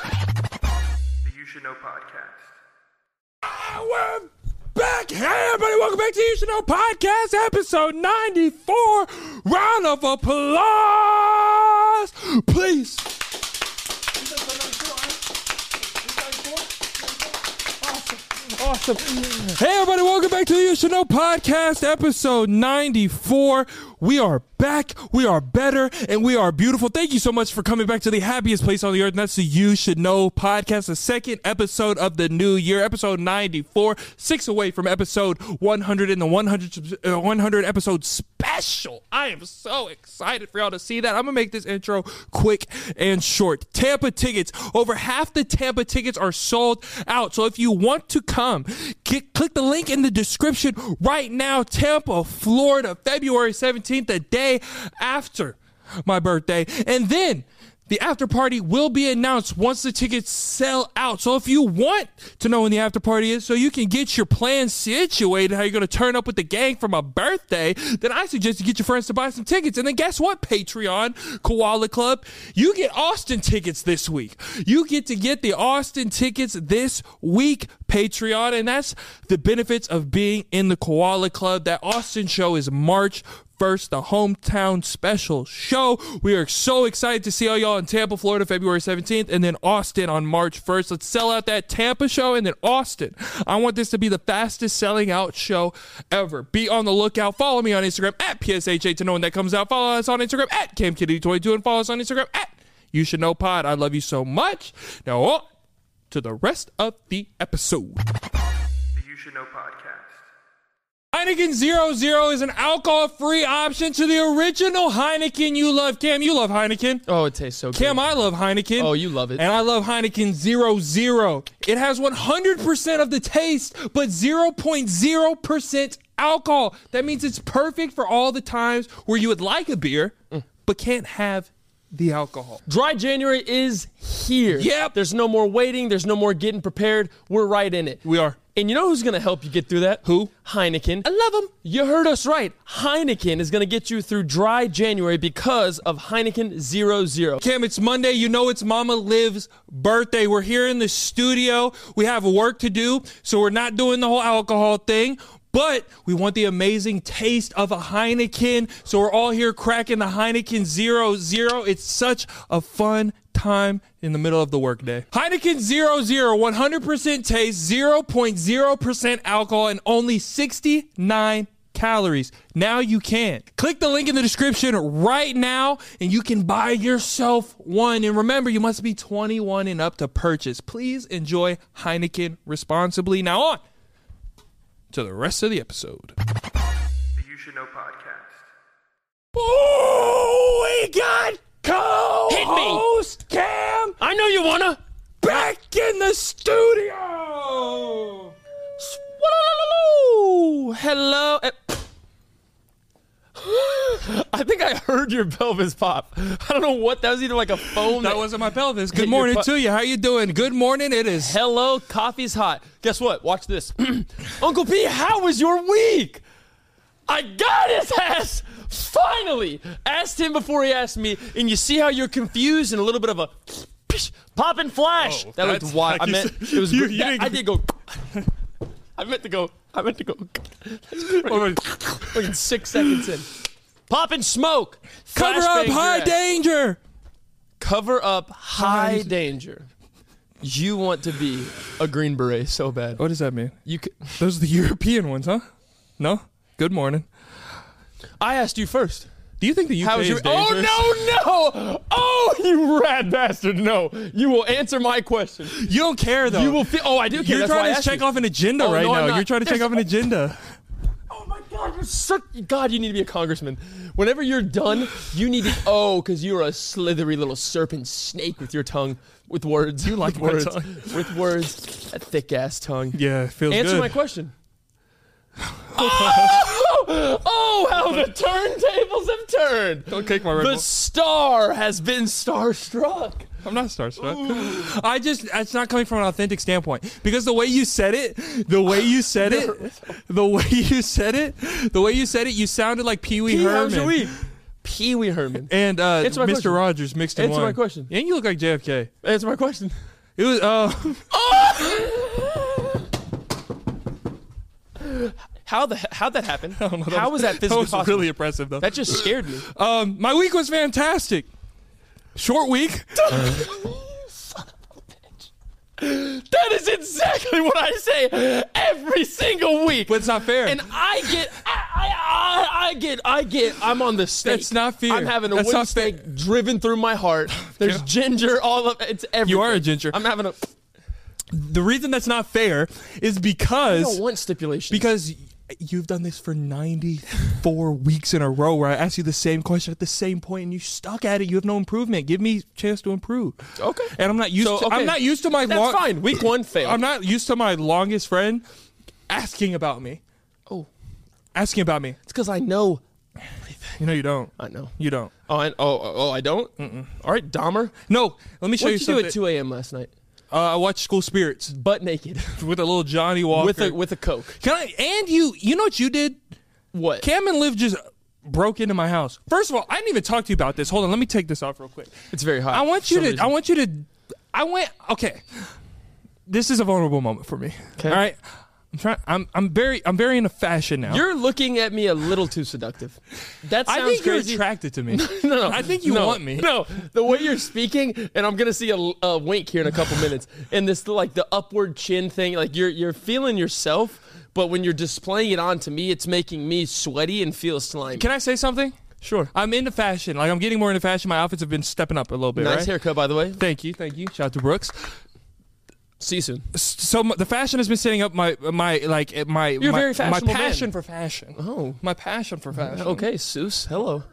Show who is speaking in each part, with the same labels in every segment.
Speaker 1: The You Should Know podcast.
Speaker 2: We're back. Hey, everybody, welcome back to You Should Know Podcast, episode 94. Round of applause, please. Awesome. Hey, everybody, welcome back to the You Should Know Podcast, episode 94. We are back, we are better, and we are beautiful. Thank you so much for coming back to the happiest place on the earth, and that's the You Should Know Podcast, the second episode of the new year, episode 94, six away from episode 100 and the 100, uh, 100 episode special. I am so excited for y'all to see that. I'm going to make this intro quick and short. Tampa tickets, over half the Tampa tickets are sold out. So if you want to come, click, click the link in the description right now. Tampa, Florida, February 17th, the day after my birthday. And then the after party will be announced once the tickets sell out. So if you want to know when the after party is, so you can get your plans situated, how you're going to turn up with the gang for my birthday, then I suggest you get your friends to buy some tickets. And then guess what? Patreon, Koala Club, you get Austin tickets this week. You get to get the Austin tickets this week, Patreon. And that's the benefits of being in the Koala Club. That Austin show is March first, the hometown special show. We are so excited to see all y'all in Tampa, Florida, February 17th, and then Austin on March 1st. Let's sell out that Tampa show and then Austin. I want this to be the fastest selling out show ever. Be on the lookout. Follow me on Instagram at PSHA to know when that comes out. Follow us on Instagram at CamKitty22 and follow us on Instagram at You Should Know Pod. I love you so much. Now, oh, on to the rest of the episode.
Speaker 1: The You Should Know podcast.
Speaker 2: Heineken Zero Zero is an alcohol-free option to the original Heineken you love. Cam, you love Heineken.
Speaker 3: Oh, it tastes so good.
Speaker 2: Cam, I love Heineken.
Speaker 3: Oh, you love it.
Speaker 2: And I love Heineken Zero Zero. It has 100% of the taste, but 0.0% alcohol. That means it's perfect for all the times where you would like a beer, but can't have the alcohol.
Speaker 3: Mm. Dry January is here.
Speaker 2: Yep.
Speaker 3: There's no more waiting. There's no more getting prepared. We're right in it.
Speaker 2: We are.
Speaker 3: And you know who's going to help you get through that?
Speaker 2: Who?
Speaker 3: Heineken.
Speaker 2: I love them.
Speaker 3: You heard us right. Heineken is going to get you through dry January because of Heineken Zero Zero.
Speaker 2: Cam, it's Monday. You know it's Mama Liv's birthday. We're here in the studio. We have work to do, so we're not doing the whole alcohol thing. But we want the amazing taste of a Heineken. So we're all here cracking the Heineken Zero Zero. It's such a fun time in the middle of the workday. Heineken Zero Zero, 100% taste, 0.0% alcohol, and only 69 calories. Now you can. Click the link in the description right now and you can buy yourself one. And remember, you must be 21 and up to purchase. Please enjoy Heineken responsibly. Now on to the rest of the episode.
Speaker 1: The You Should Know podcast.
Speaker 2: Oh, we got
Speaker 3: co-host
Speaker 2: Cam
Speaker 3: I know you want to.
Speaker 2: back in the studio.
Speaker 3: Hello. eh, I think I heard your pelvis pop. I don't know what. That was either like a phone.
Speaker 2: That wasn't my pelvis. Good
Speaker 3: Your
Speaker 2: morning
Speaker 3: pu-
Speaker 2: to you. How you doing? Good morning. It is
Speaker 3: Hello, coffee's hot. Guess what? Watch this. Uncle P, how was your week? I got his ass! Finally! Asked him before he asked me, and you see how you're confused and a little bit of a pop and flash.
Speaker 2: Oh,
Speaker 3: that
Speaker 2: that's-
Speaker 3: looked wild. I
Speaker 2: you
Speaker 3: meant
Speaker 2: said-
Speaker 3: it was.
Speaker 2: you-
Speaker 3: gr-
Speaker 2: you
Speaker 3: that-
Speaker 2: didn't-
Speaker 3: I did go. I meant to go. I meant to go. That's pretty- fucking six seconds in. Pop and smoke.
Speaker 2: Cover up
Speaker 3: Flashbang
Speaker 2: high
Speaker 3: direct.
Speaker 2: danger.
Speaker 3: Cover up high
Speaker 2: High-
Speaker 3: danger. You want to be a Green Beret so bad.
Speaker 2: What does that mean?
Speaker 3: You. c
Speaker 2: Those are the European ones, huh? No. Good morning.
Speaker 3: I asked you first.
Speaker 2: Do you think the UK
Speaker 3: How was your?
Speaker 2: is
Speaker 3: Oh
Speaker 2: dangerous?
Speaker 3: no no! Oh, you rat bastard! No, you will answer my question.
Speaker 2: You don't care though.
Speaker 3: You will feel. Oh, I do care.
Speaker 2: You're
Speaker 3: That's why I
Speaker 2: trying to
Speaker 3: asked
Speaker 2: check
Speaker 3: you.
Speaker 2: off an agenda
Speaker 3: Oh,
Speaker 2: right
Speaker 3: no, I'm
Speaker 2: now.
Speaker 3: not.
Speaker 2: You're trying to check
Speaker 3: There's-
Speaker 2: off an agenda.
Speaker 3: Oh my God, you're such. God, you need to be a congressman. Whenever you're done, you need to. Oh, because you're a slithery little serpent snake with your tongue, with words. You like
Speaker 2: my
Speaker 3: words.
Speaker 2: tongue.
Speaker 3: With words. That thick ass tongue.
Speaker 2: Yeah, it feels
Speaker 3: Answer
Speaker 2: good.
Speaker 3: my question. oh, oh, how the turntables have turned.
Speaker 2: Don't kick my Red
Speaker 3: The
Speaker 2: Bull.
Speaker 3: star has been starstruck.
Speaker 2: I'm not starstruck. I just it's not coming from an authentic standpoint because the way you said it, the way you said it, the way you said it, the way you said it, you sounded like Pee Wee
Speaker 3: Pee Herman.
Speaker 2: Herman
Speaker 3: Herman. Pee Wee Herman.
Speaker 2: and uh,
Speaker 3: Answer my
Speaker 2: Mr.
Speaker 3: question.
Speaker 2: Rogers mixed in
Speaker 3: Answer my
Speaker 2: one.
Speaker 3: question.
Speaker 2: And you look like JFK.
Speaker 3: Answer my question.
Speaker 2: It was uh,
Speaker 3: How the how that happened?
Speaker 2: know, that
Speaker 3: how was Uh, that physically
Speaker 2: that was
Speaker 3: possible?
Speaker 2: really impressive though.
Speaker 3: that just scared me.
Speaker 2: um, my week was fantastic. Short week.
Speaker 3: That is exactly what I say every single week.
Speaker 2: But it's not fair.
Speaker 3: and I get, I, I, I, I get, I get. I'm on the stake.
Speaker 2: That's not fair.
Speaker 3: I'm having a
Speaker 2: That's
Speaker 3: wooden
Speaker 2: not fair.
Speaker 3: stake driven through my heart. There's
Speaker 2: Yeah.
Speaker 3: ginger all up. It's everything.
Speaker 2: You are a ginger.
Speaker 3: I'm having a.
Speaker 2: the reason that's not fair is
Speaker 3: I
Speaker 2: because
Speaker 3: don't want stipulations.
Speaker 2: Because you've done this for 94 weeks in a row where I asked you the same question at the same point and you stuck at it. You have no improvement. Give me a chance to improve.
Speaker 3: Okay.
Speaker 2: And I'm not used
Speaker 3: So,
Speaker 2: to
Speaker 3: okay.
Speaker 2: I'm not used to my
Speaker 3: that's
Speaker 2: long-
Speaker 3: fine. Week one fail.
Speaker 2: I'm not used to my longest friend asking about me.
Speaker 3: Oh,
Speaker 2: Asking about me.
Speaker 3: it's because I know.
Speaker 2: You know you don't.
Speaker 3: I know.
Speaker 2: You don't.
Speaker 3: Oh, I, oh, oh, oh, I don't. Mm-mm. All right, Dahmer.
Speaker 2: No, let me show
Speaker 3: What
Speaker 2: you
Speaker 3: did you do
Speaker 2: something.
Speaker 3: at 2 a.m. last night?
Speaker 2: uh, I watched School Spirits
Speaker 3: Butt naked
Speaker 2: with a little Johnny Walker.
Speaker 3: with a with a coke.
Speaker 2: Can I and you you know what you did?
Speaker 3: What?
Speaker 2: Cam and Liv just broke into my house. First of all, I didn't even talk to you about this. Hold on, let me take this off real quick.
Speaker 3: it's very hot.
Speaker 2: I want you
Speaker 3: For
Speaker 2: to.
Speaker 3: some
Speaker 2: I
Speaker 3: reason.
Speaker 2: want you to. I went. Okay. This is a vulnerable moment for me. All right. I'm trying. I'm. I'm very. I'm very into fashion now.
Speaker 3: You're looking at me a little too seductive. That sounds
Speaker 2: I think
Speaker 3: crazy.
Speaker 2: you're attracted to me.
Speaker 3: no, no,
Speaker 2: I think you
Speaker 3: no,
Speaker 2: want me.
Speaker 3: No, the way you're speaking, and I'm gonna see a, a wink here in a couple minutes. And this, like the upward chin thing, like you're you're feeling yourself, but when you're displaying it onto me, it's making me sweaty and feel slimy.
Speaker 2: Can I say something?
Speaker 3: sure.
Speaker 2: I'm into fashion. Like I'm getting more into fashion. My outfits have been stepping up a little bit.
Speaker 3: Nice
Speaker 2: right?
Speaker 3: haircut, by the way.
Speaker 2: Thank you. Thank you. Shout out to Brooks.
Speaker 3: See you soon.
Speaker 2: S- So m- the fashion has been setting up my my like eh, my
Speaker 3: You're a
Speaker 2: my,
Speaker 3: very fashionable
Speaker 2: my passion
Speaker 3: man.
Speaker 2: for fashion.
Speaker 3: Oh.
Speaker 2: My passion for fashion.
Speaker 3: Okay, Seuss. Hello.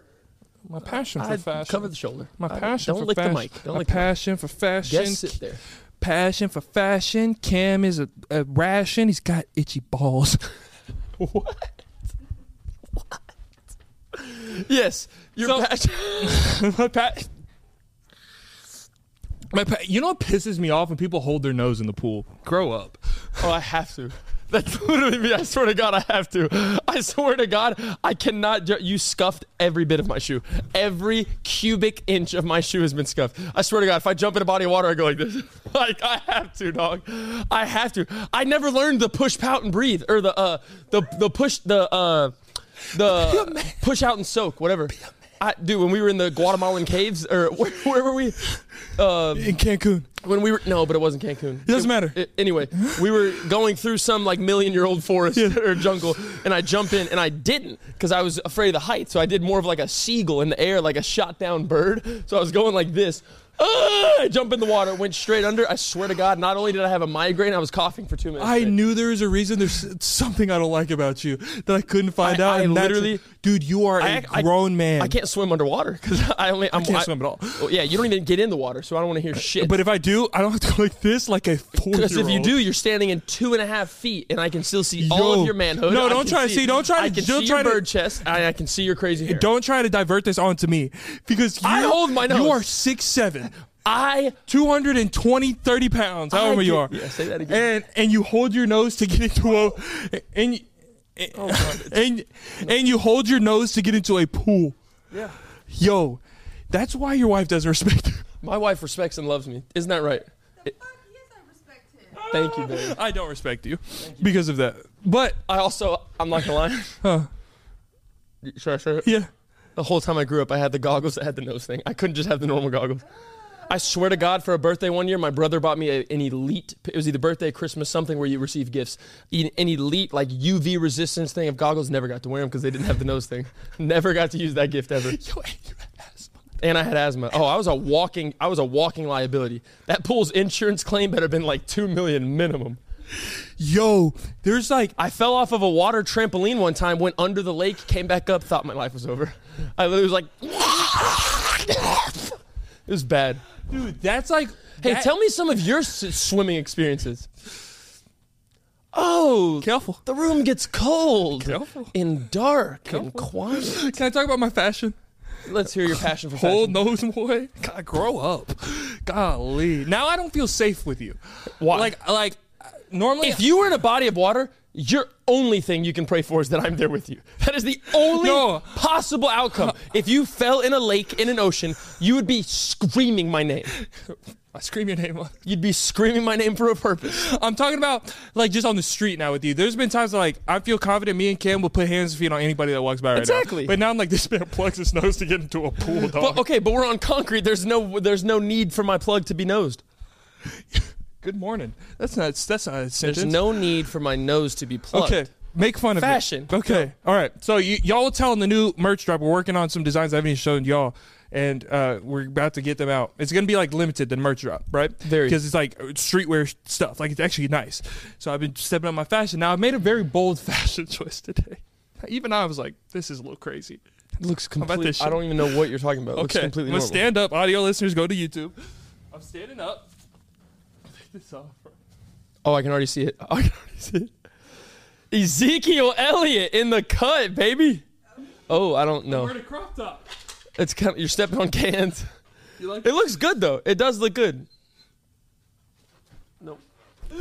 Speaker 2: My passion for
Speaker 3: I
Speaker 2: fashion.
Speaker 3: cover the shoulder.
Speaker 2: my
Speaker 3: I-
Speaker 2: passion
Speaker 3: Don't
Speaker 2: for
Speaker 3: lick
Speaker 2: fashion.
Speaker 3: the mic. Don't
Speaker 2: my
Speaker 3: lick the mic.
Speaker 2: passion for fashion.
Speaker 3: Just sit there.
Speaker 2: passion for fashion. Cam is a, a ration. He's got itchy balls.
Speaker 3: Yes, your passion.
Speaker 2: my pa- my pa- you know what pisses me off when people hold their nose in the pool? Grow up.
Speaker 3: Oh, I have to. That's literally me. I swear to God, I have to. I swear to God, I cannot. Ju- you scuffed every bit of my shoe. Every cubic inch of my shoe has been scuffed. I swear to God, if I jump in a body of water, I go like this. like I have to, dog. I have to. I never learned the push, pout, and breathe, or the uh, the the push, the uh, the push out and soak, whatever. I, dude, when we were in the Guatemalan caves, or where, where were we? Uh,
Speaker 2: In Cancun.
Speaker 3: when we were no, but it wasn't Cancun. It
Speaker 2: doesn't matter.
Speaker 3: it- anyway, we were going through some like million year old forest or jungle, and I jump in, and I didn't because I was afraid of the height. So I did more of like a seagull in the air, like a shot down bird. So I was going like this. Ah! I jump in the water, went straight under. I swear to God, not only did I have a migraine, I was coughing for two minutes.
Speaker 2: I
Speaker 3: straight.
Speaker 2: knew there was a reason. There's s- something I don't like about you that I couldn't find
Speaker 3: I-
Speaker 2: out.
Speaker 3: I
Speaker 2: and that's-
Speaker 3: literally-
Speaker 2: dude, you are
Speaker 3: I
Speaker 2: a
Speaker 3: ac- I-
Speaker 2: grown man.
Speaker 3: I can't swim underwater because I only I'm,
Speaker 2: I can't swim at all.
Speaker 3: Well, yeah, you don't even get in the water, so I don't want to hear shit.
Speaker 2: But if I do, I don't have to go like this, like a four.
Speaker 3: Because if you do, you're standing in two and a half feet, and I can still see all
Speaker 2: Yo.
Speaker 3: of your manhood.
Speaker 2: No,
Speaker 3: I
Speaker 2: don't
Speaker 3: can
Speaker 2: try to see- don't try
Speaker 3: I
Speaker 2: to-
Speaker 3: can
Speaker 2: don't
Speaker 3: see
Speaker 2: try
Speaker 3: your
Speaker 2: to-
Speaker 3: bird chest. and I can see your crazy hair.
Speaker 2: don't try to divert this onto me because
Speaker 3: I
Speaker 2: you-
Speaker 3: hold my nose.
Speaker 2: You are six seven.
Speaker 3: I?
Speaker 2: 220, 30 pounds, however
Speaker 3: I
Speaker 2: you are.
Speaker 3: get- yeah, say that again.
Speaker 2: And and you hold your nose to get into a and you-
Speaker 3: Oh,
Speaker 2: and and you hold your nose to get into a pool.
Speaker 3: Yeah.
Speaker 2: Yo, that's why your wife doesn't respect you.
Speaker 3: My wife respects and loves me. Isn't that right?
Speaker 4: Fuck yes, I respect him.
Speaker 3: Thank you, babe.
Speaker 2: I don't respect you because of that. But
Speaker 3: I also, I'm not gonna lie.
Speaker 2: Huh.
Speaker 3: Should I show it?
Speaker 2: yeah,
Speaker 3: The whole time I grew up, I had the goggles that had the nose thing. I couldn't just have the normal goggles. I swear to God, for a birthday one year, my brother bought me a, an elite. It was either birthday, Christmas, something where you receive gifts. E, An an elite, like UV resistance thing of goggles. Never got to wear them because they didn't have the nose thing. Never got to use that gift ever. And I had asthma. Oh, I was a walking. I was a walking liability. That pool's insurance claim better been like two million minimum.
Speaker 2: yo, there's like
Speaker 3: I fell off of a water trampoline one time, went under the lake, came back up, thought my life was over. I literally was like, it was bad.
Speaker 2: dude, that's like
Speaker 3: Hey,
Speaker 2: that-
Speaker 3: tell me some of your s- swimming experiences. Oh,
Speaker 2: Careful.
Speaker 3: The room gets cold
Speaker 2: Careful.
Speaker 3: and dark and quiet.
Speaker 2: Can I talk about my fashion?
Speaker 3: Let's hear your passion for
Speaker 2: Whole
Speaker 3: fashion.
Speaker 2: nose boy. God, grow up. Golly, now I don't feel safe with you.
Speaker 3: Why?
Speaker 2: Like, like uh, normally
Speaker 3: if you were in a body of water, your only thing you can pray for is that I'm there with you. That is the only
Speaker 2: No.
Speaker 3: possible outcome. If you fell in a lake in an ocean, you would be screaming my name.
Speaker 2: I scream your name. on-
Speaker 3: You'd be screaming my name for a purpose.
Speaker 2: I'm talking about like just on the street now with you. There's been times where, like I feel confident me and Cam will put hands and feet on anybody that walks by right now.
Speaker 3: Exactly.
Speaker 2: But now I'm like this man plugs his nose to get into a pool, dog.
Speaker 3: But okay, but we're on concrete. There's no there's no need for my plug to be nosed.
Speaker 2: Good morning. That's not that's not a sentence.
Speaker 3: There's no need for my nose to be plugged.
Speaker 2: Okay. Make fun of
Speaker 3: Fashion.
Speaker 2: it. Okay. All right. So y- y'all were telling the new merch drop. We're working on some designs I haven't even shown y'all, and uh, we're about to get them out. It's gonna be like limited than merch drop, right?
Speaker 3: Very.
Speaker 2: Because it's like uh, streetwear sh- stuff. Like it's actually nice. So I've been stepping up my fashion. Now I made a very bold fashion choice today. Even I was like, this is a little crazy.
Speaker 3: It looks
Speaker 2: about
Speaker 3: completely.
Speaker 2: this
Speaker 3: I
Speaker 2: shit?
Speaker 3: don't even know what you're talking about. It looks
Speaker 2: Okay.
Speaker 3: completely
Speaker 2: I'm gonna
Speaker 3: normal.
Speaker 2: stand up. Audio listeners, go to YouTube. I'm standing up. Take this off.
Speaker 3: Oh, I can already see it. I can already see it. Ezekiel Elliott in the cut, baby. Oh, I don't know.
Speaker 2: Where the crop top?
Speaker 3: It's kind of, you're stepping on cans.
Speaker 2: You like
Speaker 3: It looks good though. It does look good. No.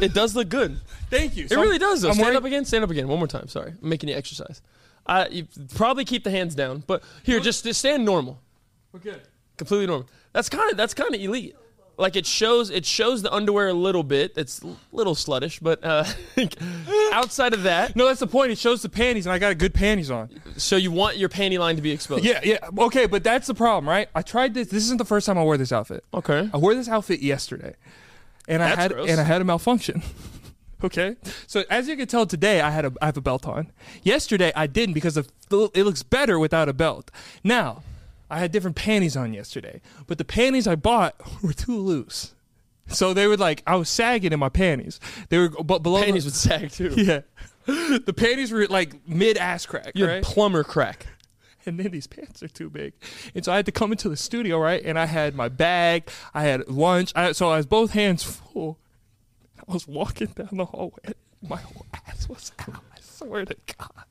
Speaker 3: It does look good.
Speaker 2: Thank you.
Speaker 3: It
Speaker 2: So I'm-
Speaker 3: really does though.
Speaker 2: I'm
Speaker 3: stand
Speaker 2: wearing-
Speaker 3: up again. Stand up again. One more time. Sorry, I'm making you exercise. I you probably keep the hands down, but here, just, just stand normal,
Speaker 2: Okay.
Speaker 3: completely normal. That's kind of that's kind of elite. Like it shows it shows the underwear a little bit. It's a little sluttish, but uh, outside of that,
Speaker 2: No, that's the point. It shows the panties, and I got good panties on.
Speaker 3: so you want your panty line to be exposed.
Speaker 2: Yeah, yeah. Okay, but that's the problem, right? I tried this. This isn't the first time I wore this outfit.
Speaker 3: Okay.
Speaker 2: I wore this outfit yesterday, and I
Speaker 3: That's
Speaker 2: had
Speaker 3: gross.
Speaker 2: and I had a malfunction. okay. So as you can tell today, I had a I have a belt on. Yesterday I didn't because of, it looks better without a belt. Now, I had different panties on yesterday, but the panties I bought were too loose. So they were like I was sagging in my panties. They were but below
Speaker 3: Panties would sag too.
Speaker 2: yeah. The panties were like mid ass crack,
Speaker 3: You had
Speaker 2: right?
Speaker 3: plumber crack.
Speaker 2: and then these pants are too big. And so I had to come into the studio, right? And I had my bag, I had lunch, I, so I was both hands full. I was walking down the hallway, my whole ass was out. I swear to God.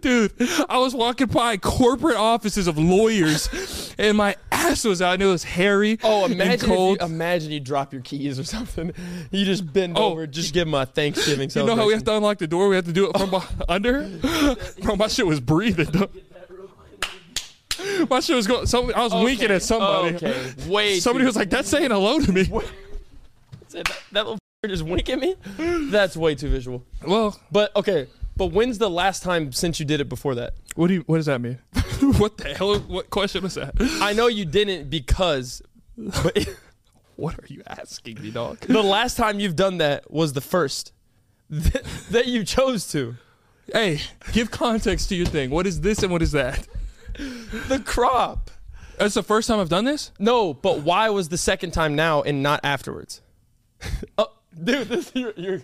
Speaker 2: Dude, I was walking by corporate offices of lawyers, and my ass was out, and it was hairy.
Speaker 3: Oh,
Speaker 2: and
Speaker 3: imagine
Speaker 2: cold.
Speaker 3: if you, imagine you drop your keys or something. You just bend
Speaker 2: Oh.
Speaker 3: over, just give them a Thanksgiving
Speaker 2: you know
Speaker 3: celebration.
Speaker 2: how we have to unlock the door? We have to do it from beh- under. Bro, my shit was breathing. dog. My shit was going. Some, I was winking at somebody.
Speaker 3: Okay, wait.
Speaker 2: Somebody was like, "That's saying hello to me."
Speaker 3: that, that little f- just wink at me. That's way too visual.
Speaker 2: Well,
Speaker 3: But okay, but when's the last time since you did it before that?
Speaker 2: what do you? What does that mean? what the hell? What question was that?
Speaker 3: I know you didn't because, but
Speaker 2: What are you asking me, dog?
Speaker 3: the last time you've done that was the first that, that you chose to.
Speaker 2: Hey, give context to your thing. What is this and what is that?
Speaker 3: The crop.
Speaker 2: That's the first time I've done this.
Speaker 3: No, but why was the second time now and not afterwards? oh, dude, this you're. you're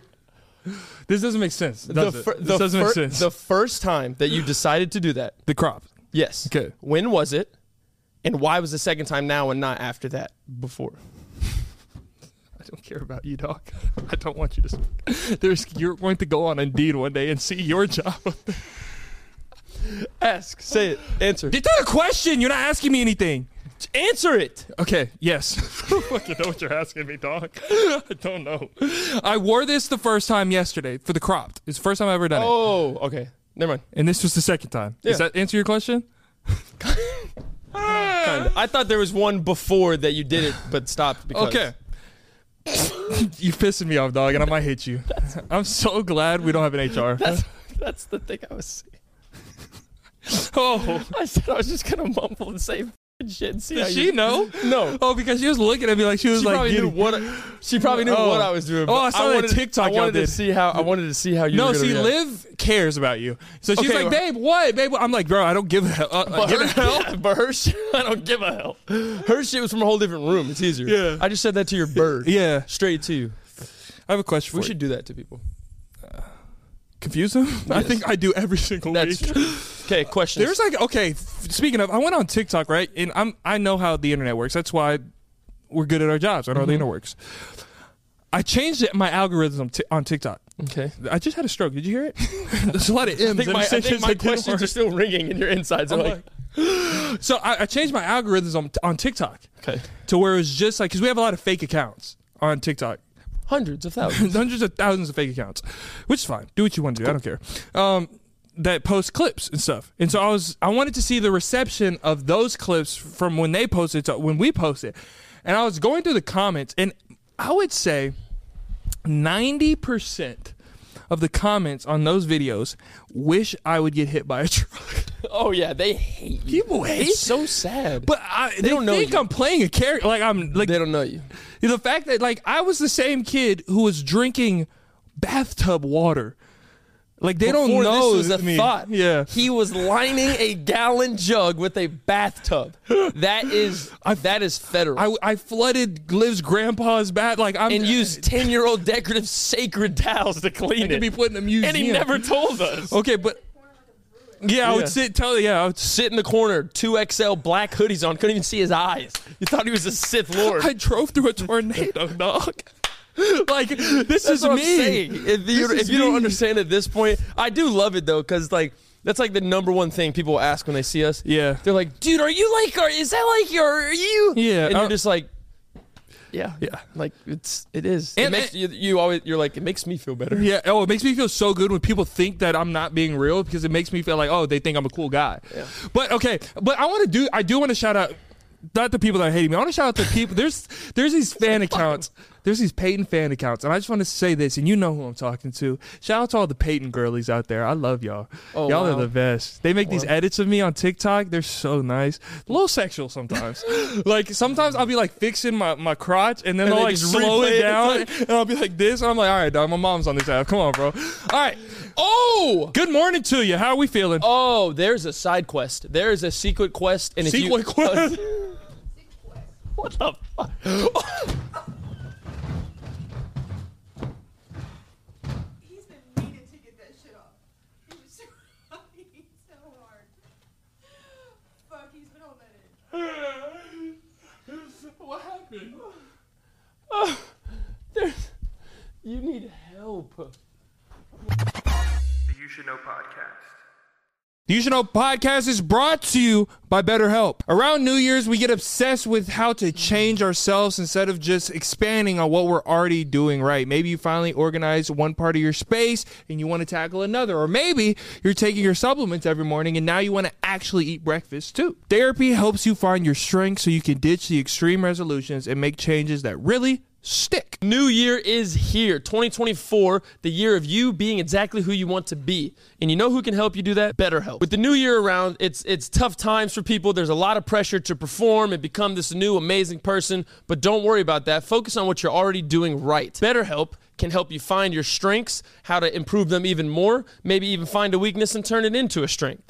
Speaker 2: This doesn't make sense. Does
Speaker 3: the
Speaker 2: it?
Speaker 3: fir-
Speaker 2: This
Speaker 3: the
Speaker 2: doesn't make
Speaker 3: fir-
Speaker 2: sense.
Speaker 3: The first time that you decided to do that,
Speaker 2: the crop.
Speaker 3: yes.
Speaker 2: Okay.
Speaker 3: When was it? And why was the second time now and not after that before?
Speaker 2: I don't care about you, dog. I don't want you to. There's you're going to go on Indeed one day and see your job.
Speaker 3: Ask. Say it. Answer.
Speaker 2: It's not a question. You're not asking me anything.
Speaker 3: answer it.
Speaker 2: Okay. Yes. I don't fucking know what you're asking me, dog. I don't know. I wore this the first time yesterday for the cropped. It's the first time I've ever done it,
Speaker 3: Oh, okay. Never mind.
Speaker 2: and this was the second time. Does
Speaker 3: Yeah.
Speaker 2: that answer your question?
Speaker 3: I thought there was one before that you did it but stopped because.
Speaker 2: Okay. you pissing me off, dog, and I might hit you. I'm so glad we don't have an HR.
Speaker 3: That's that's the thing I was saying.
Speaker 2: oh,
Speaker 3: I said I was just gonna mumble and say f***ing shit. And see how
Speaker 2: did
Speaker 3: you-
Speaker 2: she know?
Speaker 3: No.
Speaker 2: Oh, because she was looking at me like she was
Speaker 3: She
Speaker 2: like,
Speaker 3: probably knew
Speaker 2: giddy.
Speaker 3: what. I, she probably knew
Speaker 2: Oh.
Speaker 3: what I was doing. but
Speaker 2: Oh, I saw that
Speaker 3: wanted,
Speaker 2: TikTok
Speaker 3: I
Speaker 2: y'all
Speaker 3: wanted to
Speaker 2: did.
Speaker 3: see how. I wanted to see how you.
Speaker 2: No,
Speaker 3: were gonna
Speaker 2: see,
Speaker 3: react.
Speaker 2: Liv cares about you. So she's
Speaker 3: Okay,
Speaker 2: like,
Speaker 3: well-
Speaker 2: babe, what, babe? what?" I'm like, bro, I don't give a hell. Uh,
Speaker 3: But
Speaker 2: uh, give a
Speaker 3: her,
Speaker 2: hell.
Speaker 3: yeah, but her shit, I don't give a hell. Her shit was from a whole different room. It's easier.
Speaker 2: Yeah.
Speaker 3: I just said that to your bird.
Speaker 2: Yeah,
Speaker 3: Straight to you.
Speaker 2: I have a question for
Speaker 3: We
Speaker 2: you.
Speaker 3: should do that to people.
Speaker 2: confuse them. I
Speaker 3: Yes.
Speaker 2: think I do every single
Speaker 3: That's
Speaker 2: week.
Speaker 3: okay. Questions.
Speaker 2: There's like okay. f- Speaking of, I went on TikTok right, and I'm I know how the internet works. That's why we're good at our jobs. I know how the internet works. I changed it, my algorithm t- on TikTok.
Speaker 3: okay.
Speaker 2: I just had a stroke. Did you hear it? There's a lot of M's.
Speaker 3: I think
Speaker 2: and
Speaker 3: my, I think
Speaker 2: sentences
Speaker 3: my
Speaker 2: that didn't
Speaker 3: questions
Speaker 2: work.
Speaker 3: are still ringing in your insides. Are
Speaker 2: I'm
Speaker 3: like,
Speaker 2: like- so I, I changed my algorithms on, on TikTok
Speaker 3: okay.
Speaker 2: to where it was just like because we have a lot of fake accounts on TikTok,
Speaker 3: Hundreds of thousands.
Speaker 2: hundreds of thousands of fake accounts, which is fine. Do what you want to do. I don't care. Um, that post clips and stuff, and so I was I wanted to see the reception of those clips from when they posted to when we posted, and I was going through the comments, and I would say ninety percent of the comments on those videos wish I would get hit by a truck.
Speaker 3: oh yeah, they hate you.
Speaker 2: People hate
Speaker 3: It's so sad.
Speaker 2: But I, they,
Speaker 3: don't know
Speaker 2: think
Speaker 3: you.
Speaker 2: I'm playing a character. Like I'm like
Speaker 3: they don't know you.
Speaker 2: the fact that like I was the same kid who was drinking bathtub water. Like they
Speaker 3: Before
Speaker 2: don't know
Speaker 3: this was a
Speaker 2: me.
Speaker 3: thought.
Speaker 2: Yeah,
Speaker 3: He was lining a gallon jug with a bathtub. That is that is federal.
Speaker 2: I, I flooded Liv's grandpa's bath. Like I'm
Speaker 3: and used 10 year old decorative sacred towels to clean
Speaker 2: to
Speaker 3: it.
Speaker 2: be put in a museum.
Speaker 3: and he never told us.
Speaker 2: Okay, but yeah, I
Speaker 3: Yeah.
Speaker 2: would sit. Tell yeah, I would sit.
Speaker 3: Sit in the corner, 2XL black hoodies on, couldn't even see his eyes. You thought he was a Sith Lord.
Speaker 2: I drove through a tornado, dog. like this
Speaker 3: That's
Speaker 2: is
Speaker 3: what I'm
Speaker 2: me.
Speaker 3: saying. If you,
Speaker 2: This
Speaker 3: if
Speaker 2: is
Speaker 3: you don't
Speaker 2: me.
Speaker 3: understand at this point, I do love it though, because like that's like the number one thing people ask when they see us.
Speaker 2: Yeah.
Speaker 3: they're like, "Dude, are you like? Are is that like your? Are you?"
Speaker 2: Yeah,
Speaker 3: and you're
Speaker 2: I-
Speaker 3: just like, "Yeah,
Speaker 2: Yeah.
Speaker 3: Like it's it is. it
Speaker 2: And-
Speaker 3: makes you, you always you're like it makes me feel better.
Speaker 2: Yeah. Oh, it makes me feel so good when people think that I'm not being real because it makes me feel like, oh, they think I'm a cool guy. But okay, but I want to do. I do want to shout out. Not the people that are hating me. I want to shout out the people. There's there's these fan accounts. There's these Peyton fan accounts, and I just want to say this, and you know who I'm talking to. Shout out to all the Peyton girlies out there. I love y'all.
Speaker 3: Oh,
Speaker 2: y'all
Speaker 3: wow.
Speaker 2: are the best. They make these edits of me on TikTok. They're so nice. A little sexual sometimes. like sometimes I'll be like fixing my, my crotch, and then
Speaker 3: And
Speaker 2: they'll
Speaker 3: they
Speaker 2: like
Speaker 3: just
Speaker 2: slow
Speaker 3: replay it.
Speaker 2: it
Speaker 3: It's
Speaker 2: down,
Speaker 3: like-
Speaker 2: and I'll be like this. And I'm like, all right, dog, my mom's on this app. Come on, bro. All right.
Speaker 3: Oh,
Speaker 2: Good morning to you. How are we feeling?
Speaker 3: oh, there's a side quest. There is a secret quest, and if you- oh,
Speaker 2: Secret quest.
Speaker 3: What the fuck?
Speaker 4: He's been needing to get that shit off. He was trying so hard. Fuck, he's been holding that in.
Speaker 3: What happened? there's. You need help.
Speaker 1: The You Should Know Podcast.
Speaker 2: The You Should Know podcast is brought to you by BetterHelp. Around New Year's, we get obsessed with how to change ourselves instead of just expanding on what we're already doing right. Maybe you finally organized one part of your space and you want to tackle another. Or maybe you're taking your supplements every morning and now you want to actually eat breakfast too. Therapy helps you find your strength so you can ditch the extreme resolutions and make changes that really stick.
Speaker 3: New year is here. 2024, the year of you being exactly who you want to be. And you know who can help you do that? BetterHelp. With the new year around, it's it's tough times for people. There's a lot of pressure to perform and become this new amazing person, but don't worry about that. Focus on what you're already doing right. BetterHelp can help you find your strengths, how to improve them even more, maybe even find a weakness and turn it into a strength.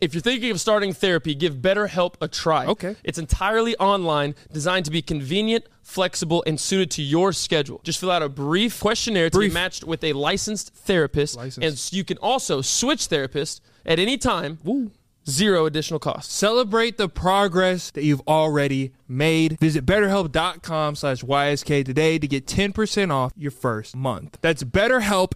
Speaker 3: If you're thinking of starting therapy, give BetterHelp a try.
Speaker 2: Okay.
Speaker 3: It's entirely online, designed to be convenient, flexible, and suited to your schedule. Just fill out a brief questionnaire to
Speaker 2: Brief.
Speaker 3: be matched with a licensed therapist.
Speaker 2: Licensed.
Speaker 3: And s- you can also switch therapist at any time. Zero additional costs.
Speaker 2: Celebrate the progress that you've already made. Visit betterhelp.com slash YSK today to get 10% off your first month. That's betterhelp,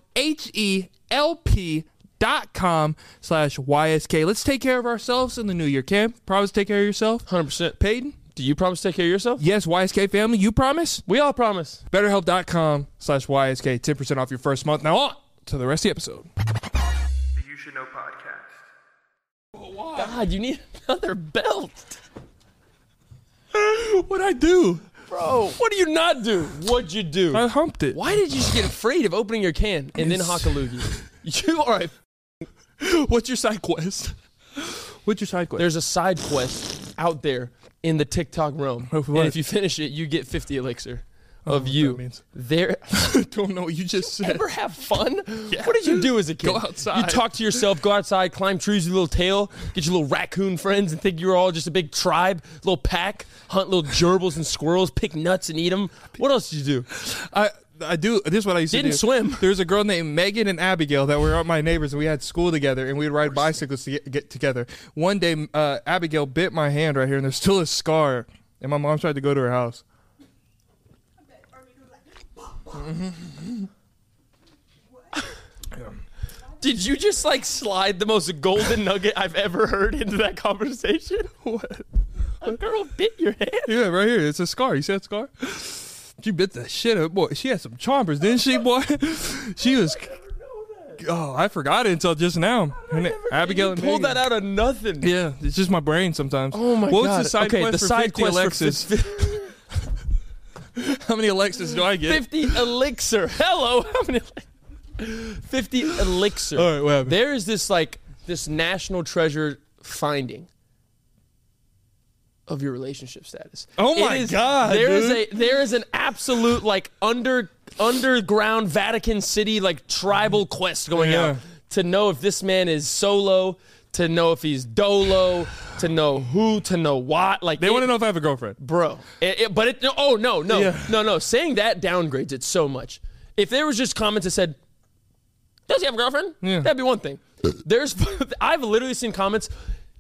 Speaker 2: H-E-L-P dot com slash YSK. Let's take care of ourselves in the new year, Cam. Promise to take care of yourself?
Speaker 3: 100%.
Speaker 2: Peyton?
Speaker 3: Do you promise to take care of yourself?
Speaker 2: Yes, YSK family, you promise?
Speaker 3: We all promise.
Speaker 2: Betterhelp.com slash YSK, 10% off your first month. Now on to the rest of the episode.
Speaker 1: The You Should Know Podcast.
Speaker 3: God, you need another belt.
Speaker 2: What'd I do?
Speaker 3: Bro, what do you not do? What'd you do?
Speaker 2: I humped it.
Speaker 3: Why did you just get afraid of opening your can and then Hakalugi? You are a
Speaker 2: What's your side quest? What's your side quest?
Speaker 3: there's a side quest out there in the TikTok realm.
Speaker 2: Of what?
Speaker 3: And if you finish it, you get 50 elixir
Speaker 2: don't
Speaker 3: of
Speaker 2: know what
Speaker 3: you.
Speaker 2: that means.
Speaker 3: There
Speaker 2: I don't know what you just said.
Speaker 3: ever have fun? What did you do as a kid?
Speaker 2: Go outside.
Speaker 3: You talk to yourself, go outside, climb trees with your little tail, get your little raccoon friends and think you're all just a big tribe, little pack, hunt little gerbils and squirrels, pick nuts and eat them. What else did you do?
Speaker 2: I I do. This is what I used
Speaker 3: Didn't
Speaker 2: to do.
Speaker 3: swim.
Speaker 2: There was a girl named Megan and Abigail that were my neighbors, and we had school together, and we'd ride bicycles to get, get together. One day, uh, Abigail bit my hand right here, and there's still a scar. And my mom tried to go to her house.
Speaker 4: I bet Armin would like,
Speaker 3: Did you just like slide the most golden nugget I've ever heard into that conversation? What? A girl bit your hand.
Speaker 2: Yeah, right here. It's a scar. You see that scar? She bit the shit out of boy. She had some chompers, didn't she, boy? she was. Oh, I forgot it until just now. And it- Abigail
Speaker 3: You
Speaker 2: and
Speaker 3: pulled
Speaker 2: Megan.
Speaker 3: that out of nothing.
Speaker 2: Yeah, it's just my brain sometimes.
Speaker 3: Oh my
Speaker 2: What's
Speaker 3: god.
Speaker 2: the side
Speaker 3: okay,
Speaker 2: quest
Speaker 3: the
Speaker 2: for
Speaker 3: side
Speaker 2: 50
Speaker 3: quest for
Speaker 2: Alexis?
Speaker 3: fif-
Speaker 2: How many Alexis do I get?
Speaker 3: 50 elixir. Hello. How many? eli- 50 elixir.
Speaker 2: All right, what happened?
Speaker 3: There is this like this national treasure finding of your relationship status.
Speaker 2: Oh
Speaker 3: It
Speaker 2: my God,
Speaker 3: There is
Speaker 2: dude.
Speaker 3: a there is an absolute like under underground Vatican City like tribal quest going
Speaker 2: Yeah.
Speaker 3: out to know if this man is solo, to know if he's dolo, to know who, to know what. Like
Speaker 2: They
Speaker 3: it-
Speaker 2: want to know if I have a girlfriend.
Speaker 3: bro. It- it- but it, no, oh no, no,
Speaker 2: Yeah.
Speaker 3: no, no. Saying that downgrades it so much. If there was just comments that said, "Does he have a girlfriend?"
Speaker 2: Yeah.
Speaker 3: That'd be one thing. There's, I've literally seen comments.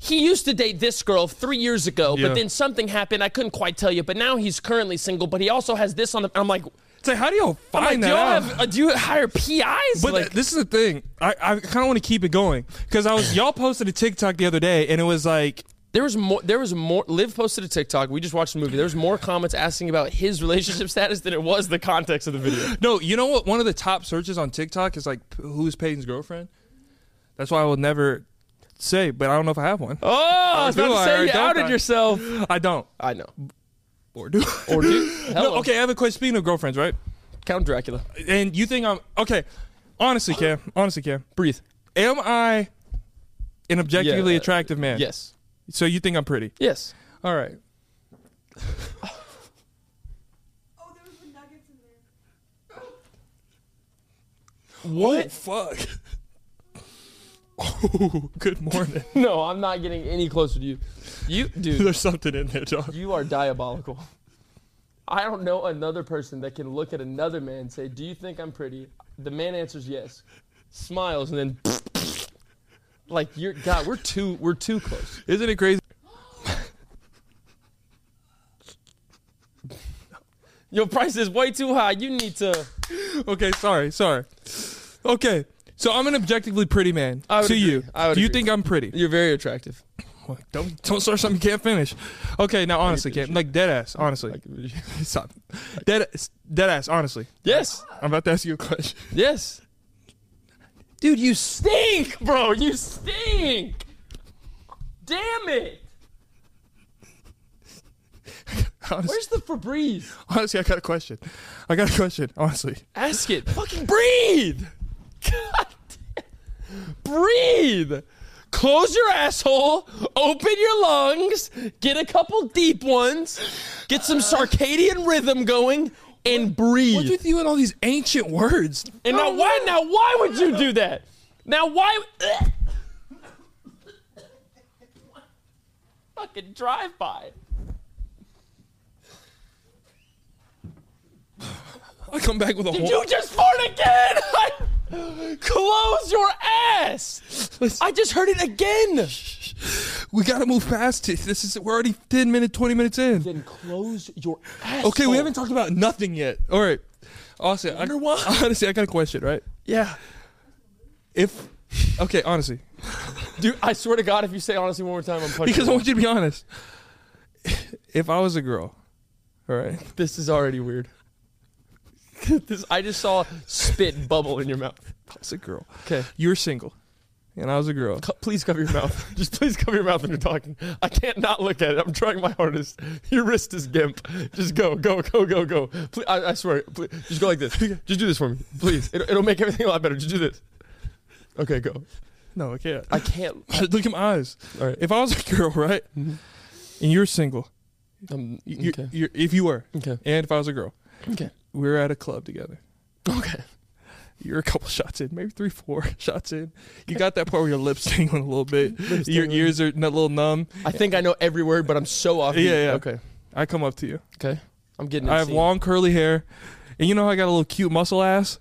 Speaker 3: He used to date this girl three years ago,
Speaker 2: Yeah.
Speaker 3: but then something happened. I couldn't quite tell you, but now he's currently single. But he also has this on the. I'm like,
Speaker 2: It's like, how do y'all
Speaker 3: I'm
Speaker 2: find
Speaker 3: like, do
Speaker 2: that
Speaker 3: y'all
Speaker 2: out?
Speaker 3: have? uh, Do you hire PIs?
Speaker 2: but
Speaker 3: like,
Speaker 2: this is the thing. I, I kind of want to keep it going because I was y'all posted a TikTok the other day and it was like,
Speaker 3: There was more. There was more. Liv posted a TikTok. We just watched the movie. There was more comments asking about his relationship status than it was the context of the video.
Speaker 2: no, you know what? One of the top searches on TikTok is like, who's Peyton's girlfriend? That's why I will never say. But I don't know if I have one.
Speaker 3: Oh, I was
Speaker 2: do
Speaker 3: about to
Speaker 2: I
Speaker 3: say
Speaker 2: or
Speaker 3: you
Speaker 2: don't
Speaker 3: outed
Speaker 2: I?
Speaker 3: yourself.
Speaker 2: I don't.
Speaker 3: I know.
Speaker 2: Or do. I?
Speaker 3: Or do
Speaker 2: No, okay, I have a question. Speaking of girlfriends, right?
Speaker 3: Count Dracula.
Speaker 2: And you think I'm okay? Honestly, Cam. Honestly, Cam.
Speaker 3: Breathe.
Speaker 2: Am I an objectively
Speaker 3: Yeah. uh,
Speaker 2: attractive man?
Speaker 3: Yes.
Speaker 2: So you think I'm pretty?
Speaker 3: Yes.
Speaker 2: All right.
Speaker 4: oh, there was the nuggets in there.
Speaker 2: What? fuck. Oh, good morning.
Speaker 3: No, I'm not getting any closer to you. You, dude,
Speaker 2: There's something in there, dog.
Speaker 3: you are diabolical. I don't know another person that can look at another man and say, "Do you think I'm pretty?" The man answers yes, smiles, and then like you're God. We're too. We're too close.
Speaker 2: Isn't it crazy?
Speaker 3: Your price is way too high. You need to.
Speaker 2: Okay, sorry, sorry. Okay, so I'm an objectively pretty man
Speaker 3: I would
Speaker 2: to
Speaker 3: agree.
Speaker 2: you.
Speaker 3: I would
Speaker 2: Do you
Speaker 3: agree.
Speaker 2: think I'm pretty?
Speaker 3: You're very attractive.
Speaker 2: Don't don't start something you can't finish. Okay, now honestly, Cam, like dead ass, honestly, stop. Dead dead ass, honestly.
Speaker 3: Yes.
Speaker 2: I'm about to ask you a question.
Speaker 3: Yes. Dude, you stink, bro. You stink. Damn it.
Speaker 2: Honestly,
Speaker 3: Where's the Febreze?
Speaker 2: honestly, I got a question. I got a question. Honestly,
Speaker 3: Ask it. Fucking breathe. God damn. Breathe. Close your asshole. Open your lungs. Get a couple deep ones. Get some circadian rhythm going and
Speaker 2: what
Speaker 3: breathe.
Speaker 2: with you and all these ancient words?
Speaker 3: And now why now why would you do that? Now why fucking drive by.
Speaker 2: I come back with a
Speaker 3: Did
Speaker 2: whole.
Speaker 3: you just fart again? I- Close your ass! I just heard it again.
Speaker 2: We gotta move past it. This is we're already ten minutes, twenty minutes in.
Speaker 3: Then close your ass. Oh.
Speaker 2: Okay, we haven't talked about nothing yet. All right. Honestly, I, honestly, I got a question, right?
Speaker 3: Yeah,
Speaker 2: If okay, honestly,
Speaker 3: dude. I swear to God, if you say honestly one more time, I'm punching.
Speaker 2: because I
Speaker 3: you.
Speaker 2: want you to be honest. If I was a girl, all right,
Speaker 3: this is already weird. this I just saw spit bubble in your mouth.
Speaker 2: if I was a girl,
Speaker 3: Okay.
Speaker 2: you're single, and I was a girl.
Speaker 3: Co- Please cover your mouth. Just please cover your mouth when you're talking. I can't not look at it. I'm trying my hardest. Your wrist is gimp. Just go, go, go, go, go. Please, I, I swear. Please, just go like this. Just do this for me, please. It, it'll make everything a lot better. Just do this. Okay, go.
Speaker 2: No, I can't.
Speaker 3: I can't.
Speaker 2: Look at my eyes.
Speaker 3: All right.
Speaker 2: If I was a girl, right, and you're single,
Speaker 3: Um,
Speaker 2: you
Speaker 3: okay.
Speaker 2: you're, if you were,
Speaker 3: Okay.
Speaker 2: and if I was a girl,
Speaker 3: Okay.
Speaker 2: we were at a club together.
Speaker 3: Okay.
Speaker 2: You're a couple shots in, maybe three, four shots in. You got that part where your lips tingling a little bit, your
Speaker 3: tingling.
Speaker 2: ears are a little numb.
Speaker 3: I think I know every word, but I'm so off.
Speaker 2: Yeah, yeah.
Speaker 3: Okay.
Speaker 2: I come up to you.
Speaker 3: Okay. I'm getting.
Speaker 2: I have
Speaker 3: obscene.
Speaker 2: long curly hair, and you know how I got a little cute muscle ass.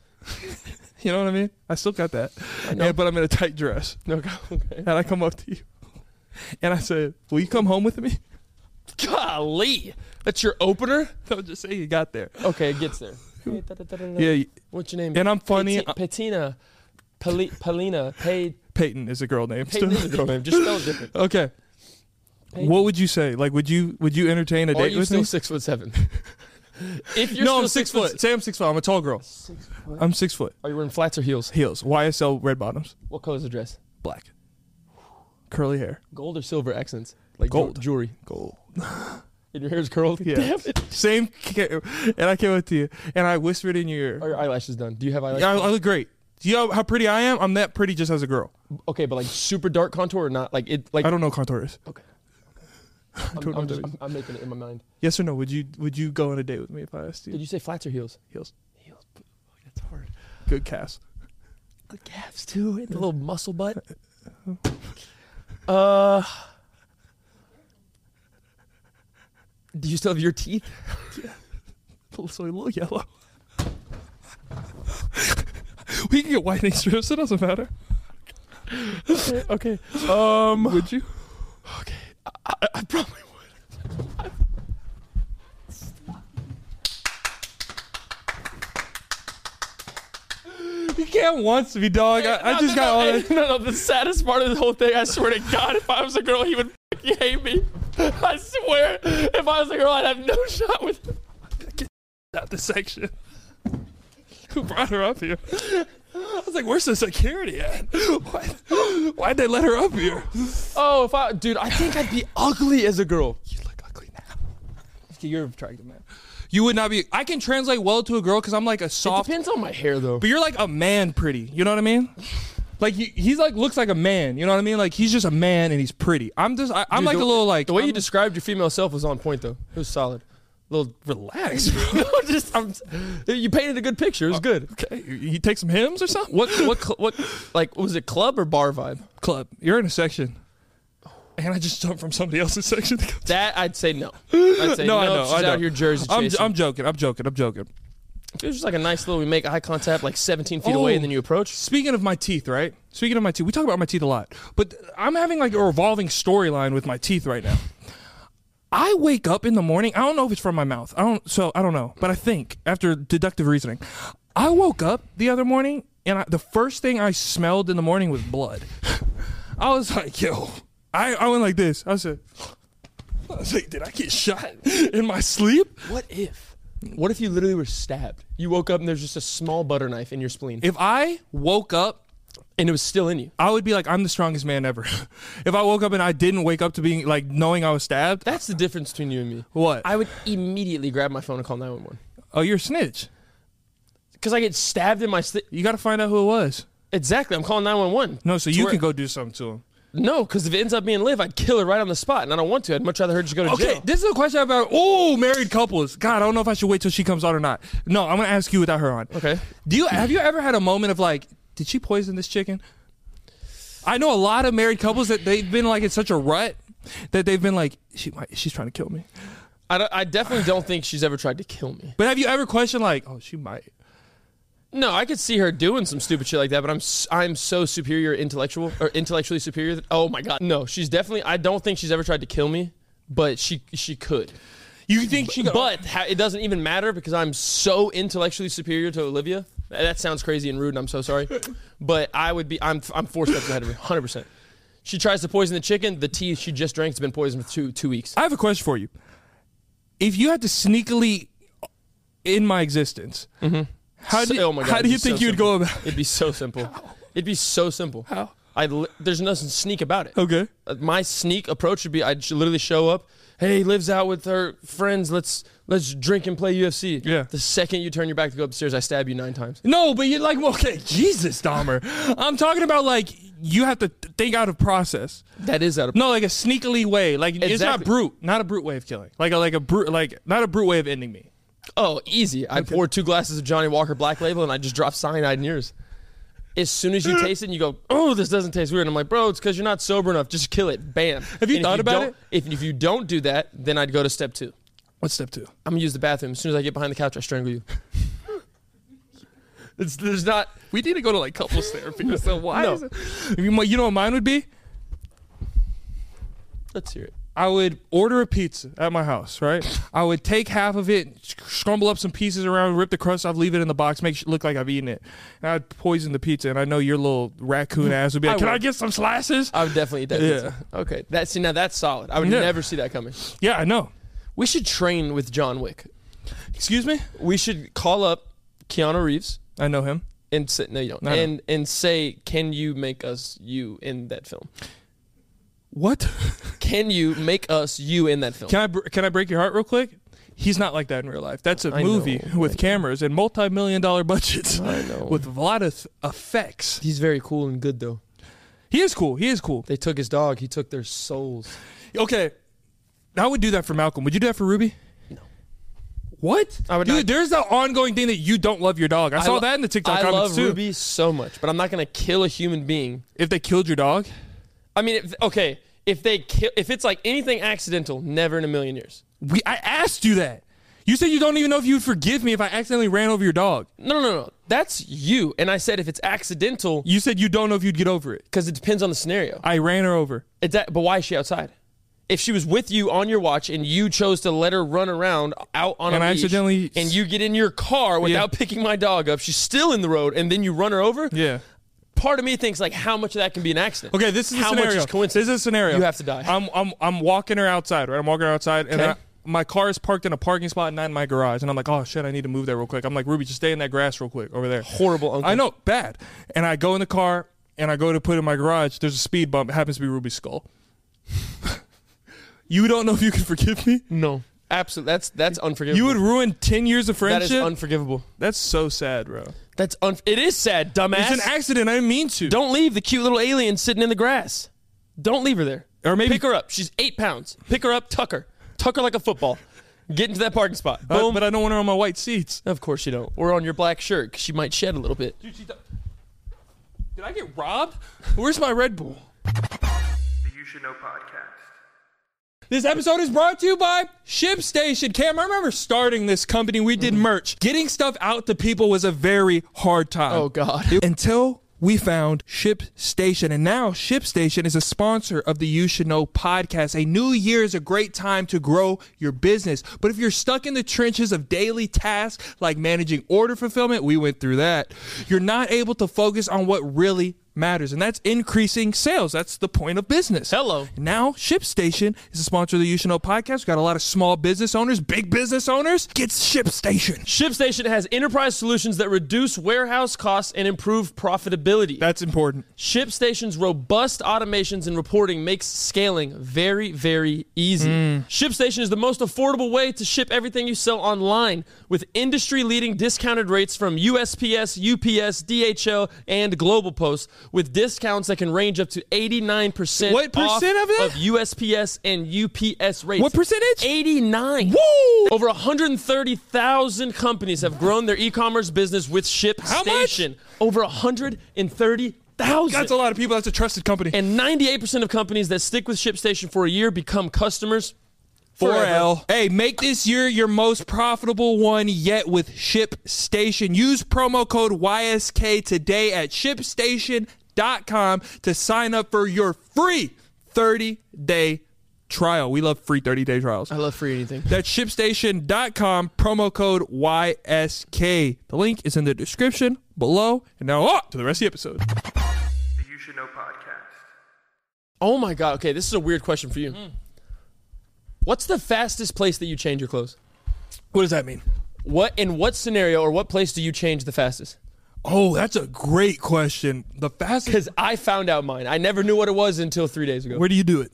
Speaker 2: you know what I mean? I still got that,
Speaker 3: know.
Speaker 2: and, but I'm in a tight dress.
Speaker 3: No. go- Okay.
Speaker 2: And I come up to you, and I said, "Will you come home with me?"
Speaker 3: Golly, that's your opener.
Speaker 2: Don't just say you got there.
Speaker 3: Okay, it gets there.
Speaker 2: Yeah,
Speaker 3: What's your name?
Speaker 2: and I'm funny.
Speaker 3: Pati- Patina. Pali- Palina. Pay.
Speaker 2: Peyton is a girl name.
Speaker 3: Peyton is a girl name. Just spell it different.
Speaker 2: Okay.
Speaker 3: Peyton.
Speaker 2: What would you say? Like, would you would you entertain a
Speaker 3: Are
Speaker 2: date
Speaker 3: you
Speaker 2: with
Speaker 3: still
Speaker 2: me?
Speaker 3: six foot seven? If you're
Speaker 2: no,
Speaker 3: still
Speaker 2: I'm six, foot. Say I'm six foot. I'm a tall girl.
Speaker 3: Six foot.
Speaker 2: I'm six foot.
Speaker 3: Are you wearing flats or heels?
Speaker 2: Heels. YSL red bottoms.
Speaker 3: What color is the dress?
Speaker 2: Black. Curly hair.
Speaker 3: Gold or silver accents? Like jewel-
Speaker 2: Gold.
Speaker 3: jewelry.
Speaker 2: Gold.
Speaker 3: And your hair's curled.
Speaker 2: Yeah.
Speaker 3: Damn it.
Speaker 2: Same. ca- And I came up to you, and I whispered in your ear.
Speaker 3: Are your eyelashes done? Do you have eyelashes?
Speaker 2: I, I look great. Do you know how pretty I am? I'm that pretty just as a girl.
Speaker 3: okay, but like super dark contour or not? Like it. Like
Speaker 2: I don't know contours.
Speaker 3: Okay.
Speaker 2: I
Speaker 3: I'm,
Speaker 2: don't know
Speaker 3: I'm,
Speaker 2: what that
Speaker 3: just,
Speaker 2: means.
Speaker 3: I'm, I'm making it in my mind.
Speaker 2: yes or no? Would you would you go on a date with me if I asked you?
Speaker 3: Did you say flats or heels?
Speaker 2: Heels.
Speaker 3: Heels. Oh, That's hard.
Speaker 2: Good cast.
Speaker 3: The calves too, and the little muscle butt. Uh, do you still have your teeth?
Speaker 2: So a little yellow. we can get whitening strips. It doesn't matter.
Speaker 3: Okay,
Speaker 2: Um, would you?
Speaker 3: I, I probably would.
Speaker 2: You can't once me, dog. I, I just got all that.
Speaker 3: No, no, the saddest part of the whole thing. I swear to God, if I was a girl, he would fucking hate me. I swear, if I was a girl, I'd have no shot with him.
Speaker 2: out the section. Who brought her up here? I was like, where's the security at? Why, why'd they let her up here?
Speaker 3: Oh, if I, dude, I think I'd be ugly as a girl.
Speaker 2: You look ugly now.
Speaker 3: You're attractive, man.
Speaker 2: You would not be. I can translate well to a girl because I'm like a
Speaker 3: It
Speaker 2: soft.
Speaker 3: depends on my hair, though.
Speaker 2: But you're like a man, pretty. You know what I mean? Like he, he's like looks like a man. You know what I mean? Like he's just a man and he's pretty. I'm just. I, I'm
Speaker 3: Dude,
Speaker 2: like
Speaker 3: the-
Speaker 2: a little like
Speaker 3: the way
Speaker 2: I'm,
Speaker 3: you described your female self was on point though. It was solid. little
Speaker 2: relax, bro.
Speaker 3: no, just I'm, you painted a good picture. It was good.
Speaker 2: Oh, Okay, you you take some hymns or something.
Speaker 3: What what cl- what like was it club or bar vibe?
Speaker 2: club? You're in a section,
Speaker 3: Oh.
Speaker 2: and I just jumped from somebody else's section. To come
Speaker 3: That I'd say no. I'd say
Speaker 2: no,
Speaker 3: no.
Speaker 2: I know.
Speaker 3: she's
Speaker 2: I know.
Speaker 3: out here jersey
Speaker 2: I'm,
Speaker 3: chasing.
Speaker 2: I'm joking. I'm joking. I'm joking.
Speaker 3: it was just like a nice little. We make eye contact like 17 feet away,
Speaker 2: Oh.
Speaker 3: and then you approach.
Speaker 2: Speaking of my teeth, right? Speaking of my teeth, we talk about my teeth a lot, but I'm having like a revolving storyline with my teeth right now. I wake up in the morning. I don't know if it's from my mouth. I don't. So I don't know. But I think after deductive reasoning, I woke up the other morning and I, the first thing I smelled in the morning was blood. I was like, yo. I, I went like this. I said, I was like, did I get shot in my sleep?
Speaker 3: What if? What if you literally were stabbed? You woke up and there's just a small butter knife in your spleen,
Speaker 2: If I woke up
Speaker 3: and it was still in you.
Speaker 2: I would be like, I'm the strongest man ever. if I woke up and I didn't wake up to being like knowing I was stabbed,
Speaker 3: That's the difference between you and me.
Speaker 2: What?
Speaker 3: I would immediately grab my phone and call 911
Speaker 2: oh, you're a snitch.
Speaker 3: because I get stabbed in my. St-
Speaker 2: You got to find out who it was.
Speaker 3: Exactly. I'm calling 911.
Speaker 2: No, so
Speaker 3: To
Speaker 2: you
Speaker 3: where-
Speaker 2: can go do something to him.
Speaker 3: No, because if it ends up being live, I'd kill her right on the spot, and I don't want to. I'd much rather her just go to
Speaker 2: Okay,
Speaker 3: jail.
Speaker 2: this is a question about oh married couples. God, I don't know if I should wait till she comes on or not. No, I'm gonna ask you without her on.
Speaker 3: Okay.
Speaker 2: Do you have you ever had a moment of like, did she poison this chicken? I know a lot of married couples that they've been like in such a rut that they've been like, she might, she's trying to kill me.
Speaker 3: I, don't- I definitely don't think she's ever tried to kill me.
Speaker 2: But have you ever questioned like, oh, she might?
Speaker 3: No, I could see her doing some stupid shit like that, but I'm s- I'm so superior intellectual or intellectually superior. That, oh my god, no, she's definitely. I don't think she's ever tried to kill me, but she she could.
Speaker 2: You think she?
Speaker 3: But ha- it doesn't even matter because I'm so intellectually superior to Olivia. That that sounds crazy and rude, and I'm so sorry. But I would be. I'm I'm four steps ahead of her, hundred percent. She tries to poison the chicken. The tea she just drank has been poisoned for two two weeks.
Speaker 2: I have a question for you. If you had to sneakily in my existence, how do
Speaker 3: So-
Speaker 2: you,
Speaker 3: oh my God,
Speaker 2: how do
Speaker 3: it'd
Speaker 2: you
Speaker 3: be
Speaker 2: think
Speaker 3: so
Speaker 2: you'd
Speaker 3: simple.
Speaker 2: go about?
Speaker 3: It'd be so simple. It'd be so simple.
Speaker 2: How?
Speaker 3: I li- there's nothing sneak about it.
Speaker 2: Okay.
Speaker 3: Uh, My sneak approach would be I'd sh- literally show up. Hey, lives out with her friends. Let's let's drink and play UFC.
Speaker 2: Yeah.
Speaker 3: The second you turn your back to go upstairs, I stab you nine times.
Speaker 2: No, but you're like, okay, Jesus, Dahmer. I'm talking about like you have to th- think out of process.
Speaker 3: That is out of
Speaker 2: No, like a sneakily way. Like it's not
Speaker 3: Exactly.
Speaker 2: brute, not a brute way of killing. Like a like a brute, like not a brute way of ending me.
Speaker 3: Oh, easy. I pour two glasses of Johnny Walker Black Label and I just drop cyanide in yours. As soon as you taste it, and you go, "Oh, this doesn't taste weird," and I'm like, "Bro, it's because you're not sober enough. Just kill it, bam." Have
Speaker 2: you thought about it?
Speaker 3: If, if you don't do that, then I'd go to step two.
Speaker 2: What's step two?
Speaker 3: I'm gonna use the bathroom. As soon as I get behind the couch, I strangle you. it's, there's not.
Speaker 2: We need to go to like couples therapy. So why?
Speaker 3: No.
Speaker 2: Is it? You, know- you know what mine would be?
Speaker 3: Let's hear it.
Speaker 2: I would order a pizza at my house, right? I would take half of it, sc- scrumble up some pieces around, rip the crust off, leave it in the box, make it look like I've eaten it. And I'd poison the pizza, and I know your little raccoon ass would be like,
Speaker 3: I
Speaker 2: Can I
Speaker 3: would.
Speaker 2: get some slices?
Speaker 3: I would definitely eat that.
Speaker 2: Yeah.
Speaker 3: pizza. Okay. That see now that's solid. I would
Speaker 2: Yeah.
Speaker 3: never see that coming.
Speaker 2: yeah, I know.
Speaker 3: We should train with John Wick.
Speaker 2: Excuse me?
Speaker 3: We should call up Keanu Reeves.
Speaker 2: I know him.
Speaker 3: and say no you don't
Speaker 2: No, no.
Speaker 3: and and say can you make us you in that film
Speaker 2: What?
Speaker 3: can you make us you in that film
Speaker 2: Can I br- can I break your heart real quick? He's not like that in real life. That's a
Speaker 3: I
Speaker 2: movie
Speaker 3: know,
Speaker 2: with cameras and multi-million dollar budgets
Speaker 3: I know.
Speaker 2: with a lot of effects.
Speaker 3: he's very cool and good though
Speaker 2: He is cool. He is cool.
Speaker 3: they took his dog he took their souls
Speaker 2: Okay. I would do that for Malcolm. Would you do that for Ruby?
Speaker 3: No.
Speaker 2: What?
Speaker 3: I would
Speaker 2: Dude,
Speaker 3: not-
Speaker 2: there's the ongoing thing that you don't love your dog. I, saw
Speaker 3: lo-
Speaker 2: that in the TikTok
Speaker 3: I
Speaker 2: comments
Speaker 3: love
Speaker 2: too.
Speaker 3: Ruby so much but I'm not gonna kill a human being
Speaker 2: If they killed your dog,
Speaker 3: I mean if, okay if they kill if it's like anything accidental never in a million years
Speaker 2: we I asked you that. You said you don't even know if you'd forgive me if I accidentally ran over your dog.
Speaker 3: no no no no that's you and I said if it's accidental
Speaker 2: You said you don't know if you'd get over it.
Speaker 3: because it depends on the scenario
Speaker 2: I ran her over.
Speaker 3: It's that, but why is she outside? If she was with you on your watch and you chose to let her run around out on
Speaker 2: And
Speaker 3: a
Speaker 2: I
Speaker 3: leash,
Speaker 2: accidentally-
Speaker 3: and you get in your car without picking my dog up, she's still in the road, and then you run her over.
Speaker 2: Yeah.
Speaker 3: Part of me thinks like, how much of that can be an accident?
Speaker 2: Okay, this is a
Speaker 3: how
Speaker 2: scenario.
Speaker 3: much is coincidence?
Speaker 2: This is a scenario.
Speaker 3: You have to die.
Speaker 2: I'm I'm I'm walking her outside, right? I'm walking her outside, and
Speaker 3: Okay.
Speaker 2: I, my car is parked in a parking spot, not in my garage. And I'm like, oh shit, I need to move there real quick. I'm like, Ruby, just stay in that grass real quick over there.
Speaker 3: Horrible uncle.
Speaker 2: I know, bad. And I go in the car, and I go to put it in my garage. There's a speed bump. It happens to be Ruby's skull. you don't know if you can forgive me.
Speaker 3: no, absolutely. That's that's unforgivable.
Speaker 2: You would ruin ten years of
Speaker 3: that is
Speaker 2: friendship.
Speaker 3: unforgivable.
Speaker 2: That's so sad, bro.
Speaker 3: That's un. It is sad, dumbass.
Speaker 2: It's an accident. I didn't mean to.
Speaker 3: Don't leave the cute little alien sitting in the grass. Don't leave her there.
Speaker 2: Or maybe-
Speaker 3: pick her up. She's eight pounds. Pick her up. Tuck her. Tuck her like a football. Get into that parking spot.
Speaker 2: I-
Speaker 3: Boom.
Speaker 2: but I don't want her on my white seats.
Speaker 3: Of course you don't. Or on your black shirt, 'cause she might shed a little bit.
Speaker 2: Did I get robbed? Where's my Red Bull?
Speaker 1: The You Should Know podcast.
Speaker 2: This episode is brought to you by ShipStation. Cam, I remember starting this company. We did merch. Getting stuff out to people was a very hard time.
Speaker 3: Oh, God.
Speaker 2: It- Until we found ShipStation. And now ShipStation is a sponsor of the You Should Know podcast. A new year is a great time to grow your business. But if you're stuck in the trenches of daily tasks like managing order fulfillment, we went through that, you're not able to focus on what really matters. And that's increasing sales. That's the point of business.
Speaker 3: Hello.
Speaker 2: Now, ShipStation is a sponsor of the You Should Know podcast. We've got a lot of small business owners, big business owners. Get ShipStation.
Speaker 3: ShipStation has enterprise solutions that reduce warehouse costs and improve profitability.
Speaker 2: That's important.
Speaker 3: ShipStation's robust automations and reporting makes scaling very, very easy.
Speaker 2: Mm.
Speaker 3: ShipStation is the most affordable way to ship everything you sell online with industry leading discounted rates from USPS, UPS, DHL, and Global Post with discounts that can range up to 89%
Speaker 2: What
Speaker 3: off
Speaker 2: percent of it?
Speaker 3: USPS and UPS rates.
Speaker 2: What percentage?
Speaker 3: 89.
Speaker 2: Woo!
Speaker 3: Over 130,000 companies have grown their e-commerce business with ShipStation. Over 130,000.
Speaker 2: That's a lot of people. That's a trusted company.
Speaker 3: And 98% of companies that stick with ShipStation for a year become customers. forever.
Speaker 2: Hey, make this year your most profitable one yet with ShipStation. Use promo code YSK today at shipstation.com to sign up for your free 30 day trial. We love free 30 day trials.
Speaker 3: I love free anything.
Speaker 2: That's shipstation.com, promo code YSK. The link is in the description below. And now on to the rest of the episode.
Speaker 1: The You Should Know podcast.
Speaker 3: Oh my god. Okay, this is a weird question for you.
Speaker 2: Mm.
Speaker 3: What's the fastest place that you change your clothes?
Speaker 2: What does that mean?
Speaker 3: What in what scenario or what place do you change the fastest?
Speaker 2: Oh, that's a great question. The fastest.
Speaker 3: Because I found out mine. I never knew what it was until three days ago.
Speaker 2: Where do you do it?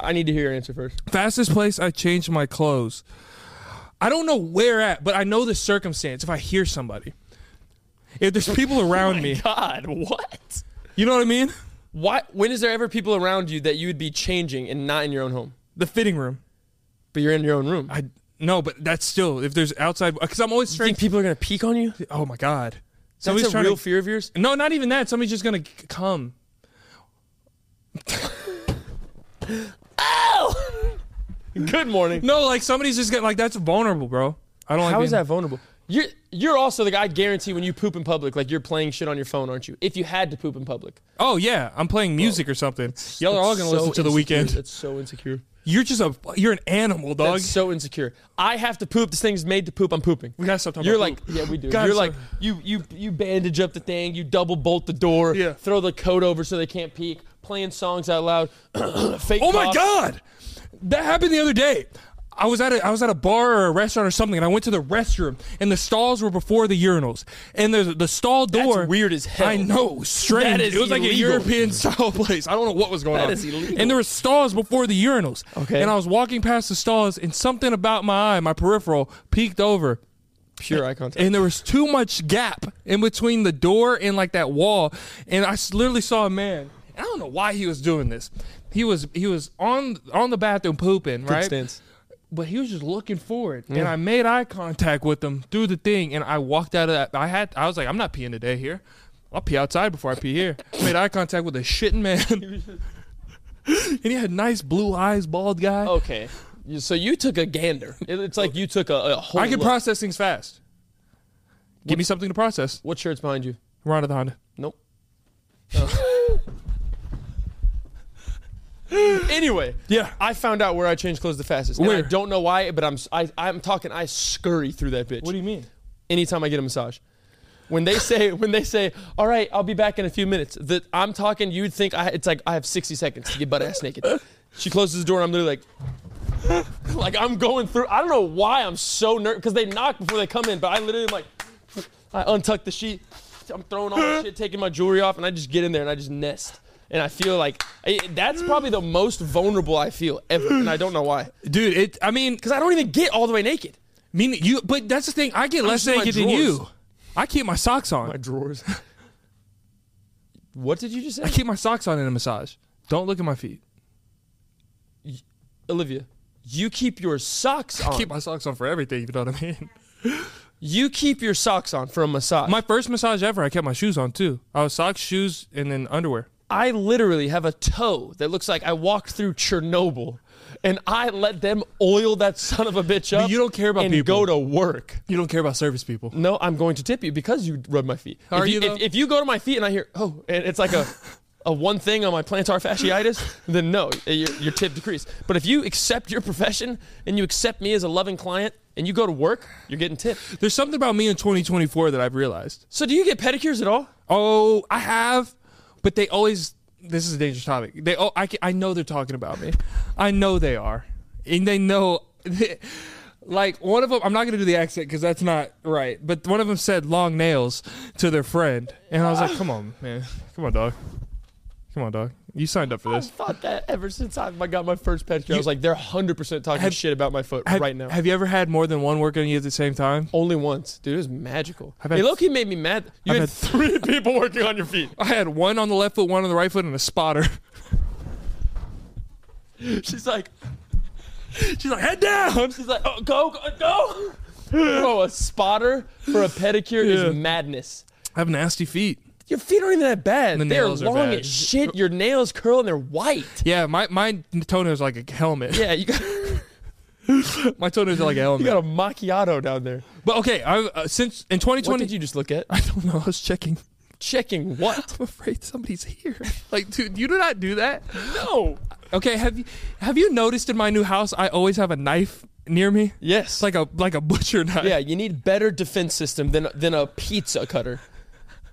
Speaker 3: I need to hear your answer first.
Speaker 2: Fastest place I changed my clothes. I don't know where at, but I know the circumstance. If I hear somebody, if there's people around me,
Speaker 3: Oh God, what?
Speaker 2: you know what I mean?
Speaker 3: Why? When is there ever people around you that you would be changing and not in your own home,
Speaker 2: The fitting room.
Speaker 3: but you're in your own room?
Speaker 2: I no, but that's still if there's outside because I'm always
Speaker 3: Do you
Speaker 2: trying.
Speaker 3: think people are gonna peek on you?
Speaker 2: oh my god,
Speaker 3: That's a
Speaker 2: trying
Speaker 3: real
Speaker 2: to,
Speaker 3: fear of yours.
Speaker 2: No, not even that. Somebody's just gonna c- come.
Speaker 3: Good morning.
Speaker 2: No, like somebody's just gonna like that's vulnerable, bro. I don't like.
Speaker 3: How is
Speaker 2: being-
Speaker 3: that vulnerable? You're you're also the guy. I guarantee when you poop in public, like you're playing shit on your phone, aren't you? If you had to poop in public,
Speaker 2: Oh yeah, I'm playing music or something. Y'all are all gonna
Speaker 3: So
Speaker 2: listen to the
Speaker 3: insecure.
Speaker 2: weekend.
Speaker 3: That's so insecure.
Speaker 2: You're just a you're an animal, dog.
Speaker 3: That's so insecure. I have to poop. This thing's made to poop. I'm pooping.
Speaker 2: we gotta stop talking.
Speaker 3: You're
Speaker 2: about
Speaker 3: like,
Speaker 2: poop. uh,
Speaker 3: yeah, we do.
Speaker 2: God,
Speaker 3: You're
Speaker 2: so-
Speaker 3: like, you you you bandage up the thing, you double bolt the door,
Speaker 2: Yeah.
Speaker 3: throw the coat over so they can't peek, playing songs out loud. fake
Speaker 2: Oh my
Speaker 3: cough.
Speaker 2: god, that happened the other day. I was at a I was at a bar or a restaurant or something, and I went to the restroom, and the stalls were before the urinals, and the the stall door.
Speaker 3: weird as hell.
Speaker 2: I know, strange.
Speaker 3: That is
Speaker 2: it was like a
Speaker 3: illegal.
Speaker 2: European style place. I don't know what was going
Speaker 3: That
Speaker 2: on.
Speaker 3: is illegal.
Speaker 2: And there were stalls before the urinals.
Speaker 3: Okay.
Speaker 2: And I was walking past the stalls, and something about my eye, my peripheral, peeked over,
Speaker 3: Pure eye contact.
Speaker 2: and there was too much gap in between the door and like that wall and i s- literally saw a man and i don't know why he was doing this he was he was on on the bathroom pooping right
Speaker 3: stance.
Speaker 2: but he was just looking forward and i made eye contact with him through the thing and i walked out of that i had i was like i'm not peeing today here i'll pee outside before i pee here made eye contact with a shitting man and he had nice blue eyes bald guy
Speaker 3: okay, You- so you took a gander. It- It's like you took a, a whole.
Speaker 2: i can
Speaker 3: look.
Speaker 2: process things fast give me something to process
Speaker 3: What shirt's behind you?
Speaker 2: ronda the honda
Speaker 3: Nope. anyway,
Speaker 2: Yeah.
Speaker 3: I found out where I changed clothes the fastest. And I
Speaker 2: Where?
Speaker 3: don't know why, but I'm s- I, am i am talking. I scurry through that bitch.
Speaker 2: what do you mean
Speaker 3: anytime I get a massage. When they say, when they say, all right, I'll be back in a few minutes, that I'm talking, you'd think I, it's like I have 60 seconds to get butt ass naked. She closes the door and I'm literally like, like I'm going through. I don't know why I'm so nervous because they knock before they come in, but I literally am like, I untuck the sheet, I'm throwing all the shit, taking my jewelry off, and I just get in there and I just nest. And I feel like I, that's probably the most vulnerable I feel ever, and I don't know why.
Speaker 2: dude it i mean
Speaker 3: Because I don't even get all the way naked.
Speaker 2: Mean you, but that's the thing. I get less
Speaker 3: just in my
Speaker 2: naked than
Speaker 3: drawers.
Speaker 2: you. I keep my socks on.
Speaker 3: drawers. what did you just say?
Speaker 2: I keep my socks on in a massage. Don't look at my feet.
Speaker 3: Olivia, you keep your socks on.
Speaker 2: I keep my socks on for everything. You know what I mean?
Speaker 3: you keep your socks on for a massage.
Speaker 2: My first massage ever, I kept my shoes on too. I was socks, shoes, and then underwear.
Speaker 3: I literally have a toe that looks like I walked through Chernobyl, and I let them oil that son of a bitch up.
Speaker 2: you don't care about
Speaker 3: and
Speaker 2: people.
Speaker 3: go to work.
Speaker 2: You don't care about service people.
Speaker 3: No, I'm going to tip you because you rub my feet.
Speaker 2: Are
Speaker 3: if
Speaker 2: you, though?
Speaker 3: if, if you go to my feet and I hear oh, and it's like a. A one thing on my plantar fasciitis, then no, your, your tip decreased. But if you accept your profession and you accept me as a loving client and you go to work, you're getting tipped.
Speaker 2: There's something about me in 2024 that I've realized.
Speaker 3: So do you get pedicures at all?
Speaker 2: Oh, I have, but they always. This is a dangerous topic. They. Oh, I. ca- I know they're talking about me. I know they are, and they know. like one of them, I'm not gonna do the accent because that's not right. But one of them said long nails to their friend, and I was like, "Come on, man. Come on, dog. Come on, dog. You signed up for
Speaker 3: I've
Speaker 2: this."
Speaker 3: thought that ever since I I got my first pedicure. I was like, they're 100% talking
Speaker 2: Have-
Speaker 3: shit about my foot
Speaker 2: Have-
Speaker 3: right now.
Speaker 2: Have you ever had more than one work on you at the same time?
Speaker 3: Only once. Dude, it was magical.
Speaker 2: I've had-
Speaker 3: Hey, Loki made me mad. You
Speaker 2: I've
Speaker 3: had,
Speaker 2: had-
Speaker 3: three people working on your feet.
Speaker 2: I had one on the left foot, one on the right foot, and a spotter.
Speaker 3: She's like,
Speaker 2: She's like, "Head down."
Speaker 3: she's like, oh, go, go, go. Bro, a spotter for a pedicure
Speaker 2: Yeah.
Speaker 3: is madness.
Speaker 2: I have nasty feet.
Speaker 3: Your feet aren't even that bad.
Speaker 2: The
Speaker 3: they're
Speaker 2: nails are
Speaker 3: long
Speaker 2: bad.
Speaker 3: as shit. Your nails curl and they're white.
Speaker 2: Yeah, my my toenails are like a helmet.
Speaker 3: Yeah, you got,
Speaker 2: My toenails are like a helmet.
Speaker 3: you got a macchiato down there.
Speaker 2: But okay, I, uh, since in
Speaker 3: What
Speaker 2: 2020,
Speaker 3: did you just look at?
Speaker 2: I don't know. I was checking.
Speaker 3: Checking what?
Speaker 2: I'm afraid somebody's here. Like, dude, you do not do that.
Speaker 3: No.
Speaker 2: Okay, have you have you noticed in my new house? I always have a knife near me.
Speaker 3: Yes.
Speaker 2: It's like a like a butcher knife.
Speaker 3: Yeah, you need better defense system than than a pizza cutter.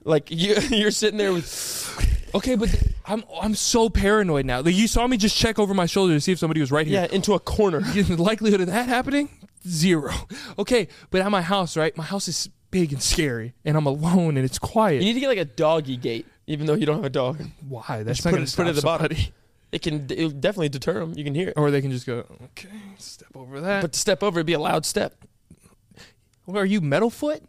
Speaker 3: Like you, you're sitting there with.
Speaker 2: Okay, but th- I'm I'm so paranoid now. Like, you saw me just check over my shoulder to see if somebody was right here.
Speaker 3: Yeah, into a corner.
Speaker 2: the likelihood of that happening zero okay but at my house right my house is big and scary, and I'm alone and it's quiet.
Speaker 3: You need to get like a doggy gate, even though you don't have a dog.
Speaker 2: Why? That's
Speaker 3: Just
Speaker 2: not
Speaker 3: put
Speaker 2: gonna
Speaker 3: it, put it at the
Speaker 2: stop
Speaker 3: bottom.
Speaker 2: somebody.
Speaker 3: It can it'll definitely deter them. You can hear it.
Speaker 2: Or they can just go, okay, step over that.
Speaker 3: But to step over, it'd be a loud step.
Speaker 2: What are you, Metalfoot?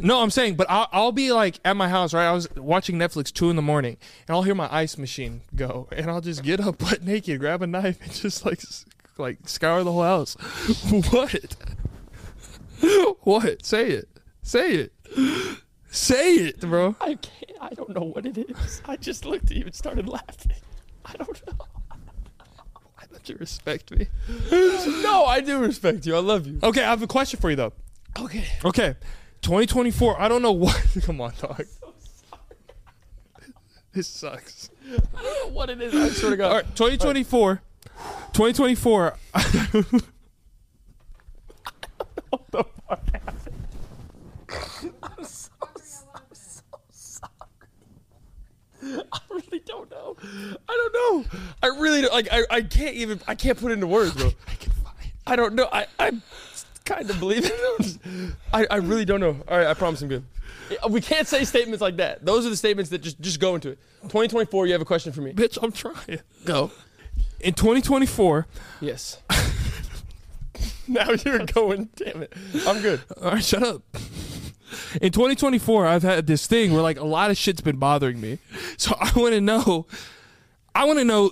Speaker 2: No, I'm saying, but I'll, I'll be like at my house, right? I was watching Netflix two in the morning, and I'll hear my ice machine go, and I'll just get up butt naked, grab a knife, and just like s- like scour the whole house. what? what? Say it. Say it. Say it, bro.
Speaker 3: I can't. I don't know what it is. I just looked at you and started laughing. I don't know.
Speaker 2: I thought you respect me.
Speaker 3: No, I do respect you. I love you.
Speaker 2: Okay, I have a question for you though.
Speaker 3: Okay.
Speaker 2: Okay, 2024. I don't know what. Come on, dog. This sucks.
Speaker 3: What it is, I swear to God.
Speaker 2: All right, 2024. 2024.
Speaker 3: I really don't know. I don't know. I really don't, like. I, I can't even. I can't put it into words, bro. I can find. I don't know. I I kind of believe it. I I really don't know. All right, I promise I'm good. Uh, We can't say statements like that. Those are the statements that just just go into it. 2024. You have a question for me?
Speaker 2: Bitch, I'm trying.
Speaker 3: Go.
Speaker 2: In 2024,
Speaker 3: Yes. now you're going. Damn it. I'm good.
Speaker 2: all right, shut up. In 2024, I've had this thing where like a lot of shit's been bothering me. So I want to know. I want to know.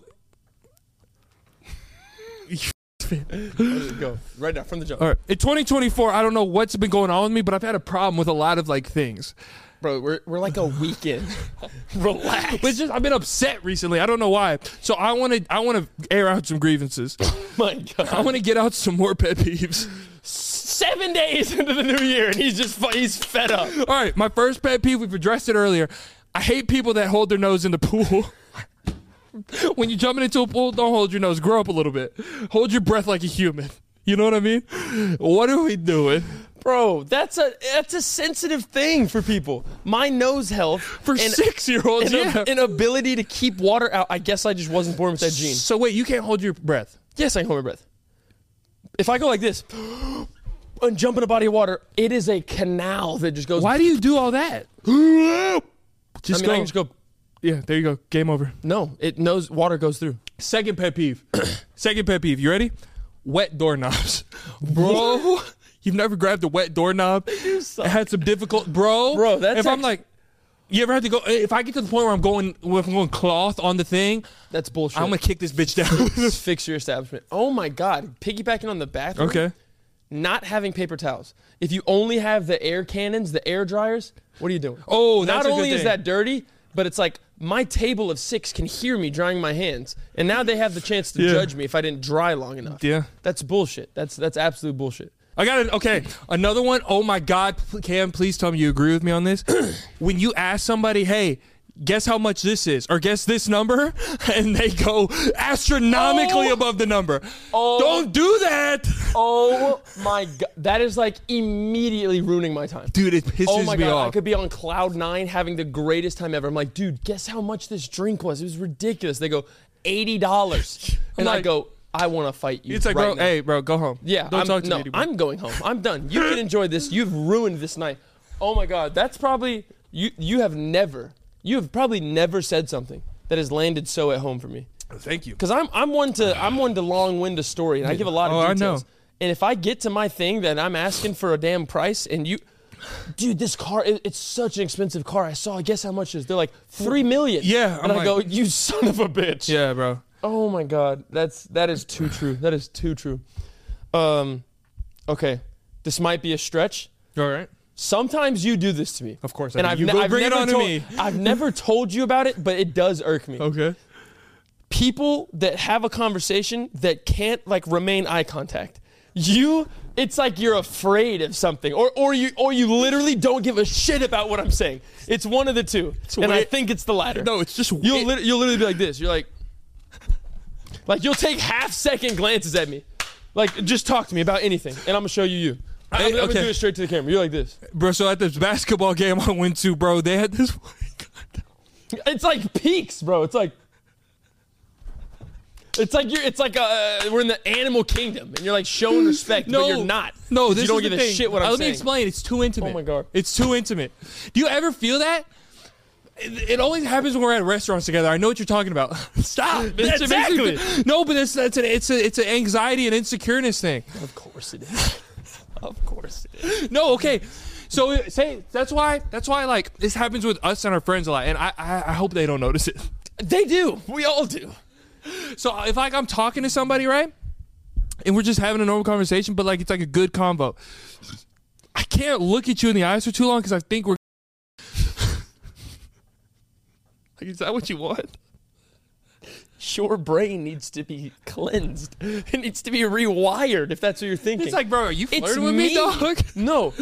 Speaker 3: Go right now from the jump,
Speaker 2: All right, in 2024, I don't know what's been going on with me, but I've had a problem with a lot of like things.
Speaker 3: bro. We're we're like a weekend. Relax.
Speaker 2: But it's just I've been upset recently. I don't know why. So I want to I want to air out some grievances.
Speaker 3: my God.
Speaker 2: I want to get out some more pet peeves.
Speaker 3: Seven days into the new year, and he's just fu- he's fed up.
Speaker 2: All right, my first pet peeve, we've addressed it earlier. I hate people that hold their nose in the pool. when you're jumping into a pool, don't hold your nose. Grow up a little bit. Hold your breath like a human. You know what I mean? What are we doing?
Speaker 3: Bro, that's a that's a sensitive thing for people. My nose health
Speaker 2: For six year olds,
Speaker 3: and
Speaker 2: yeah.
Speaker 3: an ability to keep water out. I guess I just wasn't born with that gene.
Speaker 2: so wait, you can't hold your breath.
Speaker 3: Yes, I can hold my breath. If I go like this and jump in a body of water, it is a canal that just goes.
Speaker 2: Why do you do all that?
Speaker 3: I
Speaker 2: Just
Speaker 3: mean, I can just go.
Speaker 2: Yeah, there you go. Game over.
Speaker 3: No, it knows water goes through.
Speaker 2: Second pet peeve. Second pet peeve. You ready? Wet doorknobs, bro. You've never grabbed a wet doorknob.
Speaker 3: suck.
Speaker 2: Had some difficult, bro.
Speaker 3: Bro, that's
Speaker 2: if I'm
Speaker 3: act-
Speaker 2: like, you ever had to go? If I get to the point where I'm going, where I'm going cloth on the thing,
Speaker 3: That's bullshit.
Speaker 2: I'm gonna kick this bitch down.
Speaker 3: Just fix your establishment. Oh my god, piggybacking on the bathroom.
Speaker 2: okay.
Speaker 3: not having paper towels. If you only have the air cannons, the air dryers, what are you doing?
Speaker 2: Oh, that's
Speaker 3: not
Speaker 2: a good
Speaker 3: only is
Speaker 2: thing.
Speaker 3: that dirty, but it's like my table of six can hear me drying my hands, and now they have the chance to
Speaker 2: Yeah.
Speaker 3: judge me if I didn't dry long enough.
Speaker 2: Yeah.
Speaker 3: that's bullshit. That's that's absolute bullshit.
Speaker 2: I got it. Okay, another one. Oh my God, P- Cam, please tell me you agree with me on this. when you ask somebody, hey. Guess how much this is, or guess this number, and they go astronomically
Speaker 3: Oh.
Speaker 2: above the number.
Speaker 3: Oh.
Speaker 2: Don't do that.
Speaker 3: Oh my god, that is like immediately ruining my time.
Speaker 2: dude, it pisses
Speaker 3: Oh my
Speaker 2: me
Speaker 3: god,
Speaker 2: off.
Speaker 3: I could be on cloud nine having the greatest time ever. I'm like, dude, guess how much this drink was? It was ridiculous. They go eighty dollars, and I
Speaker 2: like-
Speaker 3: go, I want to fight you.
Speaker 2: it's like,
Speaker 3: right
Speaker 2: bro,
Speaker 3: now.
Speaker 2: hey, bro, go home.
Speaker 3: Yeah,
Speaker 2: don't
Speaker 3: I'm,
Speaker 2: talk to
Speaker 3: no,
Speaker 2: me anymore.
Speaker 3: I'm going home. I'm done. You can enjoy this. You've ruined this night. Oh my god, that's probably you. You have never, you have probably never said something that has landed so at home for me.
Speaker 2: Thank you.
Speaker 3: Because I'm I'm one to I'm one to long wind a story, and I give a lot of
Speaker 2: Oh, I
Speaker 3: details.
Speaker 2: know.
Speaker 3: And if I get to my thing, then I'm asking for a damn price, and you. Dude, this car, it- it's such an expensive car. I saw, I guess how much it is. They're like, three million.
Speaker 2: Yeah,
Speaker 3: And
Speaker 2: I'm
Speaker 3: I go,
Speaker 2: like-
Speaker 3: you son of a bitch.
Speaker 2: Yeah, bro.
Speaker 3: Oh my god, that's that is too true. That is too true. Um, okay, this might be a stretch.
Speaker 2: All right.
Speaker 3: Sometimes you do this to me.
Speaker 2: Of course I do. You go bring it
Speaker 3: never
Speaker 2: on to
Speaker 3: told,
Speaker 2: me.
Speaker 3: I've never told you about it, but it does irk me.
Speaker 2: Okay.
Speaker 3: People that have a conversation that can't like remain eye contact. You, it's like you're afraid of something, or or you or you literally don't give a shit about what I'm saying. It's one of the two, and I
Speaker 2: way-
Speaker 3: think it's the latter.
Speaker 2: No, it's just
Speaker 3: You'll,
Speaker 2: it-
Speaker 3: lit- you'll literally be like this. You're like, like you'll take half second glances at me, like just talk to me about anything, and I'm gonna show you you. I'm,
Speaker 2: Hey,
Speaker 3: I'm
Speaker 2: okay.
Speaker 3: gonna do it straight to the camera. You're like this.
Speaker 2: bro. So at this basketball game I went to, bro, they had this.
Speaker 3: It's like peaks, bro. It's like It's like you're. It's like uh, we're in the animal kingdom, and you're like showing respect,
Speaker 2: No,
Speaker 3: but you're not.
Speaker 2: No,
Speaker 3: 'Cause
Speaker 2: this
Speaker 3: you don't
Speaker 2: is
Speaker 3: give
Speaker 2: the
Speaker 3: a
Speaker 2: thing.
Speaker 3: shit what
Speaker 2: Uh,
Speaker 3: I'm
Speaker 2: Let
Speaker 3: saying.
Speaker 2: me explain. It's too intimate.
Speaker 3: Oh my God.
Speaker 2: it's too intimate. Do you ever feel that? It, it always happens when we're at restaurants together. I know what you're talking about. Stop. That's
Speaker 3: Exactly.
Speaker 2: exactly- No, but it's that's an it's a it's an anxiety and insecureness thing.
Speaker 3: Of course it is. of course it is.
Speaker 2: No, okay. So uh, say that's why that's why like this happens with us and our friends a lot, and I I, I hope they don't notice it.
Speaker 3: They do. We all do.
Speaker 2: So if like I'm talking to somebody, right? And we're just having a normal conversation, but like it's like a good convo. I can't look at you in the eyes for too long because I think we're like, is that what you want?
Speaker 3: Your brain needs to be cleansed. It needs to be rewired if that's what you're thinking.
Speaker 2: It's like, bro, are you
Speaker 3: It's
Speaker 2: flirting with me, dog?
Speaker 3: No.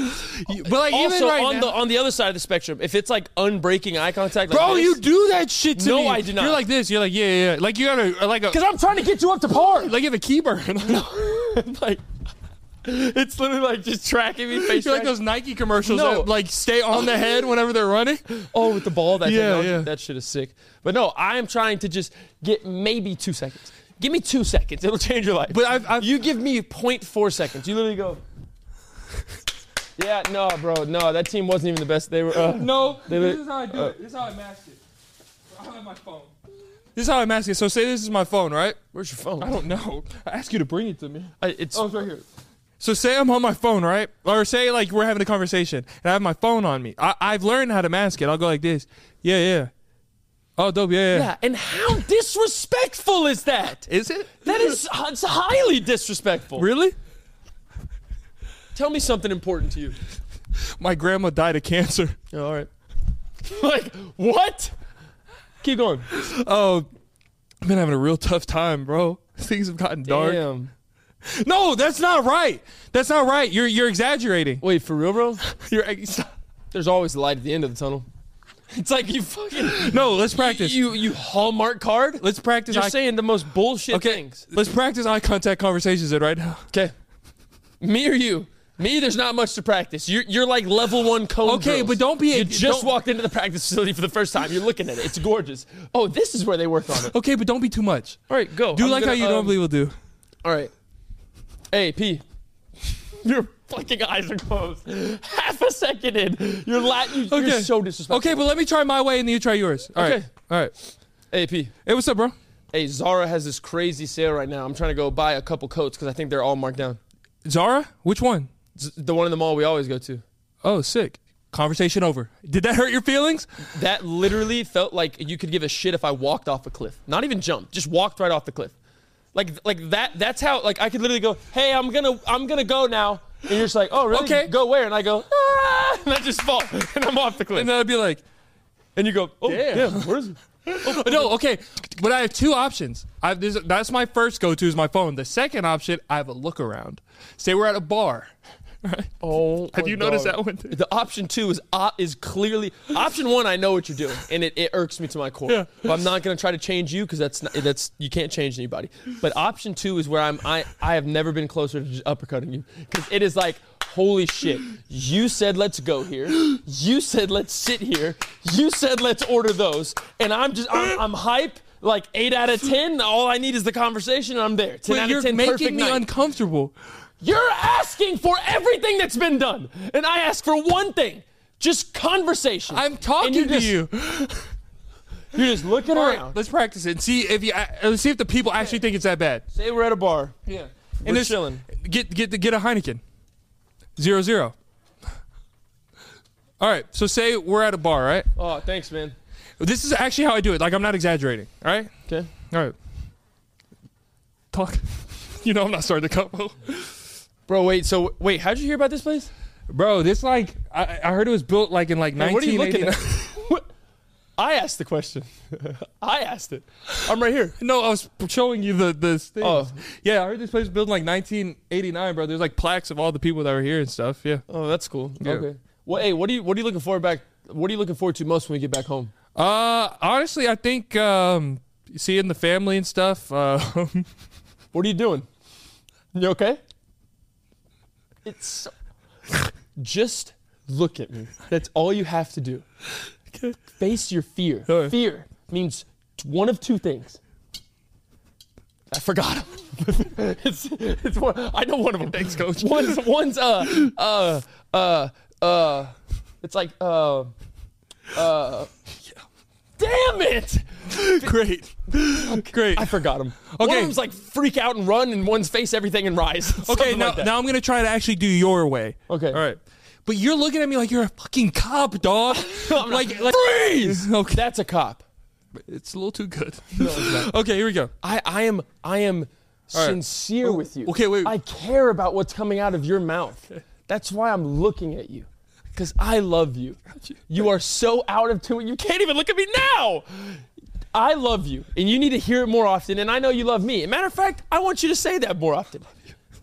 Speaker 2: but like
Speaker 3: also
Speaker 2: even right
Speaker 3: on
Speaker 2: now,
Speaker 3: the on the other side of the spectrum, if it's like unbreaking eye contact, like
Speaker 2: bro,
Speaker 3: this,
Speaker 2: you do that shit to
Speaker 3: No,
Speaker 2: me.
Speaker 3: I do not.
Speaker 2: You're like this. You're like, yeah, yeah, yeah. like you gotta uh, like a
Speaker 3: Because I'm trying to get you up to par.
Speaker 2: like you have a key burn.
Speaker 3: like, it's literally like just tracking me face.
Speaker 2: You're like
Speaker 3: tracking.
Speaker 2: those Nike commercials
Speaker 3: No.
Speaker 2: that like stay on the head whenever they're running.
Speaker 3: oh, with the ball. That
Speaker 2: Yeah,
Speaker 3: technology,
Speaker 2: yeah.
Speaker 3: that shit is sick. But no, I am trying to just get maybe two seconds. Give me two seconds. It'll change your life.
Speaker 2: But I've- I've-
Speaker 3: you give me 0.4 seconds. You literally go. Yeah, no, bro, no. That team wasn't even the best. They were. Uh,
Speaker 2: No, uh,
Speaker 3: They
Speaker 2: this
Speaker 3: li-
Speaker 2: is how I do it. This is how I mask it. I have my phone. This is how I mask it. So say this is my phone, right?
Speaker 3: Where's your phone?
Speaker 2: I don't know. I asked you to bring it to me.
Speaker 3: I, it's
Speaker 2: Oh, it's right here. So say I'm on my phone, right? Or say like we're having a conversation and I have my phone on me. I, I've learned how to mask it. I'll go like this. Yeah, yeah. Oh, dope. Yeah, yeah.
Speaker 3: yeah. And how disrespectful is that?
Speaker 2: Is it
Speaker 3: That is it's highly disrespectful.
Speaker 2: really?
Speaker 3: Tell me something important to you.
Speaker 2: My grandma died of cancer.
Speaker 3: all right. like what? Keep going.
Speaker 2: Oh, I've been having a real tough time, bro. Things have gotten dark.
Speaker 3: Damn.
Speaker 2: No, that's not right. That's not right. You're you're exaggerating.
Speaker 3: Wait, for real, bro?
Speaker 2: You're ex-
Speaker 3: There's always light at the end of the tunnel. It's like you fucking
Speaker 2: no. Let's practice.
Speaker 3: you you Hallmark card.
Speaker 2: let's practice.
Speaker 3: You're
Speaker 2: eye-
Speaker 3: saying the most bullshit
Speaker 2: okay.
Speaker 3: things.
Speaker 2: Let's practice eye contact conversations. It right now.
Speaker 3: Okay. Me or you? Me, there's not much to practice. You're, you're like level one code.
Speaker 2: Okay,
Speaker 3: drills.
Speaker 2: but don't be-
Speaker 3: You just
Speaker 2: don't-
Speaker 3: walked into the practice facility for the first time. You're looking at it. It's gorgeous. Oh, this is where they work on it.
Speaker 2: Okay, but don't be too much.
Speaker 3: All right, go.
Speaker 2: Do
Speaker 3: I'm
Speaker 2: like
Speaker 3: gonna,
Speaker 2: how you
Speaker 3: um,
Speaker 2: normally will do.
Speaker 3: All right. Hey, P. Your fucking eyes are closed. Half a second in, you're la- you,
Speaker 2: Okay.
Speaker 3: you're so disrespectful.
Speaker 2: Okay, but let me try my way and then you try yours. All right.
Speaker 3: Okay.
Speaker 2: All right.
Speaker 3: Hey, P.
Speaker 2: Hey, what's up, bro?
Speaker 3: Hey, Zara has this crazy sale right now. I'm trying to go buy a couple coats because I think they're all marked down.
Speaker 2: Zara? Which one?
Speaker 3: Z- the one in the mall we always go to.
Speaker 2: Oh, sick. Conversation over. Did that hurt your feelings?
Speaker 3: That literally felt like you could give a shit if I walked off a cliff. Not even jump, just walked right off the cliff. Like like that. That's how. Like I could literally go. Hey, I'm gonna I'm gonna go now. And you're just like, oh really?
Speaker 2: Okay.
Speaker 3: Go where? And I go. Ah, and I just fall and I'm off the cliff.
Speaker 2: And then I'd be like,
Speaker 3: And you go, oh,
Speaker 2: Damn.
Speaker 3: where is it?
Speaker 2: no, okay. But I have two options. I have this, that's my first go to is my phone. The second option, I have a look around. Say we're at a bar. Right?
Speaker 3: Oh,
Speaker 2: Have you noticed that one?
Speaker 3: The option two is op- is clearly option one. I know what you're doing, and it, it irks me to my core.
Speaker 2: Yeah.
Speaker 3: But I'm not gonna try to change you because that's not, that's you can't change anybody. But option two is where I'm. I I have never been closer to just uppercutting you because it is like holy shit. You said let's go here. You said let's sit here. You said let's order those, and I'm just I'm, I'm hype. Like eight out of ten, all I need is the conversation. And I'm there. Ten
Speaker 2: But
Speaker 3: out
Speaker 2: you're
Speaker 3: of ten, perfect
Speaker 2: making me
Speaker 3: night.
Speaker 2: uncomfortable.
Speaker 3: You're asking for everything that's been done, and I ask for one thing: just conversation.
Speaker 2: I'm talking
Speaker 3: And you
Speaker 2: to
Speaker 3: just-
Speaker 2: you.
Speaker 3: You're just looking
Speaker 2: All
Speaker 3: around.
Speaker 2: right, let's practice it and see if you uh, let's see if the people actually think it's that bad.
Speaker 3: Say we're at a bar. Yeah, and
Speaker 2: And
Speaker 3: we're
Speaker 2: this-
Speaker 3: chilling.
Speaker 2: Get get get a Heineken. Zero zero. All right. So say we're at a bar, right?
Speaker 3: Oh, thanks, man.
Speaker 2: This is actually how I do it. Like I'm not exaggerating. All right.
Speaker 3: Okay.
Speaker 2: All right. Talk. You know I'm not starting to couple.
Speaker 3: Bro, wait. So wait, how'd you hear about this place?
Speaker 2: Bro, this like I, I heard it was built like in like
Speaker 3: Hey, what are you
Speaker 2: 1989.
Speaker 3: looking at? What- I asked the question. I asked it. I'm right here.
Speaker 2: No, I was showing you the the thing.
Speaker 3: Oh.
Speaker 2: Yeah, I heard this place was built in like 1989, bro. There's like plaques of all the people that were here and stuff. Yeah.
Speaker 3: Oh, that's cool.
Speaker 2: Yeah.
Speaker 3: Okay. Well, hey, what are you what are you looking forward back? What are you looking forward to most when we get back home?
Speaker 2: Uh, honestly, I think um, seeing the family and stuff. Uh,
Speaker 3: What are you doing? You okay? It's so- just look at me. That's all you have to do. Face your fear.
Speaker 2: Alright.
Speaker 3: Fear means t- one of two things. I forgot 'em. it's it's one. I know one of them. Thanks, coach. One's one's uh uh uh uh. It's like uh uh. Damn it!
Speaker 2: Great. Great.
Speaker 3: I forgot him. One
Speaker 2: Okay.
Speaker 3: of them's like freak out and run, and one's face everything and rise.
Speaker 2: Okay,
Speaker 3: Something
Speaker 2: now,
Speaker 3: like that.
Speaker 2: now I'm gonna try to actually do your way.
Speaker 3: Okay.
Speaker 2: All right. But you're looking at me like you're a fucking cop, dog.
Speaker 3: I'm not-
Speaker 2: like, like freeze. Okay,
Speaker 3: that's a cop.
Speaker 2: it's a little too good. okay, here we go.
Speaker 3: I, I am I am
Speaker 2: right.
Speaker 3: sincere with you.
Speaker 2: okay, wait.
Speaker 3: I care about what's coming out of your mouth. That's why I'm looking at you. Because I love you. You are so out of tune. You can't even look at me now. I love you, and you need to hear it more often. And I know you love me. And matter of fact, I want you to say that more often.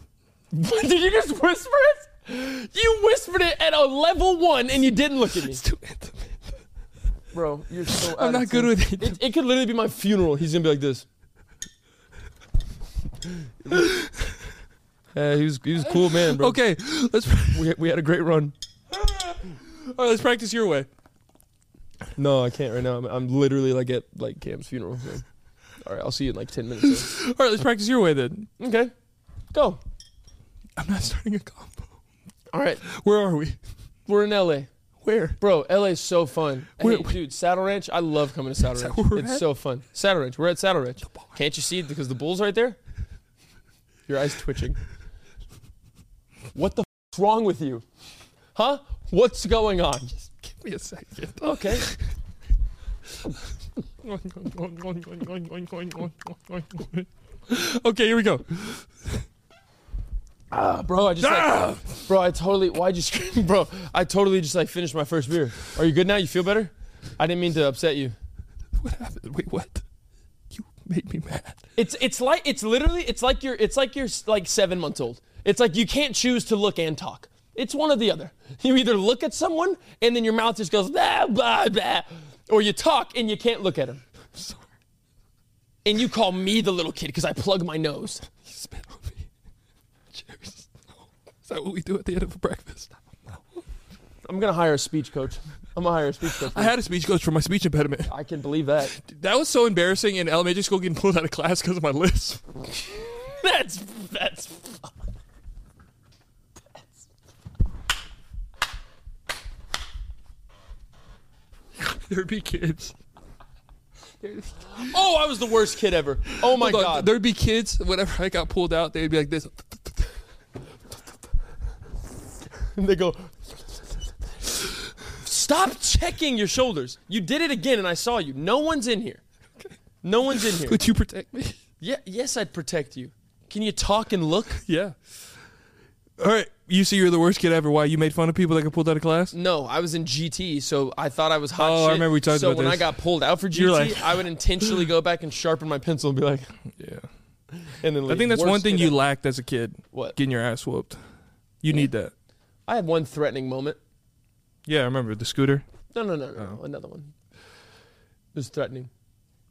Speaker 3: Did you just whisper it? You whispered it at a level one, and you didn't look at me,
Speaker 2: Let's do it.
Speaker 3: bro. You're so.
Speaker 2: I'm not good with it.
Speaker 3: It, it could literally be my funeral. He's gonna be like this. Yeah, Uh, he was he was a cool man, bro.
Speaker 2: Okay, let's.
Speaker 3: we, we had a great run.
Speaker 2: All right, let's practice your way.
Speaker 3: No, I can't right now. I'm, I'm literally like at like Cam's funeral. man. All right, I'll see you in like ten minutes.
Speaker 2: All right, let's practice your way then.
Speaker 3: man. okay, go.
Speaker 2: I'm not starting a combo.
Speaker 3: All right,
Speaker 2: Where are we?
Speaker 3: we're in LA,
Speaker 2: Where?
Speaker 3: bro. LA is so fun. I
Speaker 2: Where-
Speaker 3: hate- dude, Saddle Ranch. I love coming to Saddle
Speaker 2: that
Speaker 3: Ranch.
Speaker 2: where we're
Speaker 3: It's
Speaker 2: at?
Speaker 3: so fun. Saddle Ranch. We're at Saddle Ranch. Can't you see? Because the bull's right there. Your eyes twitching. What the f- wrong with you? Huh? What's going on?
Speaker 2: Give me a second.
Speaker 3: Okay.
Speaker 2: okay, here we go.
Speaker 3: Uh, bro, I just like, bro, I totally, why'd you scream? Bro, I totally just like finished my first beer. Are you good now? You feel better? I didn't mean to upset you.
Speaker 2: What happened? Wait, what? You made me mad.
Speaker 3: It's, it's like, it's literally, it's like you're, it's like you're like seven months old. It's like you can't choose to look and talk. It's one or the other. You either look at someone and then your mouth just goes, blah, blah, blah, or you talk and you can't look at them.
Speaker 2: Sorry,
Speaker 3: And you call me the little kid because I plug my nose.
Speaker 2: you spit on me. Cheers. Is that what we do at the end of a breakfast?
Speaker 3: I'm going to hire a speech coach. I'm going to hire a speech coach.
Speaker 2: I had a speech coach for my speech impediment.
Speaker 3: I can believe that.
Speaker 2: That was so embarrassing in elementary school getting pulled out of class because of my lisp.
Speaker 3: That's that's.
Speaker 2: There'd be kids.
Speaker 3: Oh, I was the worst kid ever. Oh my
Speaker 2: Look,
Speaker 3: god.
Speaker 2: There'd be kids, whenever I got pulled out, they'd be like this.
Speaker 3: they go. Stop checking your shoulders. You did it again, and I saw you. No one's in here. No one's in here.
Speaker 2: Would you protect me?
Speaker 3: Yeah, yes, I'd protect you. Can you talk and look?
Speaker 2: Yeah. All right. You see, you're the worst kid ever. Why? You made fun of people that got pulled out of class?
Speaker 3: No, I was in GT, so I thought I was hot.
Speaker 2: Oh, I
Speaker 3: shit.
Speaker 2: remember we talked
Speaker 3: so
Speaker 2: about
Speaker 3: when
Speaker 2: this.
Speaker 3: I got pulled out for GT,
Speaker 2: You're like-
Speaker 3: I would intentionally go back and sharpen my pencil and be like,
Speaker 2: Yeah.
Speaker 3: and then.
Speaker 2: I
Speaker 3: leave.
Speaker 2: think that's
Speaker 3: Worst
Speaker 2: one thing
Speaker 3: kid
Speaker 2: you
Speaker 3: ever.
Speaker 2: lacked as a kid.
Speaker 3: What?
Speaker 2: Getting your ass whooped. You need that.
Speaker 3: I had one threatening moment.
Speaker 2: Yeah, I remember the scooter.
Speaker 3: No, no, no, no, no. another one. It was threatening.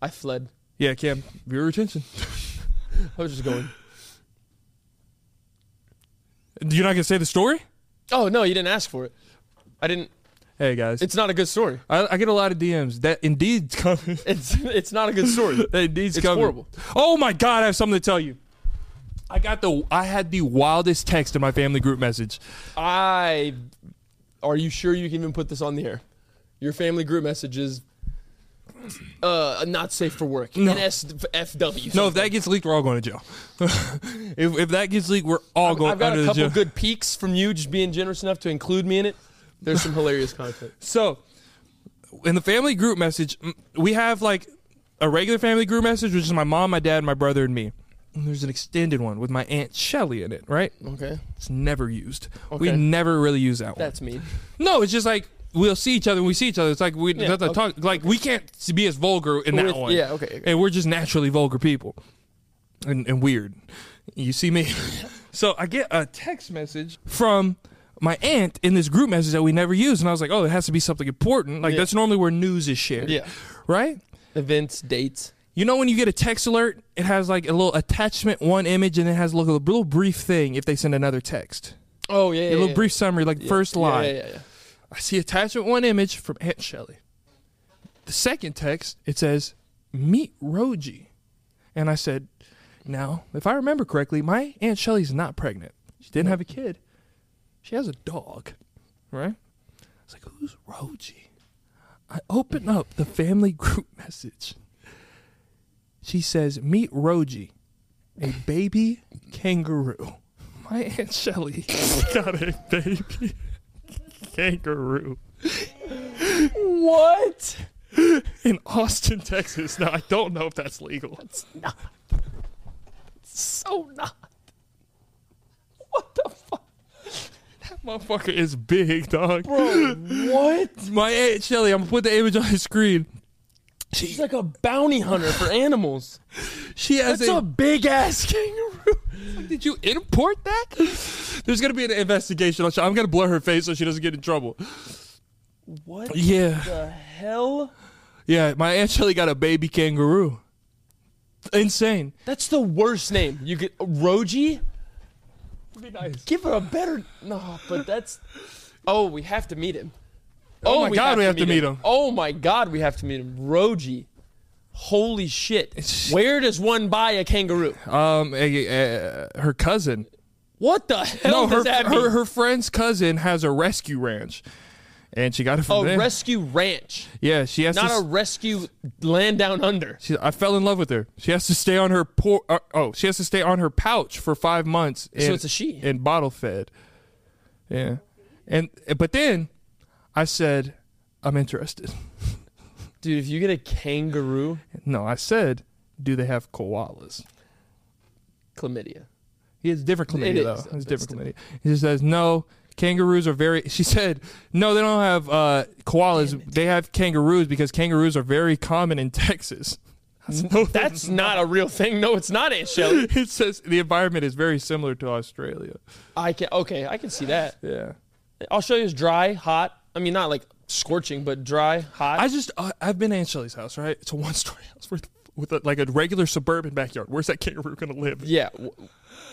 Speaker 3: I fled.
Speaker 2: Yeah, Cam, your attention.
Speaker 3: I was just going.
Speaker 2: You're not gonna say the story?
Speaker 3: Oh no, you didn't ask for it. I didn't.
Speaker 2: Hey guys,
Speaker 3: It's not a good story.
Speaker 2: I, I get a lot of DMs. That indeed's coming.
Speaker 3: It's it's not a good story.
Speaker 2: Indeed's
Speaker 3: It's
Speaker 2: coming.
Speaker 3: horrible.
Speaker 2: Oh my god, I have something to tell you. I got the I had the wildest text in my family group message.
Speaker 3: I. Are you sure you can even put this on the air? Your family group message is uh, not safe for work.
Speaker 2: No.
Speaker 3: NSFW.
Speaker 2: No, if that gets leaked, we're all going to jail. if, if that gets leaked, we're all going
Speaker 3: I've got
Speaker 2: under
Speaker 3: a
Speaker 2: the
Speaker 3: couple
Speaker 2: jail.
Speaker 3: good peaks from you just being generous enough to include me in it. There's some hilarious content.
Speaker 2: So, in the family group message, m- we have like a regular family group message, which is my mom, my dad, my brother, and me. And there's an extended one with my aunt Shelly in it, right?
Speaker 3: Okay,
Speaker 2: It's never used. We
Speaker 3: Okay.
Speaker 2: never really use that one.
Speaker 3: that's mean.
Speaker 2: no, it's just like we'll see each other when we see each other. It's like we
Speaker 3: Yeah,
Speaker 2: that's a
Speaker 3: okay.
Speaker 2: talk, like we can't s- be as vulgar in that
Speaker 3: With-
Speaker 2: one.
Speaker 3: yeah, okay, okay.
Speaker 2: And we're just naturally vulgar people. And, and weird. You see me? so I get a text message from my aunt in this group message that we never use. And I was like, oh, it has to be something important. Like,
Speaker 3: Yeah.
Speaker 2: that's normally where news is shared.
Speaker 3: Yeah.
Speaker 2: Right?
Speaker 3: Events, dates.
Speaker 2: You know when you get a text alert, it has like a little attachment, one image, and it has a little, little brief thing if they send another text.
Speaker 3: Oh yeah, yeah,
Speaker 2: A little
Speaker 3: yeah.
Speaker 2: brief summary, like first
Speaker 3: Yeah,
Speaker 2: line.
Speaker 3: Yeah, yeah, yeah.
Speaker 2: I see attachment one image from Aunt Shelley. The second text, it says, Meet Roji. And I said, Now, if I remember correctly, my Aunt Shelley's not pregnant. She didn't have a kid. She has a dog, right? It's like, who's Roji? I open up the family group message. She says, meet Roji, a baby kangaroo. My Aunt Shelley got a baby kangaroo
Speaker 3: What?
Speaker 2: in Austin, Texas. Now, I don't know if that's legal.
Speaker 3: Not. So not. What the fuck?
Speaker 2: Motherfucker is big, dog.
Speaker 3: What?
Speaker 2: My aunt Shelly, I'm gonna put the image on the screen.
Speaker 3: She's like a bounty hunter for animals.
Speaker 2: She has
Speaker 3: That's
Speaker 2: a.
Speaker 3: a big ass kangaroo.
Speaker 2: Did you import that? There's gonna be an investigation on. I'm gonna blur her face so she doesn't get in trouble.
Speaker 3: What
Speaker 2: Yeah,
Speaker 3: the hell?
Speaker 2: yeah. My aunt Shelly got a baby kangaroo. Insane.
Speaker 3: That's the worst name. You get Roji?
Speaker 2: Be nice.
Speaker 3: Give her a better No, but that's Oh, we have to meet him.
Speaker 2: Oh my God, we have to meet him.
Speaker 3: Oh my god, we have to meet him. Roji. Holy shit. Where does one buy a kangaroo?
Speaker 2: Um, eh, eh, her cousin.
Speaker 3: What the hell
Speaker 2: her,
Speaker 3: does that mean?
Speaker 2: her her friend's cousin has a rescue ranch, and she got it from
Speaker 3: a
Speaker 2: there.
Speaker 3: rescue ranch,
Speaker 2: yeah, she has
Speaker 3: Oh, not
Speaker 2: to.
Speaker 3: a rescue land down under.
Speaker 2: She, I fell in love with her. She has to stay on her por- uh, oh, she has to stay on her pouch for five months. And,
Speaker 3: it's a she.
Speaker 2: and bottle fed. Yeah, and but then I said I'm interested.
Speaker 3: Dude, if you get a kangaroo,
Speaker 2: No, I said, do they have koalas?
Speaker 3: chlamydia.
Speaker 2: He has different chlamydia
Speaker 3: It is,
Speaker 2: though.
Speaker 3: though,
Speaker 2: It's
Speaker 3: but
Speaker 2: different
Speaker 3: still.
Speaker 2: chlamydia. He says no. Kangaroos are very. She said no, they don't have uh, koalas. They have kangaroos because kangaroos are very common in Texas. I said, "No, they're
Speaker 3: That's not a real thing. No, it's not Aunt Shelley.
Speaker 2: not." it says the environment is very similar to Australia.
Speaker 3: I can okay, I can see that.
Speaker 2: Yeah.
Speaker 3: I'll show you is dry, hot. I mean not like scorching, but dry, hot.
Speaker 2: I just uh, I've been to Aunt Shelley's house, right? It's a one story house with with a, like a regular suburban backyard. Where's that kangaroo gonna live?
Speaker 3: yeah. w-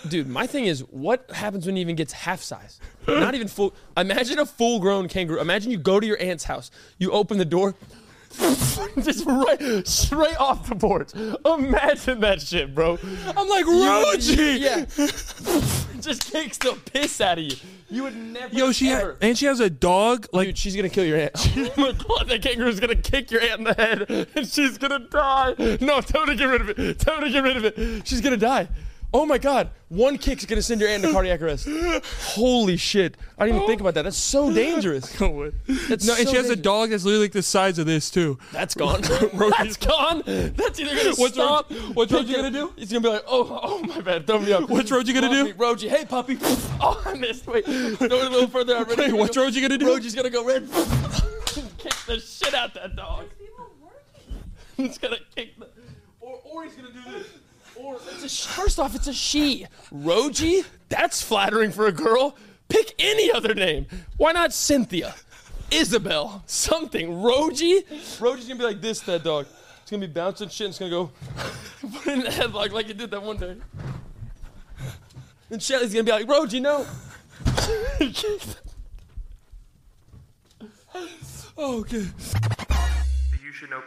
Speaker 3: Dude, my thing is what happens when it even gets half size? Not even full. Imagine a full grown kangaroo. Imagine you go to your aunt's house, you open the door, just right straight off the porch. Imagine that shit, bro.
Speaker 2: I'm like
Speaker 3: You-
Speaker 2: Roji.
Speaker 3: Yeah. Just takes the piss out of you. You would never.
Speaker 2: Yo, she ha-
Speaker 3: ever-
Speaker 2: and she has a dog. Like
Speaker 3: Dude, she's gonna kill your aunt. oh my god, that kangaroo's gonna kick your aunt in the head, and she's gonna die. No, tell her to get rid of it. Tell her to get rid of it. She's gonna die. Oh my god, one kick's gonna send your aunt to cardiac arrest. Holy shit! I didn't even think about that. That's so dangerous.
Speaker 2: no, and
Speaker 3: That's
Speaker 2: she
Speaker 3: so
Speaker 2: has a
Speaker 3: dangerous.
Speaker 2: dog that's literally like the size of this too.
Speaker 3: That's gone. That's gone. That's either gonna
Speaker 2: What's Ro-
Speaker 3: stop.
Speaker 2: what's
Speaker 3: pick
Speaker 2: Roji
Speaker 3: it-
Speaker 2: gonna do?
Speaker 3: He's gonna be like, oh, oh my bad, throw me up.
Speaker 2: What's Roji gonna do?
Speaker 3: Puppy, Roji, hey puppy. Oh, I missed. Wait, throw it a little further. out.
Speaker 2: Wait, what's Roji gonna do?
Speaker 3: Roji's gonna go red. kick the shit out that dog.
Speaker 4: People working.
Speaker 3: He's gonna kick the. Or, or he's gonna do this. Or it's a sh- first off, it's a she. Roji. That's flattering for a girl. Pick any other name. Why not Cynthia, Isabel, something? Roji. Roji's gonna be like this. to That dog. It's gonna be bouncing shit. and It's gonna go put it in the headlock like it did that one day. And Shelly's gonna be like, Roji, no.
Speaker 2: Oh, okay.
Speaker 1: The You Should Know Podcast.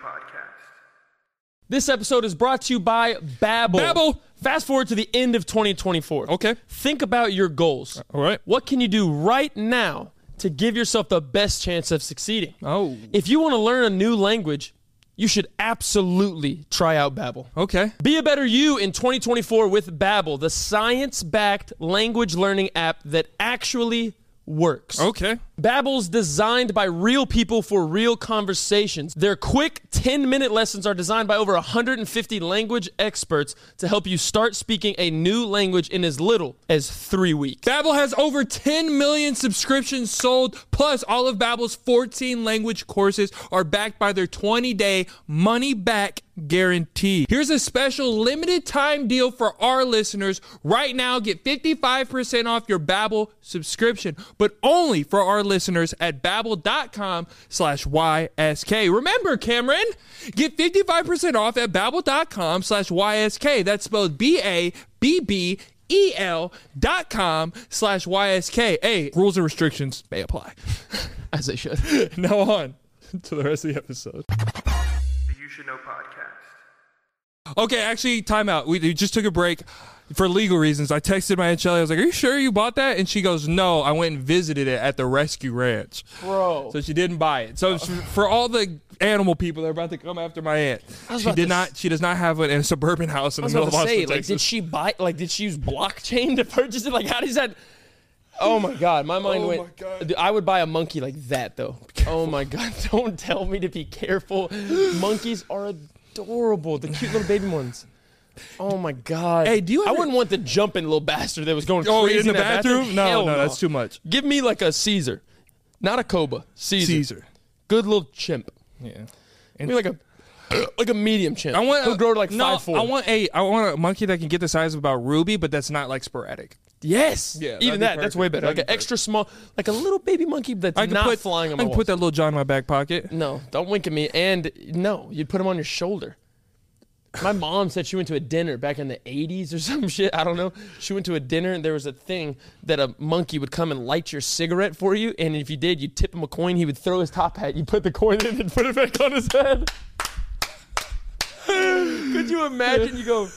Speaker 3: This episode is brought to you by Babbel.
Speaker 2: Babbel.
Speaker 3: Fast forward to the end of 2024.
Speaker 2: Okay. Uh,
Speaker 3: Think about your goals.
Speaker 2: All right.
Speaker 3: What can you do right now to give yourself the best chance of succeeding?
Speaker 2: Oh.
Speaker 3: If you want to learn a new language, you should absolutely try out Babbel.
Speaker 2: Okay.
Speaker 3: Be a better you in 2024 with Babbel, the science-backed language learning app that actually works.
Speaker 2: Okay.
Speaker 3: Babbel's designed by real people for real conversations. Their quick 10-minute lessons are designed by over 150 language experts to help you start speaking a new language in as little as 3 weeks.
Speaker 2: Babbel has over 10 million subscriptions sold, plus all of Babbel's 14 language courses are backed by their 20-day money-back guarantee. Here's a special limited time deal for our listeners. Right now, get 55% off your Babbel subscription, but only for our listeners at babbel.com slash YSK. Remember, Cameron, get 55% off at babbel.com slash YSK. That's spelled B-A-B-B el E dot com slash YSK. Hey, rules and restrictions may apply.
Speaker 3: As they should.
Speaker 2: now on to the rest of the episode.
Speaker 1: The You Should Know Podcast.
Speaker 2: Okay, actually, timeout. We, we just took a break for legal reasons. I texted my aunt Shelly. I was like, "Are you sure you bought that?" And she goes, "No, I went and visited it at the rescue ranch,
Speaker 3: Bro.
Speaker 2: so she didn't buy it." So it's for all the animal people that are about to come after my aunt,
Speaker 3: was
Speaker 2: she
Speaker 3: about
Speaker 2: did
Speaker 3: to
Speaker 2: not. She does not have it in a suburban house in the
Speaker 3: I was
Speaker 2: middle
Speaker 3: about
Speaker 2: of
Speaker 3: to
Speaker 2: Austin,
Speaker 3: say, like,
Speaker 2: Texas.
Speaker 3: did she buy? Like, did she use blockchain to purchase it? Like, how does that? Oh my god, my mind
Speaker 2: Oh
Speaker 3: went.
Speaker 2: my God.
Speaker 3: Dude, I would buy a monkey like that though. Oh my god, don't tell me to be careful. Monkeys are adorable. The cute little baby ones. Oh my god.
Speaker 2: Hey, do you
Speaker 3: I
Speaker 2: ever-
Speaker 3: wouldn't want the jumping little bastard that was going
Speaker 2: Oh,
Speaker 3: crazy
Speaker 2: in the
Speaker 3: that
Speaker 2: bathroom? No,
Speaker 3: Hell
Speaker 2: no, that's too much.
Speaker 3: Give me like a Caesar, not a Coba. Caesar.
Speaker 2: Caesar?
Speaker 3: Good little chimp.
Speaker 2: Yeah.
Speaker 3: Give me like a like a medium chimp.
Speaker 2: I want
Speaker 3: He'll grow to like
Speaker 2: no,
Speaker 3: five four.
Speaker 2: I want a I want a monkey that can get the size of about Ruby, but that's not like sporadic.
Speaker 3: Yes.
Speaker 2: Yeah, that'd be
Speaker 3: Even that, that's way
Speaker 2: perfect.
Speaker 3: better.
Speaker 2: That'd
Speaker 3: Like
Speaker 2: be
Speaker 3: an extra small, like a little baby monkey that's
Speaker 2: I can
Speaker 3: not
Speaker 2: put
Speaker 3: flying on
Speaker 2: I
Speaker 3: my
Speaker 2: can put
Speaker 3: walls.
Speaker 2: that little John in my back pocket.
Speaker 3: No, don't wink at me. And no, you'd put him on your shoulder. My mom said she went to a dinner back in the 80s or some shit. I don't know. She went to a dinner and there was a thing that a monkey would come and light your cigarette for you. And if you did, you'd tip him a coin. He would throw his top hat. You put the coin in and put it back on his head. Could you imagine? You go,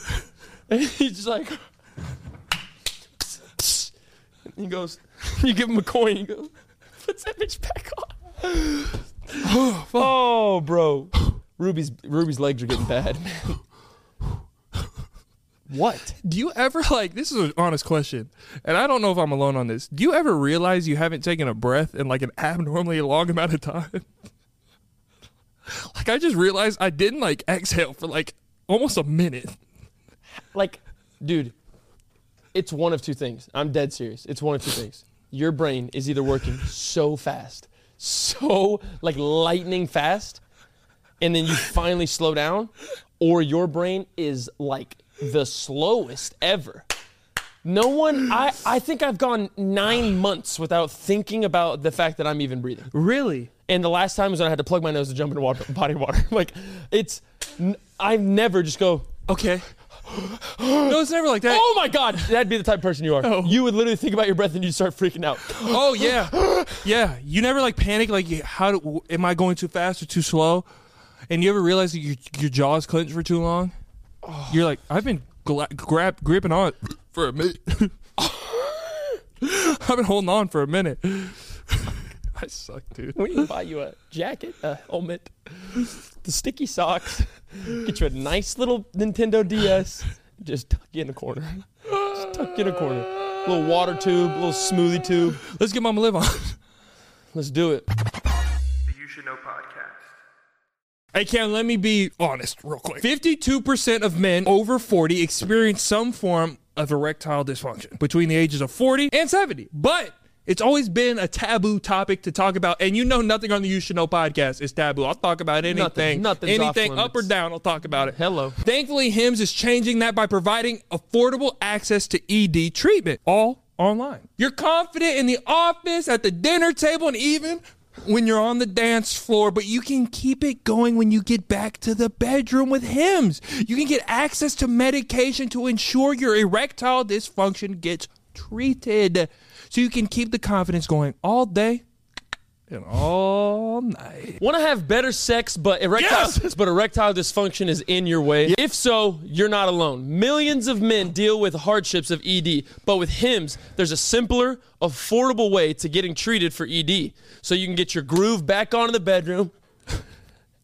Speaker 3: and he's just like, and he goes, you give him a coin. He goes, puts that bitch back on. oh, bro, Ruby's Ruby's legs are getting bad, man. What?
Speaker 2: Do you ever like this is an honest question, and I don't know if I'm alone on this. Do you ever realize you haven't taken a breath in like an abnormally long amount of time? like I just realized I didn't like exhale for like almost a minute.
Speaker 3: Like, dude, it's one of two things. I'm dead serious. It's one of two things. Your brain is either working so fast, so like lightning fast, and then you finally slow down, or your brain is like the slowest ever. No one, I, I think I've gone nine months without thinking about the fact that I'm even breathing.
Speaker 2: Really?
Speaker 3: And the last time was when I had to plug my nose to jump into water, body water. like, it's, n- I never just go,
Speaker 2: Okay. no, it's never like that.
Speaker 3: oh my God, that'd be the type of person you are.
Speaker 2: Oh.
Speaker 3: You would literally think about your breath and you'd start freaking out.
Speaker 2: Oh yeah, yeah. You never like panic like how do, am I going too fast or too slow? And you ever realize that your your jaw is clenched for too long? You're like I've been gla- grab gripping on for a minute. I've been holding on for a minute. I suck, dude.
Speaker 3: We can buy you a jacket, a helmet, the sticky socks, get you a nice little Nintendo DS, just tuck you in a corner. Just tuck you in a corner. Little water tube, little smoothie tube.
Speaker 2: Let's get Mama Live on.
Speaker 3: Let's do it.
Speaker 1: The You Should Know Podcast.
Speaker 2: Hey, Cam, let me be honest real quick. 52% of men over 40 experience some form of erectile dysfunction between the ages of 40 and 70. But it's always been a taboo topic to talk about. And you know, nothing on the You Should Know podcast is taboo. I'll talk about anything.
Speaker 3: nothing's off
Speaker 2: anything up or
Speaker 3: limits.
Speaker 2: down, I'll talk about it.
Speaker 3: Hello.
Speaker 2: Thankfully, HIMS is changing that by providing affordable access to ED treatment, all online. You're confident in the office, at the dinner table, and even when you're on the dance floor, but you can keep it going when you get back to the bedroom with HIMS. You can get access to medication to ensure your erectile dysfunction gets treated so you can keep the confidence going all day and all night.
Speaker 3: Want to have better sex, but erectile,
Speaker 2: Yes!
Speaker 3: but erectile dysfunction is in your way? If so, you're not alone. Millions of men deal with hardships of ED, but with HIMS, there's a simpler, affordable way to getting treated for ED. So you can get your groove back on in the bedroom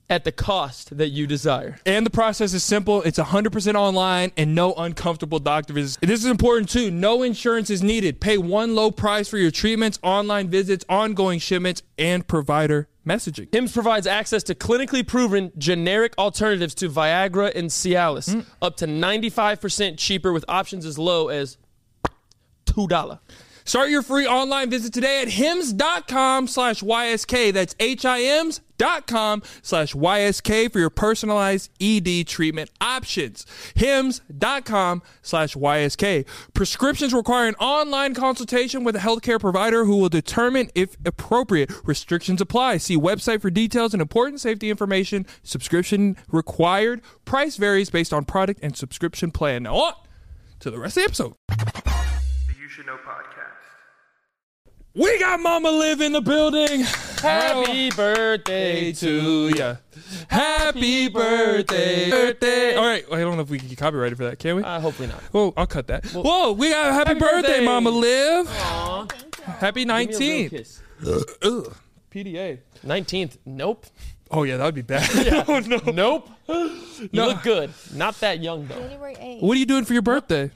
Speaker 3: at the cost that you desire.
Speaker 2: And the process is simple. It's 100% online and no uncomfortable doctor visits. This is important too. No insurance is needed. Pay one low price for your treatments, online visits, ongoing shipments, and provider messaging.
Speaker 3: HIMS provides access to clinically proven generic alternatives to Viagra and Cialis, up to 95% cheaper with options as low as $2.
Speaker 2: Start your free online visit today at hims.com slash YSK. That's H-I-M-S dot com slash YSK for your personalized ED treatment options. Hims.com slash YSK. Prescriptions require an online consultation with a healthcare provider who will determine if appropriate. Restrictions apply. See website for details and important safety information. Subscription required. Price varies based on product and subscription plan. Now on to the rest of the episode.
Speaker 1: The You Should Know Podcast.
Speaker 2: We got Mama Live in the building.
Speaker 3: Happy birthday
Speaker 2: Hey
Speaker 3: to
Speaker 2: to
Speaker 3: you.
Speaker 2: ya. Oh, Happy birthday. Birthday. All right. I don't know if we can get copyrighted for that, can we?
Speaker 3: Uh, hopefully not.
Speaker 2: Well, I'll cut that. Whoa, we got a happy,
Speaker 3: Happy
Speaker 2: birthday,
Speaker 3: birthday.
Speaker 2: Mama Liv.
Speaker 4: Thank you.
Speaker 2: Happy
Speaker 3: Give me a real
Speaker 2: 19th.
Speaker 3: kiss.
Speaker 2: Ugh.
Speaker 3: PDA. 19th. Nope.
Speaker 2: Oh, yeah, that would be bad. oh, no.
Speaker 3: Nope. You look good. Not that young, though.
Speaker 4: January 8th.
Speaker 2: What are you doing for your birthday?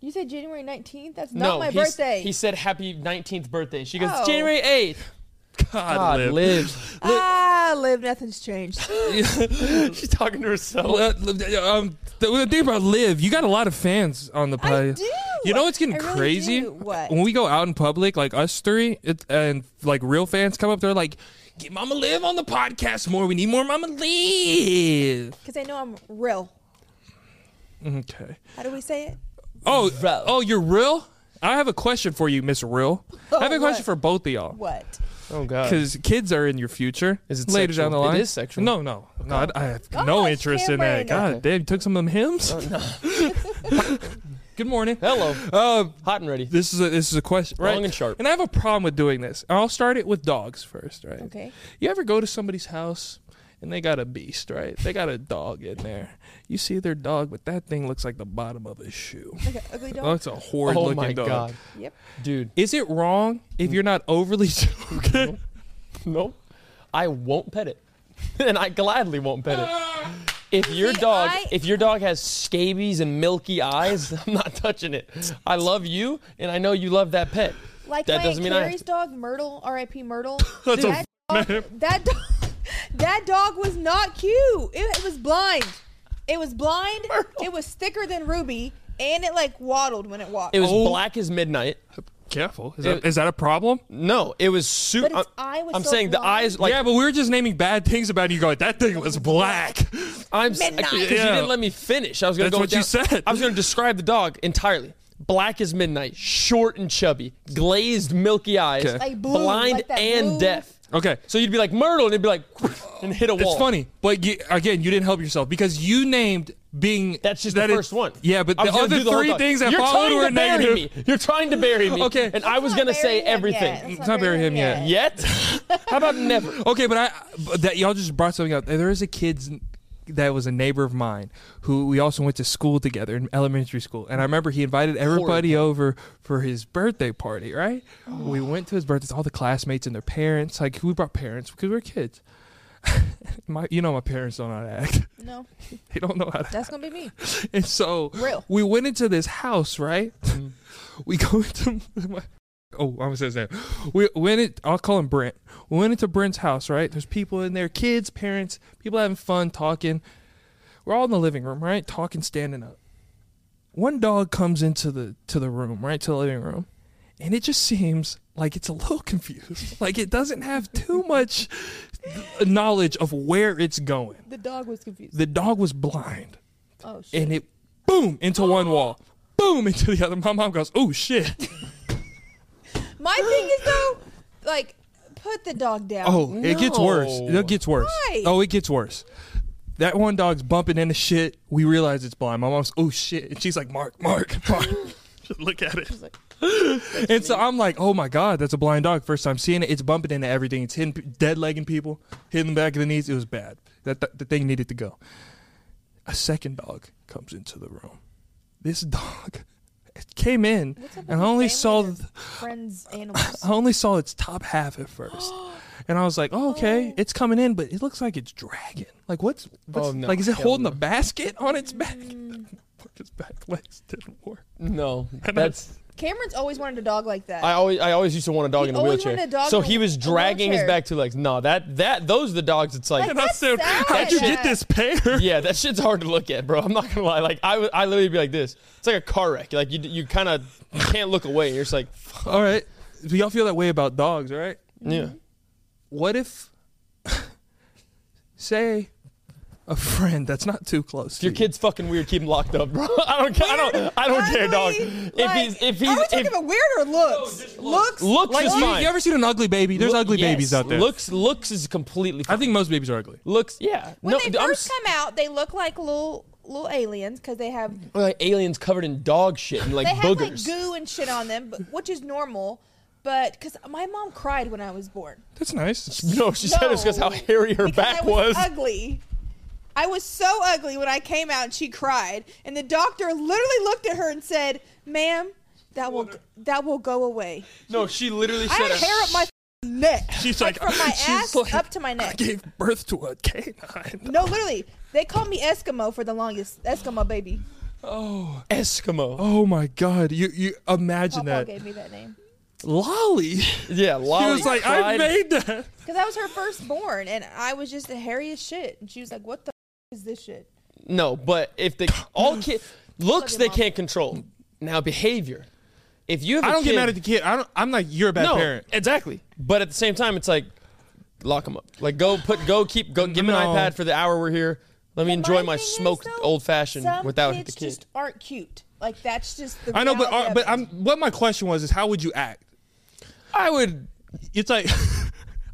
Speaker 4: You said January 19th? That's
Speaker 3: no,
Speaker 4: not my
Speaker 3: he's-
Speaker 4: birthday.
Speaker 3: He said happy 19th birthday. She goes,
Speaker 4: Oh.
Speaker 3: January 8th.
Speaker 2: God,
Speaker 3: God,
Speaker 2: Liv.
Speaker 3: live.
Speaker 4: ah, live, nothing's changed.
Speaker 3: She's talking to herself.
Speaker 2: Well, uh, Liv, um, the thing about Liv, you got a lot of fans on the play.
Speaker 4: do.
Speaker 2: You know what's getting
Speaker 4: I really
Speaker 2: crazy?
Speaker 4: do. What?
Speaker 2: When we go out in public, like us three, it, and like real fans come up, they're like, "Get Mama Liv on the podcast more. We need more Mama Liv."
Speaker 4: Because I know I'm real.
Speaker 2: Okay.
Speaker 4: How do we say it?
Speaker 2: Oh,
Speaker 3: Bro.
Speaker 2: oh, you're real. I have a question for you, Miss Real. I have a
Speaker 4: Oh,
Speaker 2: question
Speaker 4: what?
Speaker 2: for both of y'all.
Speaker 4: What?
Speaker 3: Oh, God.
Speaker 2: Because kids are in your future.
Speaker 3: Is it
Speaker 2: later down the
Speaker 3: sexual? It
Speaker 2: line?
Speaker 3: is sexual.
Speaker 2: No, no, no. I, I have
Speaker 4: Gosh,
Speaker 2: no interest in that.
Speaker 4: Oh, Cameron.
Speaker 2: God damn, you took some of them hymns. Good morning.
Speaker 3: Oh, Hello.
Speaker 2: Uh,
Speaker 3: Hot and ready.
Speaker 2: this is a, this is a question, right?
Speaker 3: Long and sharp.
Speaker 2: And I have a problem with doing this. I'll start it with dogs first, right?
Speaker 4: Okay.
Speaker 2: You ever go to somebody's house and they got a beast, right? They got a dog in there. You see their dog, but that thing looks like the bottom of a shoe.
Speaker 4: Like an ugly
Speaker 2: Oh,
Speaker 4: dog?
Speaker 2: it's a horrid
Speaker 3: Oh,
Speaker 2: looking
Speaker 3: my
Speaker 2: dog.
Speaker 3: God.
Speaker 4: Yep.
Speaker 3: Dude.
Speaker 2: Is it wrong if you're not overly okay?
Speaker 3: Nope. I won't pet it. and I gladly won't pet it. If your dog
Speaker 4: I-
Speaker 3: if your dog has scabies and milky eyes, I'm not touching it. I love you and I know you love that pet.
Speaker 4: Like
Speaker 3: that
Speaker 4: my
Speaker 3: doesn't
Speaker 4: Aunt
Speaker 3: mean I-
Speaker 4: Carrie's dog, Myrtle, R.I.P. Myrtle.
Speaker 2: That's a
Speaker 4: that, dog, that dog, that dog was not cute. It, it was blind. It was blind.
Speaker 3: Myrtle.
Speaker 4: It was thicker than Ruby, and it like waddled when it walked.
Speaker 3: It was
Speaker 2: Oh.
Speaker 3: black as midnight.
Speaker 2: Careful. Is,
Speaker 3: It-
Speaker 2: that, is that a problem?
Speaker 3: No, it was super
Speaker 4: But its
Speaker 3: I'm,
Speaker 4: eye was
Speaker 3: I'm
Speaker 4: so
Speaker 3: saying the
Speaker 4: blind.
Speaker 3: eyes like
Speaker 2: yeah, but we were just naming bad things about you. Going, that thing was black.
Speaker 3: I'm
Speaker 4: Midnight.
Speaker 3: because you
Speaker 2: Yeah.
Speaker 3: didn't let me finish. I was gonna
Speaker 2: That's
Speaker 3: go
Speaker 2: what
Speaker 3: down-
Speaker 2: you said.
Speaker 3: I was gonna describe the dog entirely. Black as midnight, short and chubby, glazed milky eyes,
Speaker 2: Okay.
Speaker 4: Like blue,
Speaker 3: blind
Speaker 4: like that
Speaker 3: and
Speaker 4: blue.
Speaker 3: deaf.
Speaker 2: Okay,
Speaker 3: So you'd be like Myrtle, and it'd be like, and hit a wall.
Speaker 2: it's funny, but you, again, you didn't help yourself because you named being.
Speaker 3: That's just
Speaker 2: that
Speaker 3: the
Speaker 2: it-
Speaker 3: first one.
Speaker 2: Yeah, but
Speaker 3: I
Speaker 2: the
Speaker 3: was gonna
Speaker 2: other
Speaker 3: do whole
Speaker 2: three
Speaker 3: thing.
Speaker 2: things that
Speaker 3: You're
Speaker 2: followed
Speaker 3: trying
Speaker 2: were
Speaker 3: to bury
Speaker 2: negative.
Speaker 3: me. You're trying to bury me.
Speaker 2: Okay.
Speaker 3: And I was
Speaker 4: Let's not
Speaker 3: gonna say
Speaker 4: bury him yet.
Speaker 3: everything.
Speaker 4: Let's
Speaker 2: It's not bury him yet.
Speaker 3: Yet? How about never?
Speaker 2: Okay, but I but that y'all just brought something up. There is a kid's that was a neighbor of mine who we also went to school together in elementary school, and I remember he invited everybody over for his birthday party. Right? We went to his birthday. it's All the classmates and their parents. Like we brought parents because we were kids. my, you know, my parents don't know how to act.
Speaker 4: No,
Speaker 2: They don't know how to
Speaker 4: that's gonna be me.
Speaker 2: and so
Speaker 4: Real.
Speaker 2: we went into this house, right? we go into my, oh, I was his name. We went it. I'll call him Brent. We went into Brent's house, right? There's people in there, kids, parents, people having fun, talking. We're all in the living room, right? Talking, standing up. One dog comes into the to the room, right, to the living room, and it just seems like it's a little confused. like it doesn't have too much knowledge of where it's going.
Speaker 4: The dog was confused.
Speaker 2: The dog was blind
Speaker 4: oh shit.
Speaker 2: and it boom into one wall, boom into the other. My mom goes, "Oh shit!"
Speaker 4: My thing is though, like, put the dog down.
Speaker 2: Oh, it gets worse.
Speaker 3: No.
Speaker 2: It gets worse.
Speaker 4: Why?
Speaker 2: Oh, it gets worse. That one dog's bumping into shit. We realize it's blind. My mom's, "Oh shit!" and she's like, "Mark, Mark, Mark." Just Look at it.
Speaker 4: like,
Speaker 2: and so I'm like, oh my God, that's a blind dog. First time seeing it. It's bumping into everything. It's hitting, dead legging people, hitting the back of the knees. It was bad. That, that The thing needed to go. A second dog comes into the room. This dog it came in,
Speaker 4: What's up with
Speaker 2: and I
Speaker 4: your
Speaker 2: only
Speaker 4: family
Speaker 2: saw.
Speaker 4: or
Speaker 2: th-
Speaker 4: friends animals.
Speaker 2: I only saw its top half at first. And I was like, oh, okay, it's coming in, but it looks like it's dragging. Like, what's, what's
Speaker 3: no.
Speaker 2: like, is it
Speaker 3: Hell
Speaker 2: holding
Speaker 3: no.
Speaker 2: a basket on its back? Its back legs didn't work.
Speaker 3: No. That's.
Speaker 4: Cameron's always wanted a dog like that.
Speaker 3: I always, I always used to want a dog
Speaker 4: He
Speaker 3: in a
Speaker 4: always
Speaker 3: wheelchair.
Speaker 4: wanted a dog
Speaker 3: so
Speaker 4: in a-
Speaker 3: he was
Speaker 4: a
Speaker 3: dragging his
Speaker 4: wheelchair.
Speaker 3: back two legs. No, that, that, those are the dogs. It's like,
Speaker 4: Like-
Speaker 2: And I
Speaker 4: That's
Speaker 2: said,
Speaker 4: sad.
Speaker 2: how'd you get this pair?
Speaker 3: yeah, that shit's hard to look at, bro. I'm not gonna lie. Like, I, would- I literally be like this. It's like a car wreck. Like, you, you kind of can't look away. You're just like,
Speaker 2: All right. Do y'all feel that way about dogs, right?
Speaker 3: yeah.
Speaker 2: What if, say, a friend that's not too close
Speaker 3: If your
Speaker 2: to
Speaker 3: kid's fucking weird, keep him locked up, bro. I don't care. I don't. I don't care, dog. If he's, if he's,
Speaker 4: are we
Speaker 3: if,
Speaker 4: talking about weird or looks? looks.
Speaker 3: looks
Speaker 2: Like,
Speaker 3: is
Speaker 2: you,
Speaker 3: fine.
Speaker 2: you ever seen an ugly baby? There's
Speaker 3: Look-
Speaker 2: ugly
Speaker 3: yes.
Speaker 2: babies out there.
Speaker 3: Looks, looks is completely. Fine.
Speaker 2: I think most babies are ugly.
Speaker 3: looks, yeah.
Speaker 4: When
Speaker 3: no,
Speaker 4: they
Speaker 3: dude, I'm
Speaker 4: first
Speaker 3: s-
Speaker 4: come out, they look like little little aliens because they have
Speaker 3: like aliens covered in dog shit and like
Speaker 4: they have
Speaker 3: boogers.
Speaker 4: like goo and shit on them, but, which is normal.
Speaker 5: But because my mom cried when I was born.
Speaker 2: That's nice.
Speaker 3: No, she said it was because how
Speaker 5: No,
Speaker 3: hairy her
Speaker 5: because
Speaker 3: back
Speaker 5: I was,
Speaker 3: was.
Speaker 5: ugly. I was so ugly when I came out and she cried. And the doctor literally looked at her and said, "Ma'am, that will that will go away."
Speaker 3: No, she literally
Speaker 5: I
Speaker 3: said
Speaker 5: had
Speaker 3: it.
Speaker 5: hair up my neck.
Speaker 2: She's like-
Speaker 5: from my
Speaker 2: she's
Speaker 5: ass
Speaker 2: like,
Speaker 5: up to my neck.
Speaker 2: Gave birth to a canine.
Speaker 5: No, literally, they called me Eskimo for the longest. Eskimo baby.
Speaker 3: Eskimo.
Speaker 2: Oh my god! You you imagine
Speaker 5: Papa
Speaker 2: that?
Speaker 5: gave me that name
Speaker 2: Lolly. She
Speaker 3: Yeah, Lolly.
Speaker 2: was like, I
Speaker 3: cried.
Speaker 2: made that.
Speaker 5: because I was her firstborn, and I was just the hairiest shit. And she was like, "What the f- is this shit?"
Speaker 3: No, but if the all kid looks,
Speaker 5: Fucking
Speaker 3: they
Speaker 5: mom.
Speaker 3: can't control. Now behavior. If you have, a
Speaker 2: I don't
Speaker 3: kid-
Speaker 2: get mad at the kid. I don't. I'm like, you're a bad
Speaker 3: no,
Speaker 2: parent.
Speaker 3: exactly. But at the same time, it's like lock them up. Like go put go keep go give me an
Speaker 2: No.
Speaker 3: iPad for the hour we're here. Let me
Speaker 5: But
Speaker 3: enjoy
Speaker 5: my
Speaker 3: my
Speaker 5: thing is,
Speaker 3: smoked
Speaker 5: though,
Speaker 3: old fashioned
Speaker 5: some
Speaker 3: without
Speaker 5: kids
Speaker 3: the kid.
Speaker 5: Just aren't cute. Like that's just the.
Speaker 2: I know, but
Speaker 5: reality
Speaker 2: uh,
Speaker 5: of
Speaker 2: but
Speaker 5: it.
Speaker 2: I'm. What my question was is, how would you act?
Speaker 3: I would.
Speaker 2: It's like.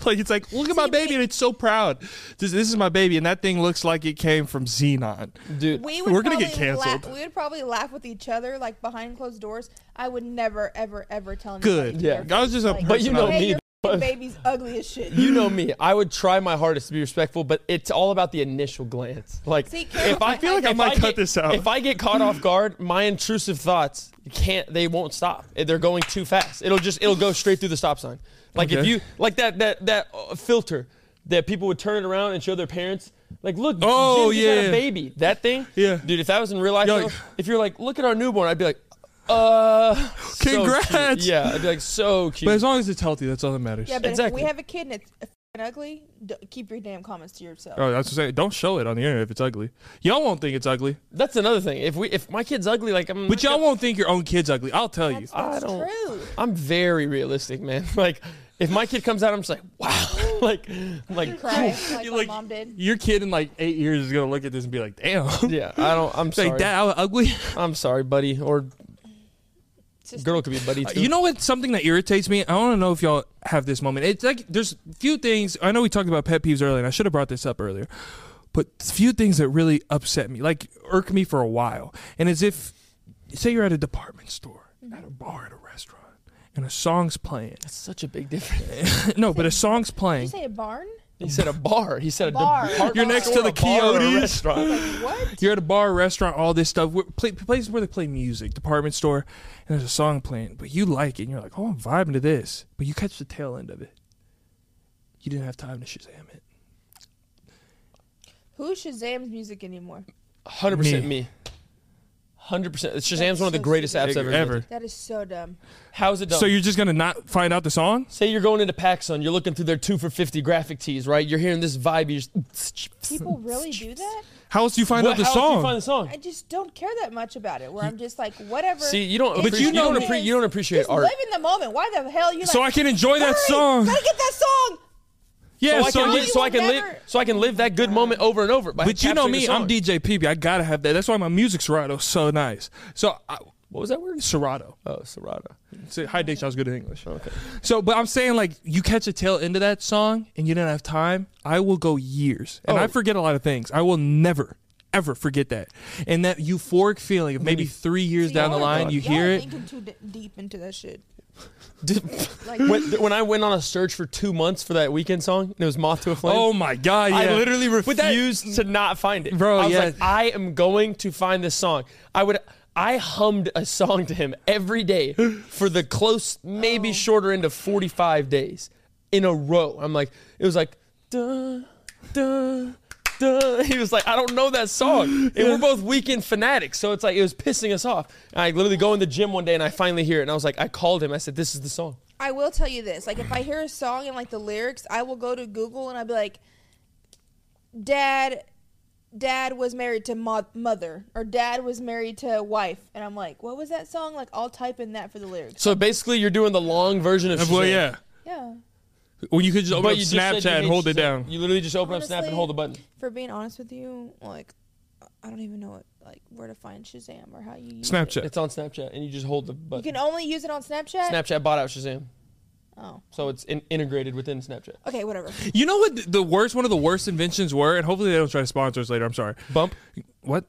Speaker 2: Like it's like, look at my baby, and it's so proud. This, this is my baby, and that thing looks like it came from Xenon.
Speaker 3: Dude,
Speaker 5: We would
Speaker 2: We're gonna get
Speaker 5: probably laugh-
Speaker 2: canceled.
Speaker 5: we would probably laugh with each other, like behind closed doors. I would never, ever, ever tell anybody.
Speaker 2: Good.
Speaker 5: their-
Speaker 3: Yeah.
Speaker 2: I was just a.
Speaker 5: Like,
Speaker 3: But you know
Speaker 5: hey,
Speaker 3: me,
Speaker 5: your
Speaker 3: but-
Speaker 5: f***ing baby's ugly as shit.
Speaker 3: you know me. I would try my hardest to be respectful, but it's all about the initial glance. Like,
Speaker 5: See, Carol,
Speaker 3: if I
Speaker 5: I
Speaker 3: feel like
Speaker 2: I
Speaker 3: if
Speaker 2: might cut
Speaker 3: get-
Speaker 2: this out.
Speaker 3: If I get caught off guard, my intrusive thoughts can't. They won't stop. They're going too fast. It'll just. It'll go straight through the stop sign. Like if
Speaker 2: Okay.
Speaker 3: you like that that that uh, filter that people would turn it around and show their parents. Like, look,
Speaker 2: Oh,
Speaker 3: Jim just
Speaker 2: yeah.
Speaker 3: had a baby. That thing,
Speaker 2: Yeah.
Speaker 3: dude. If that was in real life,
Speaker 2: Yo,
Speaker 3: though,
Speaker 2: like-
Speaker 3: if you're like, look at our newborn, I'd be like, uh, so cute.
Speaker 2: Congrats.
Speaker 3: yeah, I'd be like, so cute.
Speaker 2: But as long as it's healthy, that's all that matters.
Speaker 5: Yeah, but
Speaker 3: Exactly.
Speaker 5: if we have a kid and it's f***ing ugly, d- keep your damn comments to yourself.
Speaker 2: Oh, that's what I'm saying. Don't show it on the internet if it's ugly. Y'all won't think it's ugly,
Speaker 3: That's another thing. If we, if my kid's ugly, like I'm.
Speaker 2: but y'all won't think your own kid's ugly. I'll tell you.
Speaker 3: I
Speaker 5: It's
Speaker 3: don't.
Speaker 5: true.
Speaker 3: I'm very realistic, man. Like, if my kid comes out, I'm just like, wow. like, like,
Speaker 5: Cry like my
Speaker 2: like-
Speaker 5: mom did.
Speaker 2: Your kid in like eight years is gonna look at this and be like, "Damn,
Speaker 3: yeah. I don't. I'm sorry.
Speaker 2: like that I was ugly."
Speaker 3: I'm sorry, buddy. Or
Speaker 5: It's just-
Speaker 3: girl could be buddy too.
Speaker 2: Uh, You know what? Something that irritates me. I want to know if y'all have this moment. It's like there's few things. I know we talked about pet peeves earlier, and I should have brought this up earlier. But few things that really upset me, like irk me for a while, and as if, say you're at a department store,
Speaker 5: Mm-hmm.
Speaker 2: at a bar, at a restaurant, and a song's playing.
Speaker 3: That's such a big difference.
Speaker 2: no, but a song's
Speaker 5: Did you
Speaker 2: playing.
Speaker 5: say a barn?
Speaker 3: He said a bar. He said a,
Speaker 5: bar.
Speaker 3: department
Speaker 5: You're next
Speaker 3: store,
Speaker 2: to the
Speaker 3: a bar, or a
Speaker 2: Coyotes.
Speaker 3: restaurant.
Speaker 5: What?
Speaker 2: You're at a bar, restaurant, all this stuff, where- pla places where they play music, department store, and there's a song playing, but you like it, and you're like, oh, I'm vibing to this, but you catch the tail end of it. You didn't have time to Shazam it.
Speaker 5: Who Shazam's music anymore?
Speaker 3: Hundred percent
Speaker 2: Me.
Speaker 3: me. Hundred percent. Shazam's
Speaker 5: That's
Speaker 3: one of the
Speaker 5: so
Speaker 3: greatest apps
Speaker 5: stupid.
Speaker 3: ever.
Speaker 2: Ever.
Speaker 5: That is so dumb.
Speaker 3: How's it done?
Speaker 2: So you're just gonna not find out the song?
Speaker 3: Say you're going into PacSun, you're looking through their two for fifty graphic tees, right? You're hearing this vibe. You're just,
Speaker 5: People really do that?
Speaker 2: How else do you find
Speaker 3: What-
Speaker 2: out the
Speaker 3: how
Speaker 2: song?
Speaker 3: Did you find the song?
Speaker 5: I just don't care that much about it. Where I'm just like, whatever.
Speaker 3: See, you don't.
Speaker 5: It
Speaker 3: But
Speaker 2: But you
Speaker 3: you
Speaker 2: know
Speaker 3: don't.
Speaker 2: it
Speaker 3: Appre-
Speaker 5: is.
Speaker 3: you don't appreciate
Speaker 5: Just
Speaker 3: art.
Speaker 5: live in the moment. Why the hell you?
Speaker 2: so I
Speaker 5: like,
Speaker 2: can enjoy that
Speaker 5: "Hurry,
Speaker 2: song.
Speaker 5: Gotta get that song.
Speaker 2: yeah,
Speaker 3: so I
Speaker 2: so,
Speaker 3: can
Speaker 5: you-
Speaker 3: live, so I
Speaker 5: will
Speaker 3: can live,
Speaker 5: never-
Speaker 3: so I can live that good moment over and over. By
Speaker 2: but you know
Speaker 3: capturing the
Speaker 2: me,
Speaker 3: song.
Speaker 2: I'm DJ PB. I gotta have that. That's why my music's Serato so nice. So I,
Speaker 3: What was that word?
Speaker 2: Serato.
Speaker 3: Oh, Serato.
Speaker 2: Say, Hi, Dick. I was good at English.
Speaker 3: Okay.
Speaker 2: So, but I'm saying like you catch a tail end of that song and you didn't have time. I will go years, and
Speaker 3: Oh.
Speaker 2: I forget a lot of things. I will never. Ever forget that, and that euphoric feeling of maybe three years down the
Speaker 5: Y'all are-
Speaker 2: line, you
Speaker 5: Oh y'all
Speaker 2: hear
Speaker 5: are
Speaker 2: it.
Speaker 5: Thinking too d- deep into that shit. Like-
Speaker 3: when, when I went on a search for two months for that weekend song, and it was Moth to a Flame.
Speaker 2: Oh my god! Yeah.
Speaker 3: I literally
Speaker 2: But that-
Speaker 3: refused to not find it,
Speaker 2: Bro,
Speaker 3: I was
Speaker 2: yeah.
Speaker 3: like, I am going to find this song. I would. I hummed a song to him every day for the close, maybe shorter end of forty-five days in a row. I'm like, it was like, duh, duh. Duh. He was like, I don't know that song. And we're both weekend fanatics. So it's like, it was pissing us off. And I literally go in the gym one day and I finally hear it. And I was like, I called him. I said, This is the song.
Speaker 5: I will tell you this. Like if I hear a song and like the lyrics, I will go to Google and I'll be like, "Dad, Dad was married to mo- mother, or Dad was married to wife," and I'm like, "What was that song?" Like I'll type in that for the lyrics.
Speaker 3: So basically, you're doing the long version of
Speaker 2: Uh, Well,
Speaker 3: Shazam.
Speaker 2: yeah.
Speaker 5: Yeah.
Speaker 2: When you could just open
Speaker 3: But
Speaker 2: up
Speaker 3: you just said you
Speaker 2: Snapchat and
Speaker 3: hate
Speaker 2: hold it
Speaker 3: Shazam.
Speaker 2: down.
Speaker 3: You literally just open up Snap and
Speaker 5: Honestly,
Speaker 3: hold the button.
Speaker 5: For being honest with you, like I don't even know what like where to find Shazam or how you use It.
Speaker 2: Snapchat.
Speaker 3: It's on Snapchat, and you just hold the
Speaker 5: You
Speaker 3: button.
Speaker 5: can only use it on Snapchat.
Speaker 3: Snapchat bought out Shazam,
Speaker 5: oh.
Speaker 3: so it's in- integrated within Snapchat.
Speaker 5: Okay, whatever.
Speaker 2: You know what th- the worst one of the worst inventions were, and hopefully they don't try to sponsor us later. I'm sorry.
Speaker 3: Bump.
Speaker 2: What?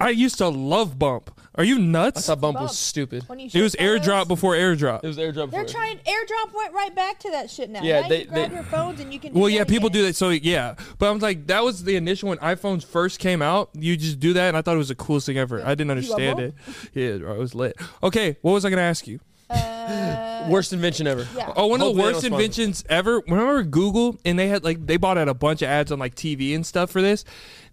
Speaker 2: I used to love Bump. Are you
Speaker 3: I
Speaker 2: nuts?
Speaker 3: thought Bump
Speaker 5: Bump.
Speaker 3: was stupid.
Speaker 5: When you
Speaker 2: It was
Speaker 5: shake photos.
Speaker 2: airdrop before airdrop.
Speaker 3: It was airdrop.
Speaker 5: They're
Speaker 3: for-
Speaker 5: trying airdrop went right back to that shit now.
Speaker 3: Yeah,
Speaker 5: now
Speaker 3: they-
Speaker 5: you grab
Speaker 3: they-
Speaker 5: your phones and you can.
Speaker 2: Well, yeah, people do that. So yeah, but I'm like, that was the initial when iPhones first came out. You just do that, and I thought it was the coolest thing ever. I didn't
Speaker 5: You want
Speaker 2: understand it. Yeah, bro, it was lit. Okay, what was I gonna ask you?
Speaker 5: that.
Speaker 3: Worst invention ever.
Speaker 5: Yeah.
Speaker 2: Oh, one of the
Speaker 3: Hopefully they
Speaker 2: worst
Speaker 3: don't sponsor.
Speaker 2: inventions ever. Remember Google and they had like they bought out a bunch of ads on like TV and stuff for this.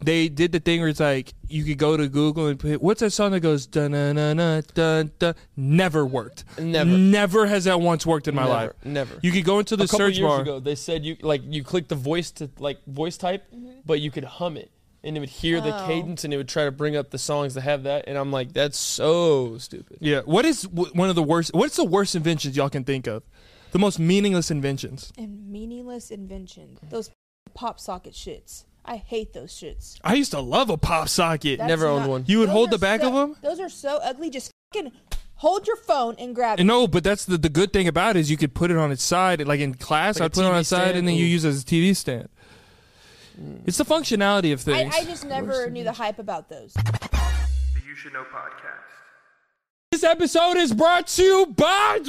Speaker 2: They did the thing where it's like you could go to Google and put what's that song that goes dun dun dun dun dun. dun. Never worked.
Speaker 3: Never.
Speaker 2: Never has that once worked in my
Speaker 3: Never,
Speaker 2: life.
Speaker 3: never.
Speaker 2: You could go into the
Speaker 3: a couple
Speaker 2: search
Speaker 3: years
Speaker 2: bar.
Speaker 3: ago, they said you like you click the voice to like voice type, but you could hum it, and it would hear the
Speaker 5: Mm-hmm. Oh.
Speaker 3: cadence, and it would try to bring up the songs that have that. And I'm like, that's so stupid.
Speaker 2: Yeah. What is w- one of the worst? What's the worst inventions y'all can think of? The most meaningless inventions.
Speaker 5: And meaningless invention.
Speaker 2: Mm.
Speaker 5: Those pop socket shits. I hate those shits.
Speaker 2: I used to love a pop socket.
Speaker 5: That's
Speaker 3: Never owned
Speaker 5: not-
Speaker 3: one.
Speaker 2: You would
Speaker 5: Those
Speaker 2: hold
Speaker 5: are
Speaker 2: the back
Speaker 5: so-
Speaker 2: of them.
Speaker 5: Those are so ugly. Just fucking hold your phone and grab it.
Speaker 2: No, but that's the, the good thing about it is you could put it on its side. Like in class,
Speaker 3: Like a
Speaker 2: I'd put it on
Speaker 3: TV
Speaker 2: its side,
Speaker 3: stand?
Speaker 2: and then you
Speaker 3: Ooh.
Speaker 2: use it as a TV stand. It's the functionality of
Speaker 5: I,
Speaker 2: things.
Speaker 5: I just never knew the hype about those.
Speaker 1: The You Should Know podcast.
Speaker 2: This episode is brought to you by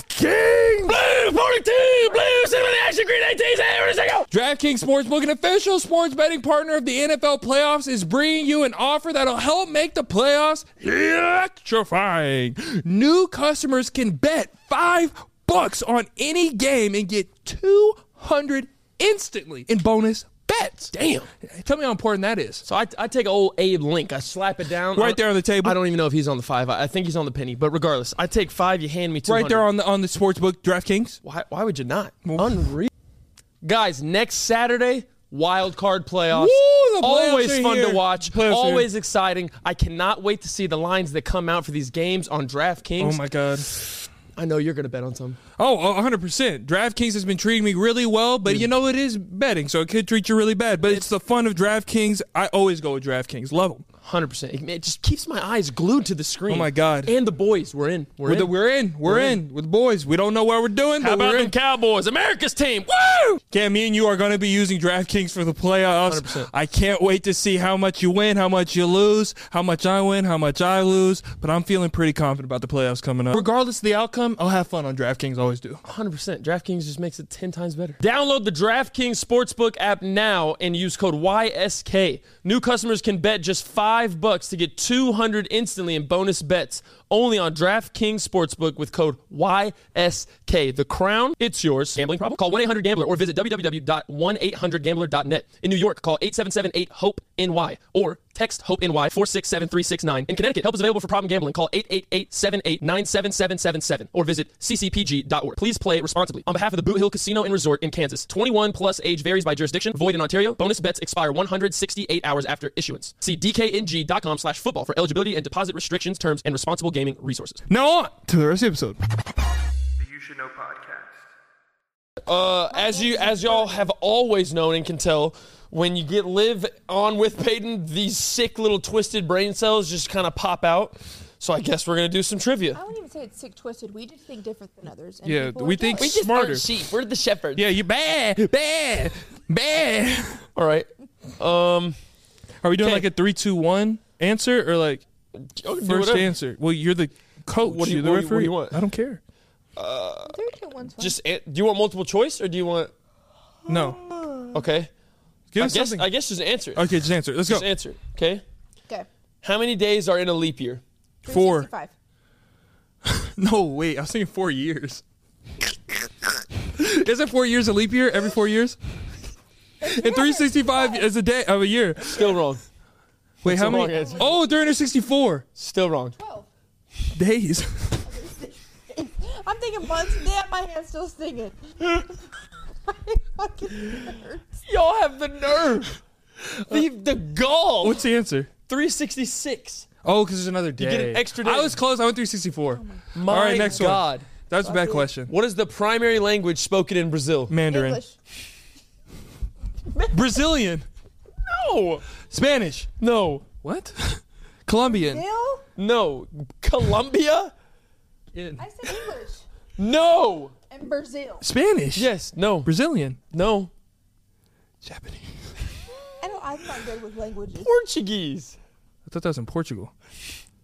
Speaker 2: DraftKings. Blue 42, Blue 7 Action Green 18, every single. DraftKings Sportsbook, an official sports betting partner of the NFL playoffs, is bringing you an offer that'll help make the playoffs electrifying. New customers can bet 5 bucks on any game and get 200 instantly in bonus bets. Damn. Tell me how important that is.
Speaker 3: So I, I take old Abe Link, I slap it down
Speaker 2: Right
Speaker 3: I don't-
Speaker 2: there on the table.
Speaker 3: I don't even know if he's on the five. I, I think he's on the penny, but regardless, I take five. You hand me two.
Speaker 2: Right there on the on the sportsbook DraftKings.
Speaker 3: Why, why would you not? Unreal. Guys, next Saturday, wild card playoffs.
Speaker 2: Woo, the playoffs
Speaker 3: Always
Speaker 2: are
Speaker 3: fun
Speaker 2: here.
Speaker 3: to watch.
Speaker 2: Playoffs are here.
Speaker 3: Always exciting. I cannot wait to see the lines that come out for these games on DraftKings.
Speaker 2: Oh my god.
Speaker 3: I know you're going to bet on some.
Speaker 2: Oh, oh, 100%. DraftKings has been treating me really well, but you know, it is betting, so it could treat you really bad. But it's the fun of DraftKings. I always go with DraftKings. Love them.
Speaker 3: 100%. It, it just keeps my eyes glued to the screen.
Speaker 2: Oh my God.
Speaker 3: And the boys, we're in. We're,
Speaker 2: We're,
Speaker 3: in.
Speaker 2: the, we're in. We're,
Speaker 3: We're
Speaker 2: in.
Speaker 3: in.
Speaker 2: with the boys. We don't know what we're doing,
Speaker 3: How
Speaker 2: but
Speaker 3: about
Speaker 2: we're
Speaker 3: them
Speaker 2: in.
Speaker 3: Cowboys? America's team. Woo!
Speaker 2: Cam, me and you are going to be using DraftKings for the playoffs.
Speaker 3: 100%.
Speaker 2: I can't wait to see how much you win, how much you lose, how much I win, how much I lose. But I'm feeling pretty confident about the playoffs coming up. Regardless of the outcome, I'll have fun on DraftKings. Always do.
Speaker 3: 100%. DraftKings just makes it 10 times better. Download the DraftKings Sportsbook app now and use code YSK. New customers can bet just 5 bucks to get 200 instantly in bonus bets only on DraftKings Sportsbook with code YSK. The crown, it's yours. Gambling problem? Call 1-800-GAMBLER or visit www.1800gambler.net. In New York, call 877-8-HOPE-NY or text HOPE-NY 467-369. In Connecticut, help is available for problem gambling. Call 888-789-7777 or visit ccpg.org. Please play responsibly. On behalf of the Boot Hill Casino and Resort in Kansas, 21 plus age varies by jurisdiction. Void in Ontario. Bonus bets expire 168 hours after issuance. See dkng.com slash football for eligibility and deposit restrictions, terms, and responsible gaming resources.
Speaker 2: Now on to the rest of the episode.
Speaker 1: The You Should Know podcast.
Speaker 3: Uh, as you as y'all have always known and can tell, when you get live on with Peyton, these sick little twisted brain cells just kind of pop out. So I guess we're gonna do some trivia.
Speaker 5: I wouldn't even say it's sick twisted. We just think different than others. and
Speaker 2: Yeah,
Speaker 5: people
Speaker 2: we
Speaker 5: enjoy
Speaker 2: think
Speaker 5: it.
Speaker 2: smarter.
Speaker 3: sheep. We're the shepherds.
Speaker 2: Yeah, you bad, bad, bad.
Speaker 3: All right. Um.
Speaker 2: Are we doing
Speaker 3: Okay.
Speaker 2: like a three, two, one answer or like
Speaker 3: do
Speaker 2: first
Speaker 3: whatever.
Speaker 2: answer? Well, you're the coach.
Speaker 3: What do you-
Speaker 2: are the
Speaker 3: what do you-
Speaker 2: referee.
Speaker 3: what do you want?
Speaker 2: I don't care.
Speaker 5: Three, two, one's fine.
Speaker 3: Just an- do you want multiple choice or do you want?
Speaker 2: No,
Speaker 3: Okay.
Speaker 2: give
Speaker 3: I
Speaker 2: us
Speaker 3: guess
Speaker 2: something.
Speaker 3: I guess just answer it.
Speaker 2: okay, just answer. it. Let's go.
Speaker 3: Just answer it. Okay.
Speaker 5: okay.
Speaker 3: How many days are in a leap year?
Speaker 2: Four.
Speaker 5: 365.
Speaker 2: No, wait. I was thinking four years. is it four years a leap year? Every four years? And 365 is a day of a year.
Speaker 3: Still wrong.
Speaker 2: Wait, how
Speaker 3: the wrong
Speaker 2: many?
Speaker 3: answer.
Speaker 2: Oh, 364
Speaker 3: Still wrong.
Speaker 5: Twelve.
Speaker 2: days.
Speaker 5: I'm thinking months. Damn, my hand's still stinging. My fucking hurts.
Speaker 3: Y'all have the nerve. The the gall.
Speaker 2: What's the answer?
Speaker 3: 366.
Speaker 2: Oh, because there's another day.
Speaker 3: get an extra day.
Speaker 2: I was close. I went 364.
Speaker 3: My
Speaker 2: All right, next
Speaker 3: God.
Speaker 2: one. That's a bad question.
Speaker 3: What is the primary language spoken in Brazil?
Speaker 2: Mandarin.
Speaker 5: English.
Speaker 2: Brazilian.
Speaker 3: No.
Speaker 2: Spanish.
Speaker 3: No.
Speaker 2: What? Colombian.
Speaker 5: Bill?
Speaker 3: No. Colombia?
Speaker 5: I said English.
Speaker 3: No.
Speaker 5: And Brazil.
Speaker 2: Spanish.
Speaker 3: Yes. No.
Speaker 2: Brazilian.
Speaker 3: No.
Speaker 2: Japanese.
Speaker 5: I don't. I'm not good with languages.
Speaker 3: Portuguese.
Speaker 2: thought that was in Portugal.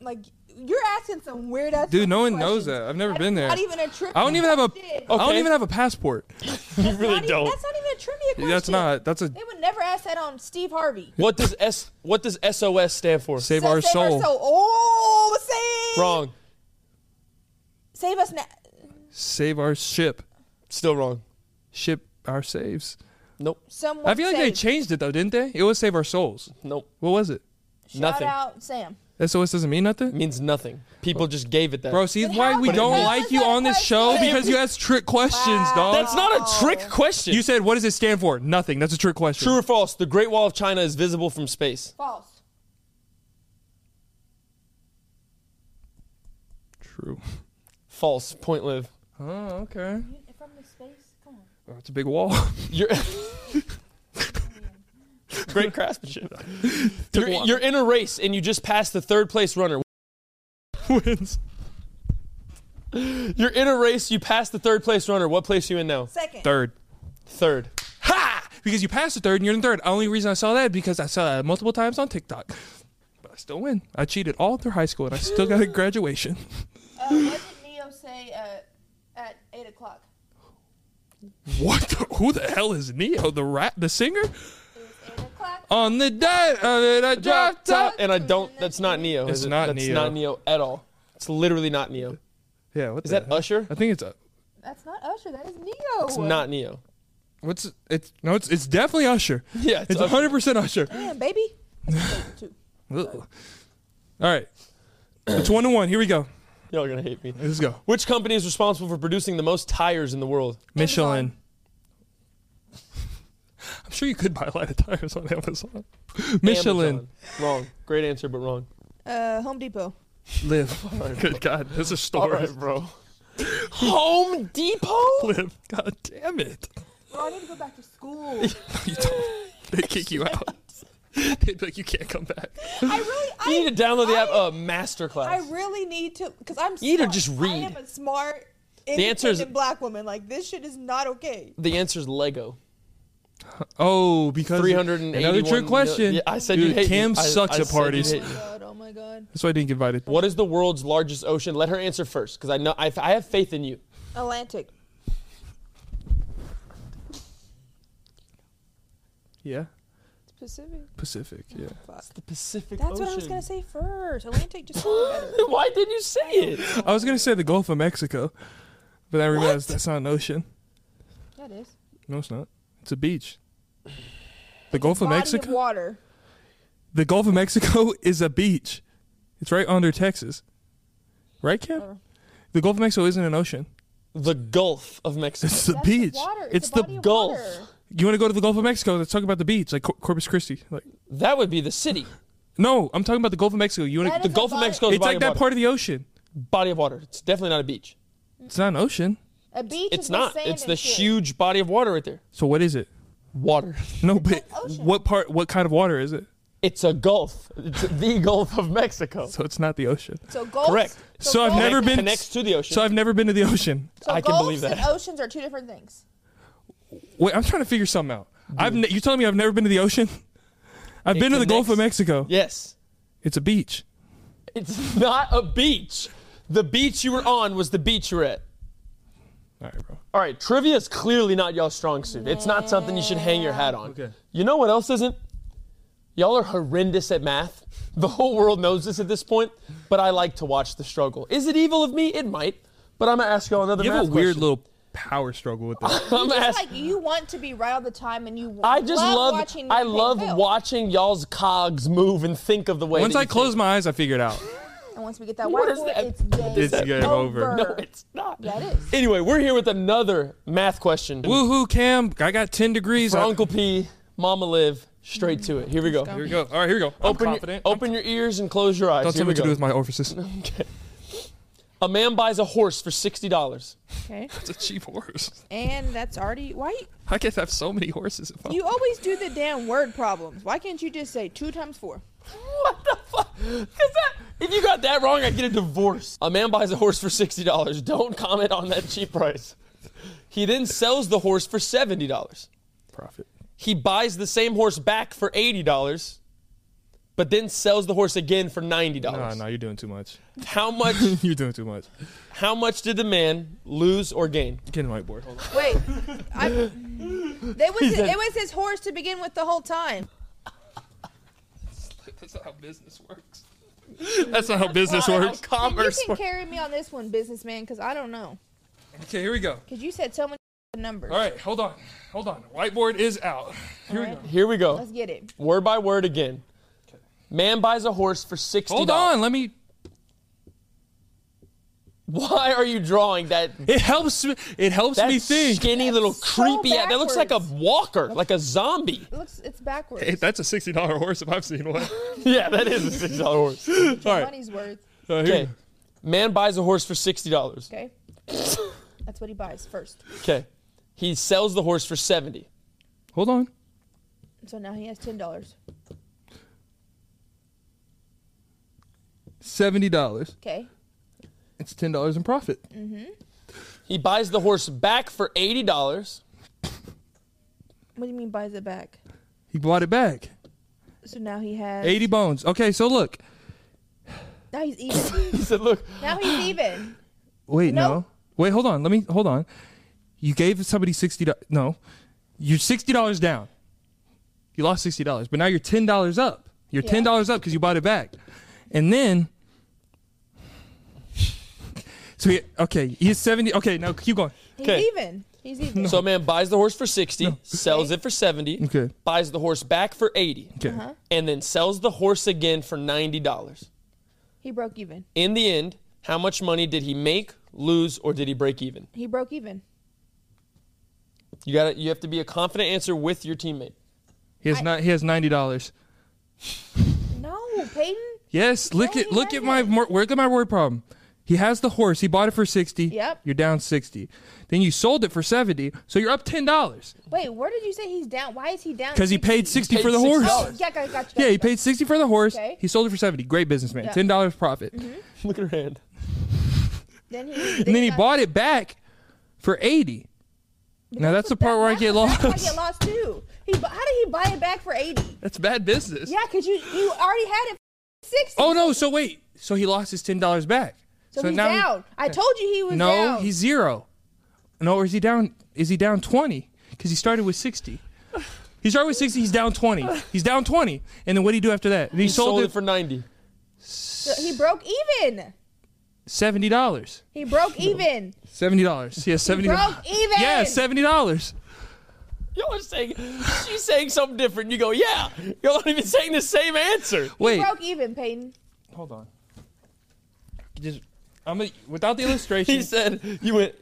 Speaker 5: Like you're asking some weird ass.
Speaker 2: Dude, no one
Speaker 5: fucking
Speaker 2: knows
Speaker 5: questions.
Speaker 2: that. I've never
Speaker 5: That's
Speaker 2: been there.
Speaker 5: Not even a trip.
Speaker 2: I don't even have a. I don't
Speaker 3: Okay.
Speaker 2: even have a passport.
Speaker 3: You really
Speaker 5: Not even-
Speaker 3: don't.
Speaker 5: That's not even a trivia question.
Speaker 2: That's not. That's a
Speaker 5: They would never ask that on Steve Harvey.
Speaker 3: What does S What does SOS stand for?
Speaker 2: save
Speaker 5: Sa-
Speaker 2: our
Speaker 5: save
Speaker 2: soul.
Speaker 5: Our soul. Oh, save.
Speaker 3: Wrong.
Speaker 5: Save us now.
Speaker 2: Save our ship.
Speaker 3: Still wrong.
Speaker 2: Ship our saves.
Speaker 3: Nope.
Speaker 5: Someone.
Speaker 2: I feel like they
Speaker 5: save.
Speaker 2: changed it though, didn't they? It was save our souls.
Speaker 3: Nope.
Speaker 2: What was it?
Speaker 5: Shout
Speaker 3: nothing.
Speaker 5: out Sam.
Speaker 2: SOS doesn't mean nothing.
Speaker 3: Means nothing. People just gave it that.
Speaker 2: Bro, see
Speaker 5: But
Speaker 2: why
Speaker 5: how
Speaker 2: we
Speaker 5: is
Speaker 2: don't
Speaker 5: that-
Speaker 2: like you
Speaker 5: how is
Speaker 2: on
Speaker 5: that
Speaker 2: this
Speaker 5: a
Speaker 2: show
Speaker 5: question?
Speaker 2: because you asked trick questions,
Speaker 5: Wow.
Speaker 2: dog.
Speaker 3: That's not a trick question.
Speaker 2: You said, "What does it stand for?" Nothing. That's a trick question.
Speaker 3: True or false? The Great Wall of China is visible from space.
Speaker 5: False.
Speaker 2: True.
Speaker 3: False. Point live.
Speaker 2: Oh, okay.
Speaker 5: From the space. Come on.
Speaker 2: Oh, it's a big wall.
Speaker 3: You're great craftsmanship.
Speaker 2: a
Speaker 3: you're,
Speaker 2: while.
Speaker 3: you're in a race and you just passed the third place runner.
Speaker 2: Wins.
Speaker 3: You're in a race. You passed the third place runner. What place are you in now?
Speaker 5: Second.
Speaker 2: Third.
Speaker 3: Third.
Speaker 2: Ha! Because you passed the third and you're in third. Only reason I saw that because I saw that multiple times on TikTok. But I still win. I cheated all through high school and I still got a graduation.
Speaker 5: Uh, what did Neo say uh, at eight o'clock?
Speaker 2: What? The, who the hell is Neo? The rat? The singer?
Speaker 5: It was eight o'clock.
Speaker 2: On the day of it, I dropped out.
Speaker 3: and I don't. That's not Neo.
Speaker 2: It's
Speaker 3: is it?
Speaker 2: not
Speaker 3: that's
Speaker 2: Neo.
Speaker 3: not Neo at all. It's literally not Neo.
Speaker 2: Yeah. What
Speaker 3: Is
Speaker 2: the
Speaker 3: that
Speaker 2: hell?
Speaker 3: Usher?
Speaker 2: I think it's uh, a.
Speaker 5: That's not Usher. That is Neo.
Speaker 3: It's not Neo.
Speaker 2: What's it's no? It's it's definitely Usher.
Speaker 3: Yeah, it's
Speaker 2: It's
Speaker 3: Usher.
Speaker 2: 100 percent Usher.
Speaker 5: Damn, baby. That's a joke, too.
Speaker 2: Ugh. All right. It's one to one. Here we go.
Speaker 3: Y'all are gonna hate me.
Speaker 2: Let's go.
Speaker 3: Which company is responsible for producing the most tires in the world?
Speaker 2: Michelin. I'm sure you could buy a lot of tires on Amazon. Michelin.
Speaker 3: Amazon. Wrong. Great answer, but wrong.
Speaker 5: Uh, Home Depot.
Speaker 2: Live. Good Oh God. This is
Speaker 3: All
Speaker 2: story.
Speaker 3: right, bro. Home Depot.
Speaker 2: Live. God damn it.
Speaker 5: Oh, I need to go back to school.
Speaker 2: You don't. They kick you out. They'd be like, you can't come back.
Speaker 5: I really, I,
Speaker 3: You need to download the app.
Speaker 5: I-
Speaker 3: Uh, Masterclass.
Speaker 5: I really need to, cause I'm.
Speaker 3: You need to
Speaker 5: smart.
Speaker 3: just
Speaker 5: I
Speaker 3: read.
Speaker 5: am a smart, independent
Speaker 3: answer is-
Speaker 5: black woman. Like this shit is not okay.
Speaker 3: the answer is Lego.
Speaker 2: Oh, because
Speaker 3: 381
Speaker 2: another trick
Speaker 3: million-
Speaker 2: question.
Speaker 3: Yeah, I said
Speaker 2: Dude,
Speaker 3: you hate
Speaker 2: Cam
Speaker 3: me. I- I
Speaker 2: sucks
Speaker 3: said
Speaker 2: at
Speaker 3: you
Speaker 2: parties.
Speaker 3: hate me.
Speaker 5: God, oh my god.
Speaker 2: That's why I didn't get invited.
Speaker 3: What is the world's largest ocean? Let her answer first, because I know I, I have faith in you.
Speaker 5: Atlantic.
Speaker 2: Yeah,
Speaker 5: It's Pacific.
Speaker 2: Pacific. Yeah.
Speaker 5: Fuck.
Speaker 3: The Pacific
Speaker 5: That's what I was gonna say first. Atlantic just sounded better.
Speaker 3: Why did you say it?
Speaker 2: I was gonna say the Gulf of Mexico, but I realized that's not an ocean.
Speaker 5: Yeah, it is.
Speaker 2: No, it's not. It's a beach. The Gulf of
Speaker 5: Body
Speaker 2: Mexico.
Speaker 5: Of water.
Speaker 2: the Gulf of Mexico is a beach. It's right under Texas. Right,
Speaker 5: Oh.
Speaker 2: Cam? The Gulf of Mexico isn't an ocean.
Speaker 3: The Gulf of Mexico.
Speaker 2: It's a
Speaker 5: That's the
Speaker 2: beach.
Speaker 5: water.
Speaker 2: It's,
Speaker 5: It's, a
Speaker 2: the.
Speaker 5: body of
Speaker 3: Gulf.
Speaker 5: water.
Speaker 2: you want to go to the Gulf of Mexico? Let's talk about the beach, like Cor- Corpus Christi. Like,
Speaker 3: That would be the city.
Speaker 2: no, I'm talking about the Gulf of Mexico. You want
Speaker 5: That
Speaker 2: to?
Speaker 3: The
Speaker 5: It's a
Speaker 3: Gulf of
Speaker 5: body-
Speaker 3: Mexico is a
Speaker 2: It's
Speaker 3: body
Speaker 2: like
Speaker 3: of
Speaker 2: that
Speaker 3: water.
Speaker 2: part of the ocean.
Speaker 3: body of water. It's definitely not a beach.
Speaker 2: It's not an ocean.
Speaker 5: A beach.
Speaker 3: It's
Speaker 5: is with
Speaker 3: not.
Speaker 5: sand
Speaker 3: It's
Speaker 5: and
Speaker 3: the
Speaker 5: shit.
Speaker 3: huge body of water right there.
Speaker 2: So what is it?
Speaker 3: Water.
Speaker 2: No, but
Speaker 5: ocean.
Speaker 2: what part? What kind of water is it?
Speaker 3: It's a Gulf. It's the Gulf of Mexico.
Speaker 2: So it's not the ocean.
Speaker 5: So Gulf.
Speaker 3: Correct.
Speaker 2: So I've never been-
Speaker 3: connects to the ocean.
Speaker 2: So I've never been to the ocean.
Speaker 5: So
Speaker 3: I can
Speaker 5: gulfs
Speaker 3: believe
Speaker 5: and
Speaker 3: that.
Speaker 5: oceans are two different things.
Speaker 2: Wait, I'm trying to figure something out. I've ne- you telling me I've never been to the ocean? I've
Speaker 3: It
Speaker 2: been to the Gulf of
Speaker 3: connects.
Speaker 2: Mexico.
Speaker 3: yes.
Speaker 2: It's a beach.
Speaker 3: It's not a beach. The beach you were on was the beach you were at.
Speaker 2: All right, bro.
Speaker 3: All right, trivia is clearly not y'all's strong suit. It's not something you should hang your hat on.
Speaker 2: Okay.
Speaker 3: You know what else isn't? Y'all are horrendous at math. The whole world knows this at this point, but I like to watch the struggle. Is it evil of me? It might, but I'm gonna ask y'all another.
Speaker 2: You have a
Speaker 3: math
Speaker 2: weird
Speaker 3: question.
Speaker 2: little power struggle with this.
Speaker 3: I'm gonna ask.
Speaker 5: It's like you want to be right all the time, and you.
Speaker 3: I just love.
Speaker 5: watching.
Speaker 3: I
Speaker 5: people
Speaker 3: love
Speaker 5: fail.
Speaker 3: watching y'all's cogs move and think of the way.
Speaker 2: Once
Speaker 3: that
Speaker 2: I
Speaker 3: you
Speaker 2: close
Speaker 3: think.
Speaker 2: my eyes, I figure it out.
Speaker 5: And once we get that
Speaker 3: What
Speaker 5: whiteboard,
Speaker 3: is that?
Speaker 5: it's game,
Speaker 2: It's game over.
Speaker 3: No, it's not.
Speaker 5: Yeah, it is.
Speaker 3: Anyway, we're here with another math question.
Speaker 2: Woohoo, Cam! I got 10 degrees.
Speaker 3: For
Speaker 2: I-
Speaker 3: Uncle P, Mama Live, straight to it. Here we go.
Speaker 2: Here we go. All right, here we go. I'm
Speaker 3: Open, your,
Speaker 2: confident.
Speaker 3: open your ears and close your eyes.
Speaker 2: Don't
Speaker 3: Here
Speaker 2: tell me
Speaker 3: we
Speaker 2: what to do
Speaker 3: go.
Speaker 2: with my orifices.
Speaker 3: Okay. A man buys a horse for sixty dollars.
Speaker 5: Okay.
Speaker 2: It's a cheap horse.
Speaker 5: And that's already why you,
Speaker 2: I can have so many horses. If I
Speaker 5: you always do the damn word problems. Why can't you just say two times four?
Speaker 3: What the fuck? Is that? If you got that wrong, I get a divorce. A man buys a horse for sixty dollars. Don't comment on that cheap price. He then sells the horse for seventy dollars.
Speaker 2: profit.
Speaker 3: He buys the same horse back for eighty dollars. but then sells the horse again for ninety
Speaker 2: No,
Speaker 3: dollars.
Speaker 2: no, you're doing too much.
Speaker 3: How much?
Speaker 2: you're doing too much.
Speaker 3: how much did the man lose or gain?
Speaker 2: Get in the whiteboard. Hold on.
Speaker 5: Wait, I, they was it was his horse to begin with the whole time.
Speaker 6: That's not how business works.
Speaker 2: That's not how business works.
Speaker 5: You
Speaker 6: Commerce.
Speaker 5: can carry me on this one, businessman, because I don't know.
Speaker 2: Okay, here we go.
Speaker 5: Because you said so many numbers.
Speaker 2: All right, hold on. Hold on. Whiteboard is out. Here we
Speaker 5: All
Speaker 2: go.
Speaker 5: right.
Speaker 3: Here we go.
Speaker 5: Let's get it.
Speaker 3: word by word again. Man buys a horse for sixty.
Speaker 2: Hold on. Let me.
Speaker 3: Why are you drawing that?
Speaker 2: It helps. me- It helps
Speaker 3: That
Speaker 2: me think.
Speaker 3: skinny little
Speaker 5: so
Speaker 3: creepy. that looks like a
Speaker 5: backwards.
Speaker 3: walker, like a zombie.
Speaker 5: It looks it's backwards.
Speaker 2: Hey, that's a sixty dollar horse if I've seen one.
Speaker 3: yeah, that is a six dollar horse.
Speaker 2: All right.
Speaker 5: Money's worth.
Speaker 2: Uh, here we
Speaker 3: Okay,
Speaker 2: go.
Speaker 3: man buys a horse for sixty dollars.
Speaker 5: Okay. That's what he buys first.
Speaker 3: Okay, he sells the horse for seventy.
Speaker 2: Hold on.
Speaker 5: So now he has ten dollars.
Speaker 2: Seventy dollars.
Speaker 5: Okay.
Speaker 2: It's ten dollars in profit.
Speaker 3: He buys the horse back for eighty dollars.
Speaker 5: What do you mean buys it back?
Speaker 2: He bought it back.
Speaker 5: So now he has.
Speaker 2: Eighty bones. Okay, so look.
Speaker 5: Now he's even.
Speaker 3: He said, "Look,
Speaker 5: now he's even.
Speaker 2: Wait, no.
Speaker 5: No.
Speaker 2: Wait, hold on. Let me hold on. You gave somebody sixty. dollars. No, you're sixty dollars down. You lost sixty dollars, but now you're ten dollars up. You're ten dollars up because you bought it back, and then. So he, okay, he's seventy. Okay, now keep going.
Speaker 5: He's
Speaker 3: Okay.
Speaker 5: even. He's even.
Speaker 3: so a man buys the horse for sixty, sells it for seventy,
Speaker 2: Okay.
Speaker 3: buys the horse back for eighty, Uh-huh.
Speaker 2: Okay,
Speaker 3: and then sells the horse again for ninety dollars.
Speaker 5: He broke even.
Speaker 3: In the end, how much money did he make, lose, or did he break even?
Speaker 5: He broke even.
Speaker 3: You got to You have to be a confident answer with your teammate.
Speaker 2: he has not. He has ninety dollars.
Speaker 5: No, Peyton.
Speaker 2: Yes, look
Speaker 5: he
Speaker 2: at look at my
Speaker 5: hasn't.
Speaker 2: mor- look at my word problem. He has the horse. He bought it for sixty.
Speaker 5: Yep.
Speaker 2: You're down sixty. Then you sold it for seventy, so you're up ten dollars
Speaker 5: Wait, where did you say he's down? Why is he down?
Speaker 2: because he paid
Speaker 5: 60?
Speaker 2: sixty
Speaker 3: Paid
Speaker 2: for the horse.
Speaker 5: Oh, yeah, got, got you.
Speaker 2: Yeah, he
Speaker 5: got you.
Speaker 2: paid sixty for the horse.
Speaker 5: Okay.
Speaker 2: He sold it for seventy. Great businessman.
Speaker 5: Yeah. Mm-hmm.
Speaker 2: Ten dollars profit.
Speaker 3: Look at her hand.
Speaker 5: Then he,
Speaker 2: And then he
Speaker 5: got-
Speaker 2: bought it back for eighty. Now that's the part where I
Speaker 5: that's-
Speaker 2: get lost.
Speaker 5: that's where I get lost too. He, bu- how did he buy it back for eighty?
Speaker 2: That's bad business.
Speaker 5: Yeah, cause you you already had it for sixty.
Speaker 2: Oh no! So wait. So he lost his ten dollars back.
Speaker 5: so, he's
Speaker 2: he-
Speaker 5: down. I told you he was
Speaker 2: no,
Speaker 5: down.
Speaker 2: he's zero. No, or is he down? Is he down twenty? Because he started with sixty. He started with sixty. He's down twenty. He's down twenty. And then what did he do after that? And he,
Speaker 3: He
Speaker 2: sold, it for
Speaker 3: for ninety.
Speaker 5: So he broke even.
Speaker 2: seventy dollars.
Speaker 5: He broke even.
Speaker 2: Seventy dollars. Yeah, seventy.
Speaker 5: broke even.
Speaker 2: Yeah, seventy dollars.
Speaker 3: You're saying she's saying something different. You go, yeah. You're not even saying the same answer.
Speaker 2: Wait.
Speaker 5: broke even, Peyton.
Speaker 2: Hold on. Just, I'm a, without the illustration.
Speaker 3: He said, you went.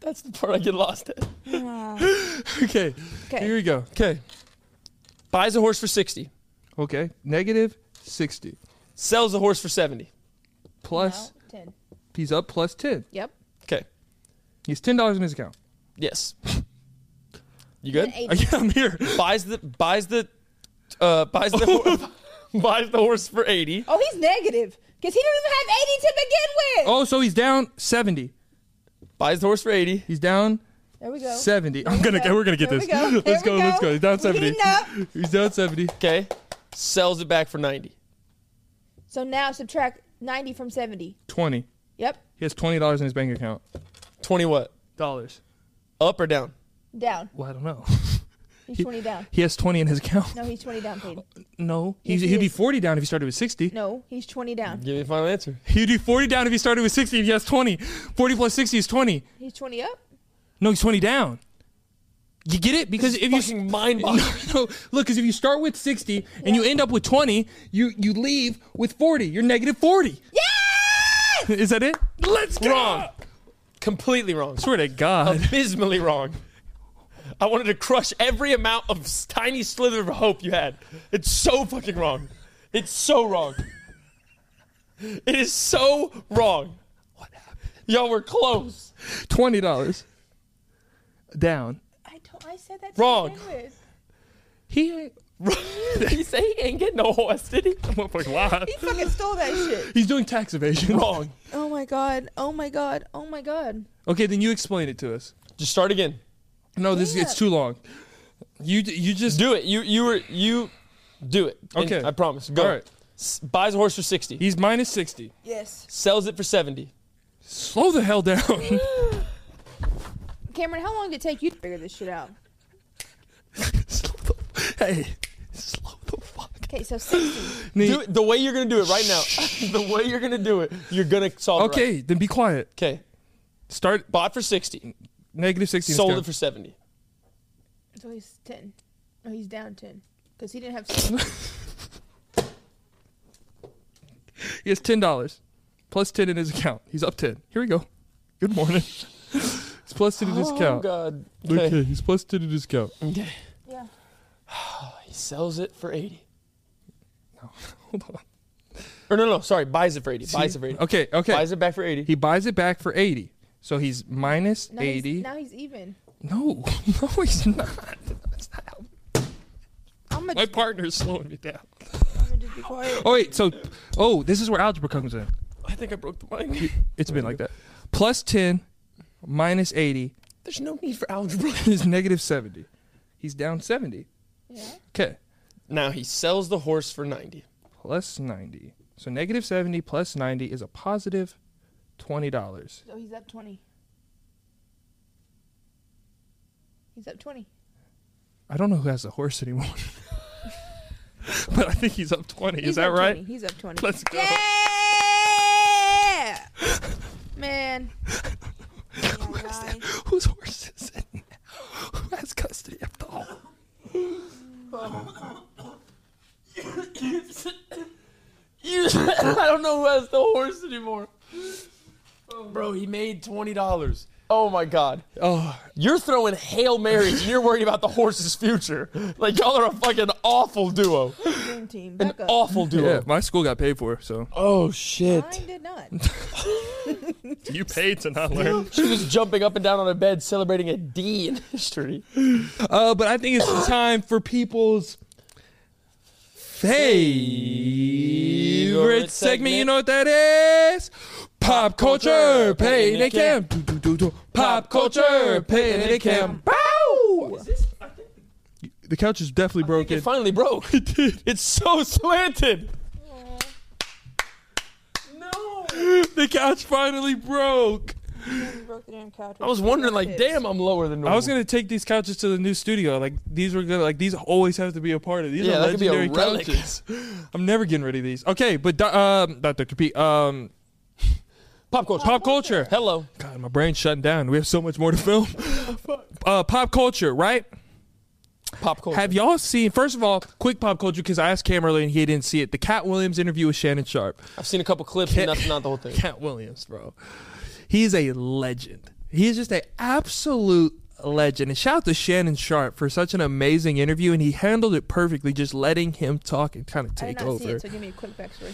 Speaker 3: That's the part I get lost at.
Speaker 2: okay.
Speaker 5: Okay.
Speaker 2: Here we go.
Speaker 3: Okay. Buys a horse for sixty.
Speaker 2: Okay. Negative sixty
Speaker 3: Sells the horse for seventy.
Speaker 2: plus
Speaker 5: No, ten.
Speaker 2: he's up plus ten.
Speaker 5: Yep.
Speaker 3: Okay.
Speaker 2: He's ten dollars in his account.
Speaker 3: Yes. You good?
Speaker 5: Eight.
Speaker 2: Yeah, I'm here.
Speaker 3: Buys the buys the uh, buys the hor- buys the horse for eighty.
Speaker 5: Oh, he's negative because he didn't even have eighty to begin with.
Speaker 2: Oh, so he's down seventy.
Speaker 3: Buys the horse for eighty.
Speaker 2: He's down
Speaker 5: There we go.
Speaker 2: 70. I'm gonna
Speaker 5: go.
Speaker 2: we're gonna get
Speaker 5: There
Speaker 2: this.
Speaker 5: we go.
Speaker 2: Let's
Speaker 5: There
Speaker 2: go,
Speaker 5: we
Speaker 2: let's
Speaker 5: go.
Speaker 2: go. He's down
Speaker 5: We're
Speaker 2: 70.
Speaker 5: heating up.
Speaker 2: He's down 70.
Speaker 3: Okay. Sells it back for ninety.
Speaker 5: So now subtract ninety from seventy.
Speaker 2: 20.
Speaker 5: Yep.
Speaker 2: He has twenty dollars in his bank account.
Speaker 3: Twenty what?
Speaker 2: Dollars.
Speaker 3: Up or down?
Speaker 5: Down.
Speaker 2: Well, I don't know.
Speaker 5: He's twenty down.
Speaker 2: He has twenty in his account.
Speaker 5: No, he's twenty down, Peyton.
Speaker 2: No.
Speaker 5: Yes,
Speaker 2: he'd,
Speaker 5: he
Speaker 2: he'd be
Speaker 5: is.
Speaker 2: forty down if he started with sixty.
Speaker 5: No, he's twenty down.
Speaker 3: Give me the final answer.
Speaker 2: He'd be forty down if he started with sixty if he has twenty. Forty plus sixty is twenty.
Speaker 5: He's twenty up.
Speaker 2: No, he's twenty down. You get it? Because if you
Speaker 3: Fucking mind
Speaker 2: no,
Speaker 3: boggling.
Speaker 2: no, look, because if you start with sixty and you end up with twenty, you you leave with forty. You're negative forty.
Speaker 5: Yes!
Speaker 2: Is that it? Let's go.
Speaker 3: Wrong. Completely wrong.
Speaker 2: Swear to God.
Speaker 3: abysmally wrong. I wanted to crush every amount of s- tiny slither of hope you had. It's so fucking wrong. It's so wrong. It is so wrong. What happened? Y'all were close.
Speaker 2: Twenty dollars down.
Speaker 5: I told. I said that.
Speaker 3: Wrong.
Speaker 5: To begin with.
Speaker 2: He
Speaker 3: he say he ain't getting no horse, did he?
Speaker 5: He fucking stole that shit.
Speaker 2: he's doing tax evasion.
Speaker 3: Wrong.
Speaker 5: Oh my god. Oh my god. Oh my god.
Speaker 2: Okay, then you explain it to us.
Speaker 3: Just start again.
Speaker 2: No, this
Speaker 5: Yeah.
Speaker 2: it's too long. You you just
Speaker 3: Do it. You you were you do it. And
Speaker 2: Okay.
Speaker 3: I promise. Go.
Speaker 2: All right.
Speaker 3: s- buys a horse for 60,
Speaker 2: He's minus 60.
Speaker 5: Yes.
Speaker 3: sells it for 70.
Speaker 2: Slow the hell down.
Speaker 5: Cameron, how long did it take you to figure this shit out?
Speaker 2: slow the, hey, slow the fuck
Speaker 5: Okay, so 60.
Speaker 3: Do it the way you're going to do it right now. the way you're going to do it, you're going to solve it.
Speaker 2: Okay, then be quiet.
Speaker 3: Okay.
Speaker 2: Start
Speaker 3: Bought for 60,
Speaker 2: negative 16.
Speaker 3: sold it for 70.
Speaker 5: So he's 10. No, he's down 10. Because he didn't have 60.
Speaker 2: He has $10. Plus 10 in his account. He's up 10. Here we go. Good morning. it's plus 10 in his
Speaker 3: Oh,
Speaker 2: account.
Speaker 3: God.
Speaker 2: okay.
Speaker 3: Okay. Mm.
Speaker 2: he's plus 10 in his account.
Speaker 3: okay.
Speaker 5: yeah.
Speaker 3: He sells it for 80.
Speaker 2: Hold on.
Speaker 3: Or no, no, sorry. Buys it for 80. Buys it for 80.
Speaker 2: Okay, okay.
Speaker 3: Buys it back for 80.
Speaker 2: He buys it back for 80. So he's minus
Speaker 5: Now
Speaker 2: 80.
Speaker 5: He's, now he's even.
Speaker 2: no, no, he's not. That's not how-
Speaker 5: I'm
Speaker 2: My
Speaker 5: going
Speaker 2: partner's slowing me down.
Speaker 5: to just be quiet.
Speaker 2: Oh, wait. So, oh, this is where algebra comes in.
Speaker 3: I think I broke the mic.
Speaker 2: It's been like that. Plus 10, minus 80
Speaker 3: There's no need for algebra.
Speaker 2: is negative 70. He's down 70.
Speaker 5: Yeah.
Speaker 2: Okay.
Speaker 3: Now he sells the horse for 90.
Speaker 2: plus 90. So negative 70 plus 90 is a positive $20.
Speaker 5: So he's up 20. He's up 20.
Speaker 2: I don't know who has a horse anymore. but I think he's up 20.
Speaker 5: He's
Speaker 2: is that
Speaker 5: up
Speaker 2: right?
Speaker 5: 20. He's up 20.
Speaker 2: Let's go.
Speaker 5: Yeah! Man.
Speaker 2: Who has that? Whose horse is it now? Who has custody of the whole?
Speaker 3: You, I don't know who has the horse anymore. Bro, he made $20. Oh my God.
Speaker 2: Oh,
Speaker 3: You're throwing Hail Marys and you're worried about the horse's future. Like, y'all are a fucking awful duo.
Speaker 5: Dream team.
Speaker 3: An
Speaker 5: Back up.
Speaker 3: awful duo.
Speaker 2: yeah. My school got paid for, so
Speaker 3: Oh, shit.
Speaker 5: Mine did not.
Speaker 2: you paid to not learn.
Speaker 3: She was jumping up and down on her bed celebrating a D in history.
Speaker 2: Uh, but I think it's time for people's favorite segment.
Speaker 3: Favorite segment.
Speaker 2: You know what that is? Pop
Speaker 3: Pop
Speaker 2: culture,
Speaker 3: culture,
Speaker 2: pay
Speaker 3: pay
Speaker 2: they
Speaker 3: the
Speaker 2: can. Do, do, do, do. Pop culture, pay they can. Bow! The couch is definitely
Speaker 3: It
Speaker 2: broken.
Speaker 3: finally broke. It did. It's so slanted.
Speaker 2: The couch finally broke.
Speaker 5: broke the damn couch.
Speaker 3: I was wondering, like, damn, I'm lower than normal.
Speaker 2: I was gonna take these couches to the new studio. Like these were gonna like these always have to be a part of these
Speaker 3: Yeah,
Speaker 2: are
Speaker 3: that could be a
Speaker 2: legendary
Speaker 3: relic.
Speaker 2: couches. I'm never getting rid of these. Okay, but do- um, not Dr. P. Um,
Speaker 3: Pop culture.
Speaker 2: pop culture.
Speaker 3: Hello.
Speaker 2: God, my brain's shutting down. We have so much more to film. uh, pop culture, right?
Speaker 3: Pop culture.
Speaker 2: Have y'all seen? First of all, quick pop culture because I asked Cam earlier and he didn't see it. The Cat Williams interview with Shannon Sharp.
Speaker 3: I've seen a couple clips,
Speaker 2: Cat-
Speaker 3: and that's not the whole thing.
Speaker 2: Cat Williams, bro. He is a legend. He is just an absolute legend. And shout out to Shannon Sharp for such an amazing interview, and he handled it perfectly, just letting him talk and kind of
Speaker 5: I did
Speaker 2: take
Speaker 5: not see
Speaker 2: over.
Speaker 5: it, so give me a quick backstory.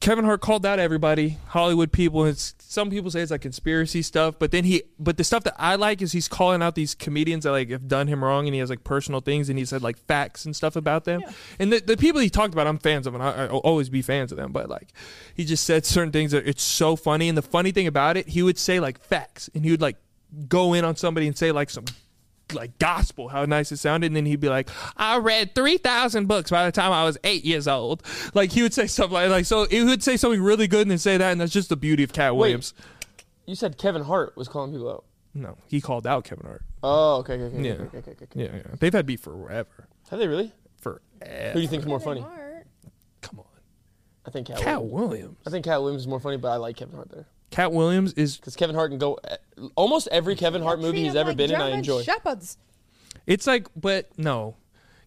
Speaker 2: Kevin Hart called out everybody, Hollywood people. and It's some people say it's like conspiracy stuff, but then he, but the stuff that I like is he's calling out these comedians that like have done him wrong, and he has like personal things, and he said like facts and stuff about them. And the, the people he talked about, I'm fans of, and I, I'll always be fans of them. But like, he just said certain things that it's so funny. And the funny thing about it, he would say like facts, and he would like go in on somebody and say like some like gospel how nice it sounded and then he'd be like i read 3000 books by the time i was eight years old like he would say something like, like so he would say something really good and then say that and that's just the beauty of cat williams
Speaker 3: You said Kevin Hart was calling people out.
Speaker 2: no he called out kevin hart
Speaker 3: Oh, okay, okay, okay.
Speaker 2: Yeah.
Speaker 3: okay, okay, okay, okay.
Speaker 2: yeah, yeah. they've had beef forever
Speaker 3: Have they really? Who do
Speaker 2: forever
Speaker 3: you think's more funny?
Speaker 5: Alright.
Speaker 2: come on
Speaker 3: I think Cat,
Speaker 2: cat
Speaker 3: Williams.
Speaker 2: williams
Speaker 3: I think Cat Williams is more funny, but I like Kevin Hart better
Speaker 2: cat williams is
Speaker 3: because Kevin Hart can go eh, almost every Kevin Hart movie
Speaker 5: Treat
Speaker 3: he's
Speaker 5: him
Speaker 3: ever
Speaker 5: like
Speaker 3: been in. I
Speaker 5: German
Speaker 3: enjoy.
Speaker 5: Shepherds.
Speaker 2: it's like but no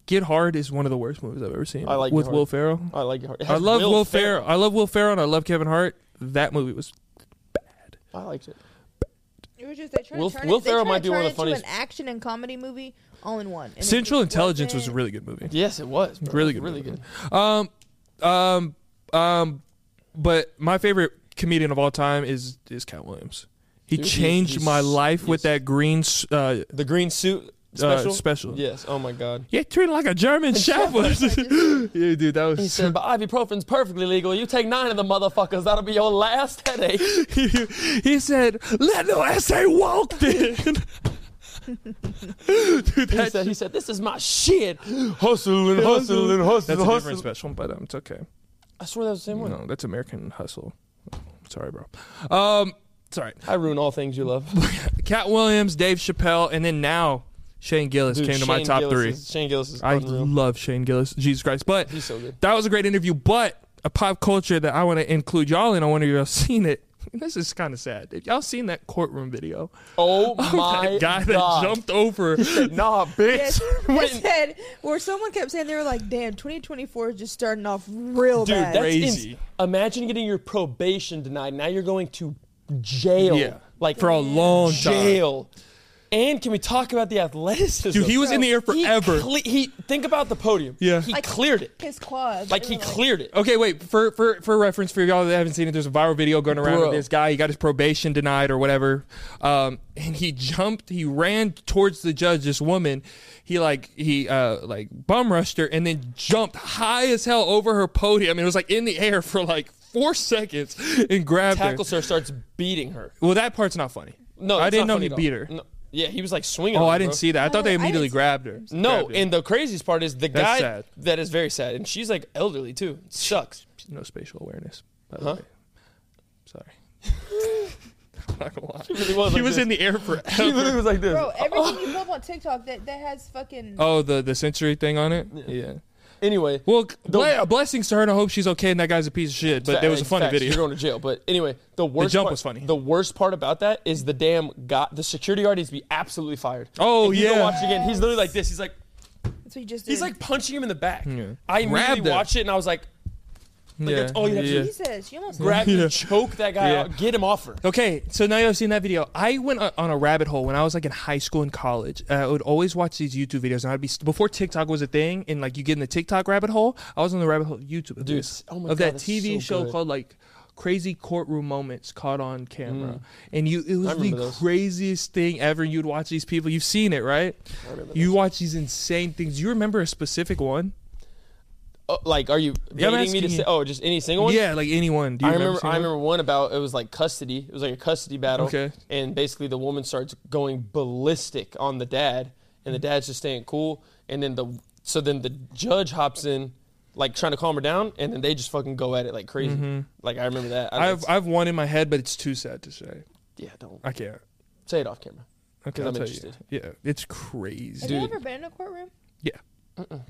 Speaker 2: get hard is one of the worst movies i've ever seen
Speaker 3: I like Get
Speaker 2: with
Speaker 3: Hard.
Speaker 2: will ferrell
Speaker 3: I like. Hart. It
Speaker 2: i
Speaker 3: has
Speaker 2: love will,
Speaker 3: Ferrell.
Speaker 2: ferrell. i love will ferrell and i love kevin hart that movie was
Speaker 3: I liked it.
Speaker 5: It was just they tried
Speaker 3: Will-
Speaker 5: to turn
Speaker 3: Will
Speaker 5: it, they
Speaker 3: Ferrell
Speaker 5: tried to
Speaker 3: might be
Speaker 5: turn
Speaker 3: one of
Speaker 5: it
Speaker 3: the funniest-
Speaker 5: Into an action and comedy movie all in one. and it
Speaker 2: central
Speaker 5: just
Speaker 2: intelligence was a
Speaker 5: wasn't.
Speaker 2: really good movie
Speaker 3: Yes, it was. bro.
Speaker 2: Really good
Speaker 3: Really
Speaker 2: movie.
Speaker 3: good.
Speaker 2: Um, um, um, but my favorite comedian of all time is is Cat Williams. He
Speaker 3: Dude, he-
Speaker 2: changed
Speaker 3: he's-
Speaker 2: my life with
Speaker 3: he's-
Speaker 2: that green. s- Uh,
Speaker 3: The green suit
Speaker 2: Uh,
Speaker 3: special.
Speaker 2: special.
Speaker 3: Yes. Oh my God.
Speaker 2: yeah, treated like a German shepherd. yeah, dude, that
Speaker 3: He
Speaker 2: was.
Speaker 3: said, but ibuprofen's perfectly legal. You take nine of the motherfuckers, that'll be your last headache.
Speaker 2: he said, "Let no essay walk in." dude,
Speaker 3: He
Speaker 2: that
Speaker 3: said, he said, this is my shit. Hustle and hustle and hustle.
Speaker 2: That's a
Speaker 3: hustle.
Speaker 2: different special, but um, it's okay.
Speaker 3: I swear that was the same one.
Speaker 2: No, that's American Hustle. Sorry, bro. Um, sorry.
Speaker 3: I ruin all things you love.
Speaker 2: Cat Williams, Dave Chappelle, and then now Shane Gillis
Speaker 3: Dude,
Speaker 2: came to my
Speaker 3: Shane
Speaker 2: top
Speaker 3: Gillis
Speaker 2: three.
Speaker 3: is- Shane Gillis is
Speaker 2: I
Speaker 3: unreal.
Speaker 2: love Shane Gillis. Jesus Christ. But
Speaker 3: He's so good.
Speaker 2: that was a great interview. But a pop culture that I want to include y'all in, I wonder if y'all seen it. This is kind of sad. If y'all seen that courtroom video,
Speaker 3: oh my
Speaker 2: that guy
Speaker 3: God.
Speaker 2: that jumped over.
Speaker 3: Nah, bitch.
Speaker 5: Yes, I
Speaker 3: Wait,
Speaker 5: said, where someone kept saying they were like, "Damn, 2024 is just starting off real
Speaker 3: dude,
Speaker 5: bad."
Speaker 3: that's
Speaker 2: Crazy.
Speaker 3: crazy. Imagine getting your probation denied. Now you're going to jail.
Speaker 2: Yeah.
Speaker 3: Like
Speaker 2: For a long time.
Speaker 3: jail. And can we talk about the athleticism?
Speaker 2: Dude, he was in the air
Speaker 3: He
Speaker 2: forever.
Speaker 3: cle- he think about the podium.
Speaker 2: Yeah.
Speaker 3: he
Speaker 2: Like-
Speaker 3: cleared it.
Speaker 5: his quads.
Speaker 3: Like
Speaker 5: they
Speaker 3: he
Speaker 5: were
Speaker 3: cleared it.
Speaker 2: Okay, wait. For for for reference, for y'all that haven't seen it, there's a viral video going around
Speaker 3: Bro.
Speaker 2: of this guy. He got his probation denied or whatever, um, and he jumped. He ran towards the judge. This woman, he like he uh like bum rushed her and then jumped high as hell over her podium. It was like in the air for like four seconds and grabbed
Speaker 3: Tackles
Speaker 2: her.
Speaker 3: her, starts beating her.
Speaker 2: Well, that part's not funny.
Speaker 3: No,
Speaker 2: I
Speaker 3: it's
Speaker 2: didn't
Speaker 3: not
Speaker 2: know
Speaker 3: funny
Speaker 2: he
Speaker 3: at all.
Speaker 2: beat her.
Speaker 3: No, yeah, he was like swinging.
Speaker 2: oh,
Speaker 3: on her,
Speaker 2: I didn't
Speaker 3: bro.
Speaker 2: see that. I thought they
Speaker 5: I didn't
Speaker 2: immediately
Speaker 5: see
Speaker 2: grabbed her.
Speaker 3: No,
Speaker 2: Grabbed her.
Speaker 3: and the craziest part is the
Speaker 2: That's
Speaker 3: guy
Speaker 2: sad.
Speaker 3: that is very sad, and she's like elderly too. It sucks.
Speaker 2: no spatial awareness. By the
Speaker 3: Huh?
Speaker 2: way. Sorry. I'm not gonna lie. He
Speaker 3: really was like
Speaker 2: was
Speaker 3: this.
Speaker 2: in the air
Speaker 3: She
Speaker 2: forever.
Speaker 3: literally was like this.
Speaker 5: Bro, everything
Speaker 3: Oh.
Speaker 5: you put on TikTok that, that has fucking.
Speaker 2: Oh, the the sensory thing on it. Yeah.
Speaker 3: Anyway,
Speaker 2: Well, c-
Speaker 3: The-
Speaker 2: ble- blessings to her, and I hope she's okay. And that guy's a piece of shit. But there was a
Speaker 3: Facts,
Speaker 2: funny
Speaker 3: facts,
Speaker 2: video.
Speaker 3: You're going to jail. But anyway, the worst
Speaker 2: jump
Speaker 3: part,
Speaker 2: was funny.
Speaker 3: The worst part about that is the damn got the security guard needs to be absolutely fired.
Speaker 2: Oh,
Speaker 3: If you go
Speaker 2: yeah.
Speaker 3: watch it again. He's literally like this. He's like
Speaker 5: that's what you just did.
Speaker 3: he's like punching him in the back. I
Speaker 2: Grabbed
Speaker 3: immediately
Speaker 2: him.
Speaker 3: watched it and I was like,
Speaker 2: yeah.
Speaker 3: that's all you have to do.
Speaker 5: Jesus, you almost
Speaker 3: grab
Speaker 2: Yeah.
Speaker 3: him, choke that guy
Speaker 2: Yeah.
Speaker 3: out, get him off her.
Speaker 2: Okay, so now you've seen that video. I went o- on a rabbit hole when I was like in high school and college. Uh, I would always watch these YouTube videos, and I'd be before TikTok was a thing, and like you get in the TikTok rabbit hole. I was on the rabbit hole of YouTube of,
Speaker 3: Dude,
Speaker 2: this-
Speaker 3: oh my
Speaker 2: of
Speaker 3: God,
Speaker 2: that
Speaker 3: that's
Speaker 2: TV
Speaker 3: so
Speaker 2: show
Speaker 3: good.
Speaker 2: called like crazy courtroom moments caught on camera, and you it was the
Speaker 3: Mm. remember those.
Speaker 2: craziest thing ever. You'd watch these people. You've seen it, right? You watch these insane things. You remember a specific one?
Speaker 3: Oh, like, are you
Speaker 2: Yeah, I'm
Speaker 3: dating me to
Speaker 2: asking
Speaker 3: say?
Speaker 2: you.
Speaker 3: Oh, just any single one?
Speaker 2: Yeah, like anyone. Do you
Speaker 3: I remember.
Speaker 2: seeing
Speaker 3: I
Speaker 2: one?
Speaker 3: remember one about it was like custody. It was like a custody battle.
Speaker 2: Okay.
Speaker 3: And basically, the woman starts going ballistic on the dad, and the dad's just staying cool. And then the so then the judge hops in, like trying to calm her down, and then they just fucking go at it like crazy. Like I remember that. I,
Speaker 2: Mm-hmm. I've I've one in my head, but it's too sad to say.
Speaker 3: yeah, don't
Speaker 2: I can't.
Speaker 3: say it off camera.
Speaker 2: Okay,
Speaker 3: 'Cause
Speaker 2: I'll
Speaker 3: I'm
Speaker 2: tell
Speaker 3: interested.
Speaker 2: you. Yeah, it's crazy.
Speaker 5: Have you ever been in a courtroom?
Speaker 2: Yeah. Uh-uh.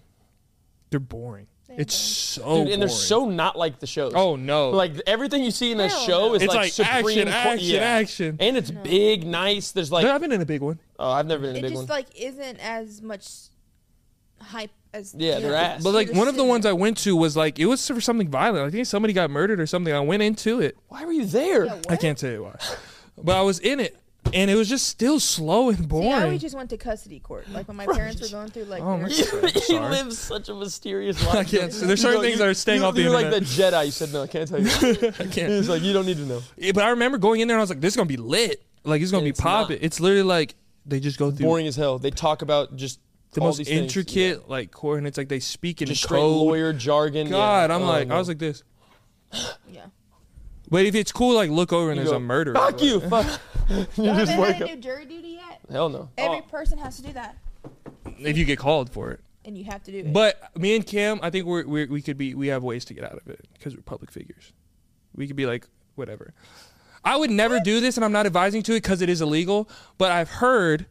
Speaker 2: They're boring. It's so
Speaker 3: Dude,
Speaker 2: boring.
Speaker 3: and they're so not like the shows.
Speaker 2: Oh, no.
Speaker 3: Like everything you see in a
Speaker 5: Hell
Speaker 3: show
Speaker 5: no.
Speaker 3: is
Speaker 2: It's like
Speaker 3: supreme
Speaker 2: action,
Speaker 3: court-
Speaker 2: action,
Speaker 3: yeah.
Speaker 2: action.
Speaker 3: and it's big, nice. There's like
Speaker 2: No, I've been in a big one.
Speaker 3: oh, I've never been in a
Speaker 5: It
Speaker 3: big
Speaker 5: just
Speaker 3: one.
Speaker 5: like isn't as much hype as
Speaker 3: Yeah,
Speaker 5: the
Speaker 3: their
Speaker 5: other-
Speaker 3: ass.
Speaker 2: But like
Speaker 5: You're
Speaker 2: one of the
Speaker 5: sitting
Speaker 2: ones
Speaker 5: there.
Speaker 2: I went to was like it was for something violent. I think somebody got murdered or something. I went into it.
Speaker 3: Why were you there?
Speaker 5: Yeah,
Speaker 2: I
Speaker 5: what?
Speaker 2: can't tell you why. But I was in it and it was just still slow and
Speaker 5: See, I
Speaker 2: boring.
Speaker 5: always just went to custody court. Like when my parents were going through like
Speaker 2: Oh, my
Speaker 5: their-
Speaker 3: he lives such a mysterious life.
Speaker 2: I can't.
Speaker 3: dude.
Speaker 2: There's certain
Speaker 3: You go-
Speaker 2: things
Speaker 3: you-
Speaker 2: that are staying
Speaker 3: you-
Speaker 2: off the
Speaker 3: You're like
Speaker 2: internet.
Speaker 3: the Jedi. You said no. I can't tell you.
Speaker 2: I can't.
Speaker 3: He's like, you don't need to know.
Speaker 2: Yeah, But I remember going in there and I was like, this is gonna be lit. Like it's gonna
Speaker 3: It's
Speaker 2: be
Speaker 3: not.
Speaker 2: popping. It's literally like they just go through
Speaker 3: Boring as hell. They talk about just
Speaker 2: the
Speaker 3: all
Speaker 2: most
Speaker 3: these things. Yeah.
Speaker 2: intricate like court and it's like they speak in
Speaker 3: just straight
Speaker 2: code.
Speaker 3: lawyer jargon.
Speaker 2: God,
Speaker 3: yeah.
Speaker 2: I'm
Speaker 3: Oh,
Speaker 2: like
Speaker 3: no.
Speaker 2: I was like this.
Speaker 5: Yeah.
Speaker 2: But if it's cool, like look over and
Speaker 3: You
Speaker 2: there's
Speaker 3: go,
Speaker 2: a murderer.
Speaker 3: Fuck
Speaker 2: Like,
Speaker 3: you. Fuck. you
Speaker 5: Have
Speaker 3: just
Speaker 5: they
Speaker 3: wake
Speaker 5: had
Speaker 3: up.
Speaker 5: a new jury duty yet?
Speaker 3: Hell no.
Speaker 5: Every
Speaker 3: Oh,
Speaker 5: person has to do that,
Speaker 2: If you get called for it.
Speaker 5: and you have to do it.
Speaker 2: But me and Kim, I think we're, we're we could be we have ways to get out of it because we're public figures. We could be like whatever. I would never do this, and I'm not advising to it because it is illegal. But I've heard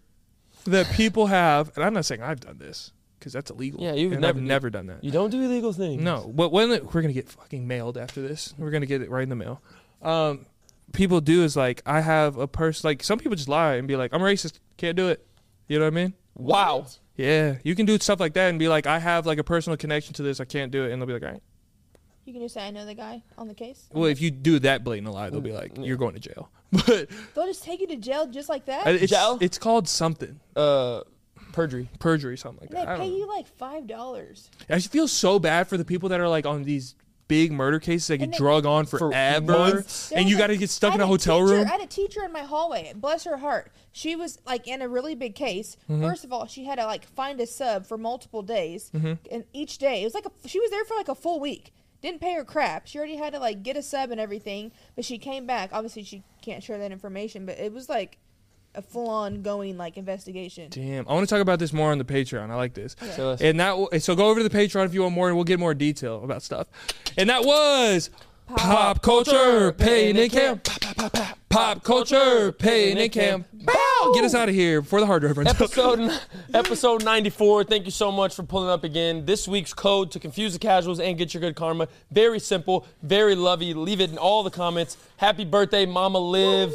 Speaker 2: that people have, and I'm not saying I've done this because that's illegal.
Speaker 3: Yeah, you've
Speaker 2: and
Speaker 3: never
Speaker 2: I've
Speaker 3: do-
Speaker 2: never done that.
Speaker 3: you don't do illegal things.
Speaker 2: No, but when the, we're gonna get fucking mailed after this, we're gonna get it right in the mail. Um, people do is like I have a person like some people just lie and be like I'm racist, can't do it. You know what I mean?
Speaker 3: Wow.
Speaker 2: Yeah, you can do stuff like that and be like I have like a personal connection to this, I can't do it, and they'll be like, all right.
Speaker 5: you can just say, "I know the guy on the case."
Speaker 2: Well, if you do that blatant lie, they'll be like
Speaker 5: Mm,
Speaker 2: you're going to jail. But
Speaker 5: They'll just take you to jail just like that.
Speaker 2: it's
Speaker 3: Jail?
Speaker 2: it's called something
Speaker 3: Uh, perjury.
Speaker 2: perjury, something like
Speaker 5: they
Speaker 2: that. I,
Speaker 5: pay
Speaker 2: don't know.
Speaker 5: you like five dollars.
Speaker 2: I just feel so bad for the people that are like on these. Big murder cases that get
Speaker 5: And they-
Speaker 2: drug on forever,
Speaker 3: months.
Speaker 2: and you got to get stuck in a hotel
Speaker 5: teacher,
Speaker 2: room.
Speaker 5: I had a teacher in my hallway. Bless her heart. She was like in a really big case.
Speaker 2: Mm-hmm.
Speaker 5: First of all, she had to like find a sub for multiple days,
Speaker 2: Mm-hmm.
Speaker 5: and each day it was like a, she was there for like a full week. Didn't pay her crap. She already had to like get a sub and everything, but she came back. Obviously, she can't share that information, but it was like a full on going like investigation.
Speaker 2: Damn, I want to talk about this more on the Patreon. I like this.
Speaker 3: Tell us.
Speaker 2: And that w- so go over to the Patreon if you want more, and we'll get more detail about stuff. And that was pop, culture, pain and camp. Pop, pop, pop, pop. Pop culture, pain and camp. Bow! Get us out of here before the hard drive runs out.
Speaker 3: episode episode 94 thank you so much for pulling up again this week's code to confuse the casuals and get your good karma very simple very lovey leave it in all the comments happy birthday mama live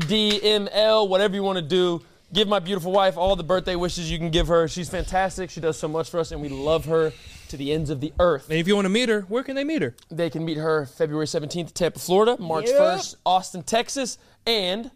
Speaker 3: hbdml whatever you want to do give my beautiful wife all the birthday wishes you can give her she's fantastic she does so much for us and we love her to the ends of the earth
Speaker 2: And if you want to meet her, where can they meet her?
Speaker 3: they can meet her February 17th, Tampa, Florida, March
Speaker 5: Yep.
Speaker 3: 1st, Austin, Texas, and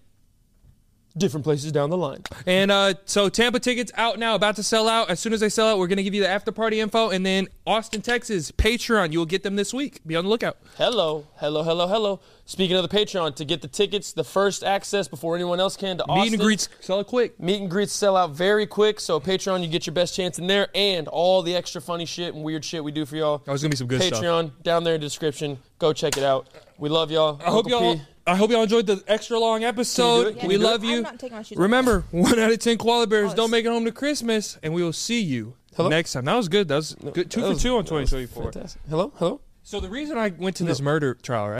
Speaker 3: different places down the line.
Speaker 2: And uh, so Tampa tickets out now, about to sell out. As soon as they sell out, we're gonna give you the after party info, and then Austin, Texas, Patreon. You will get them this week. Be on the lookout.
Speaker 3: Hello, hello, hello, hello. Speaking of the Patreon, to get the tickets, the first access before anyone else can to Austin.
Speaker 2: Meet and greets, sell it quick.
Speaker 3: Meet and greets sell out very quick, so Patreon, you get your best chance in there, and all the extra funny shit and weird shit we do for y'all.
Speaker 2: Oh, it's gonna be some good stuff.
Speaker 3: Patreon down there in the description. Go check it out. We love y'all.
Speaker 2: I hope y'all. I hope y'all enjoyed the extra long
Speaker 3: Can you
Speaker 2: episode.
Speaker 3: do it? Can
Speaker 2: we
Speaker 3: you do
Speaker 2: love
Speaker 5: it?
Speaker 2: you.
Speaker 5: I'm not taking my shoes off.
Speaker 2: Remember, one out of ten koala bears
Speaker 5: Oh,
Speaker 2: don't
Speaker 5: it's-
Speaker 2: make it home to Christmas, and we will see you
Speaker 3: Hello?
Speaker 2: next time. That was good. That was good. Two
Speaker 3: That
Speaker 2: for
Speaker 3: was-
Speaker 2: two on
Speaker 3: that was
Speaker 2: 2024.
Speaker 3: Fantastic. Hello, hello.
Speaker 2: So the reason I went to this murder trial, right?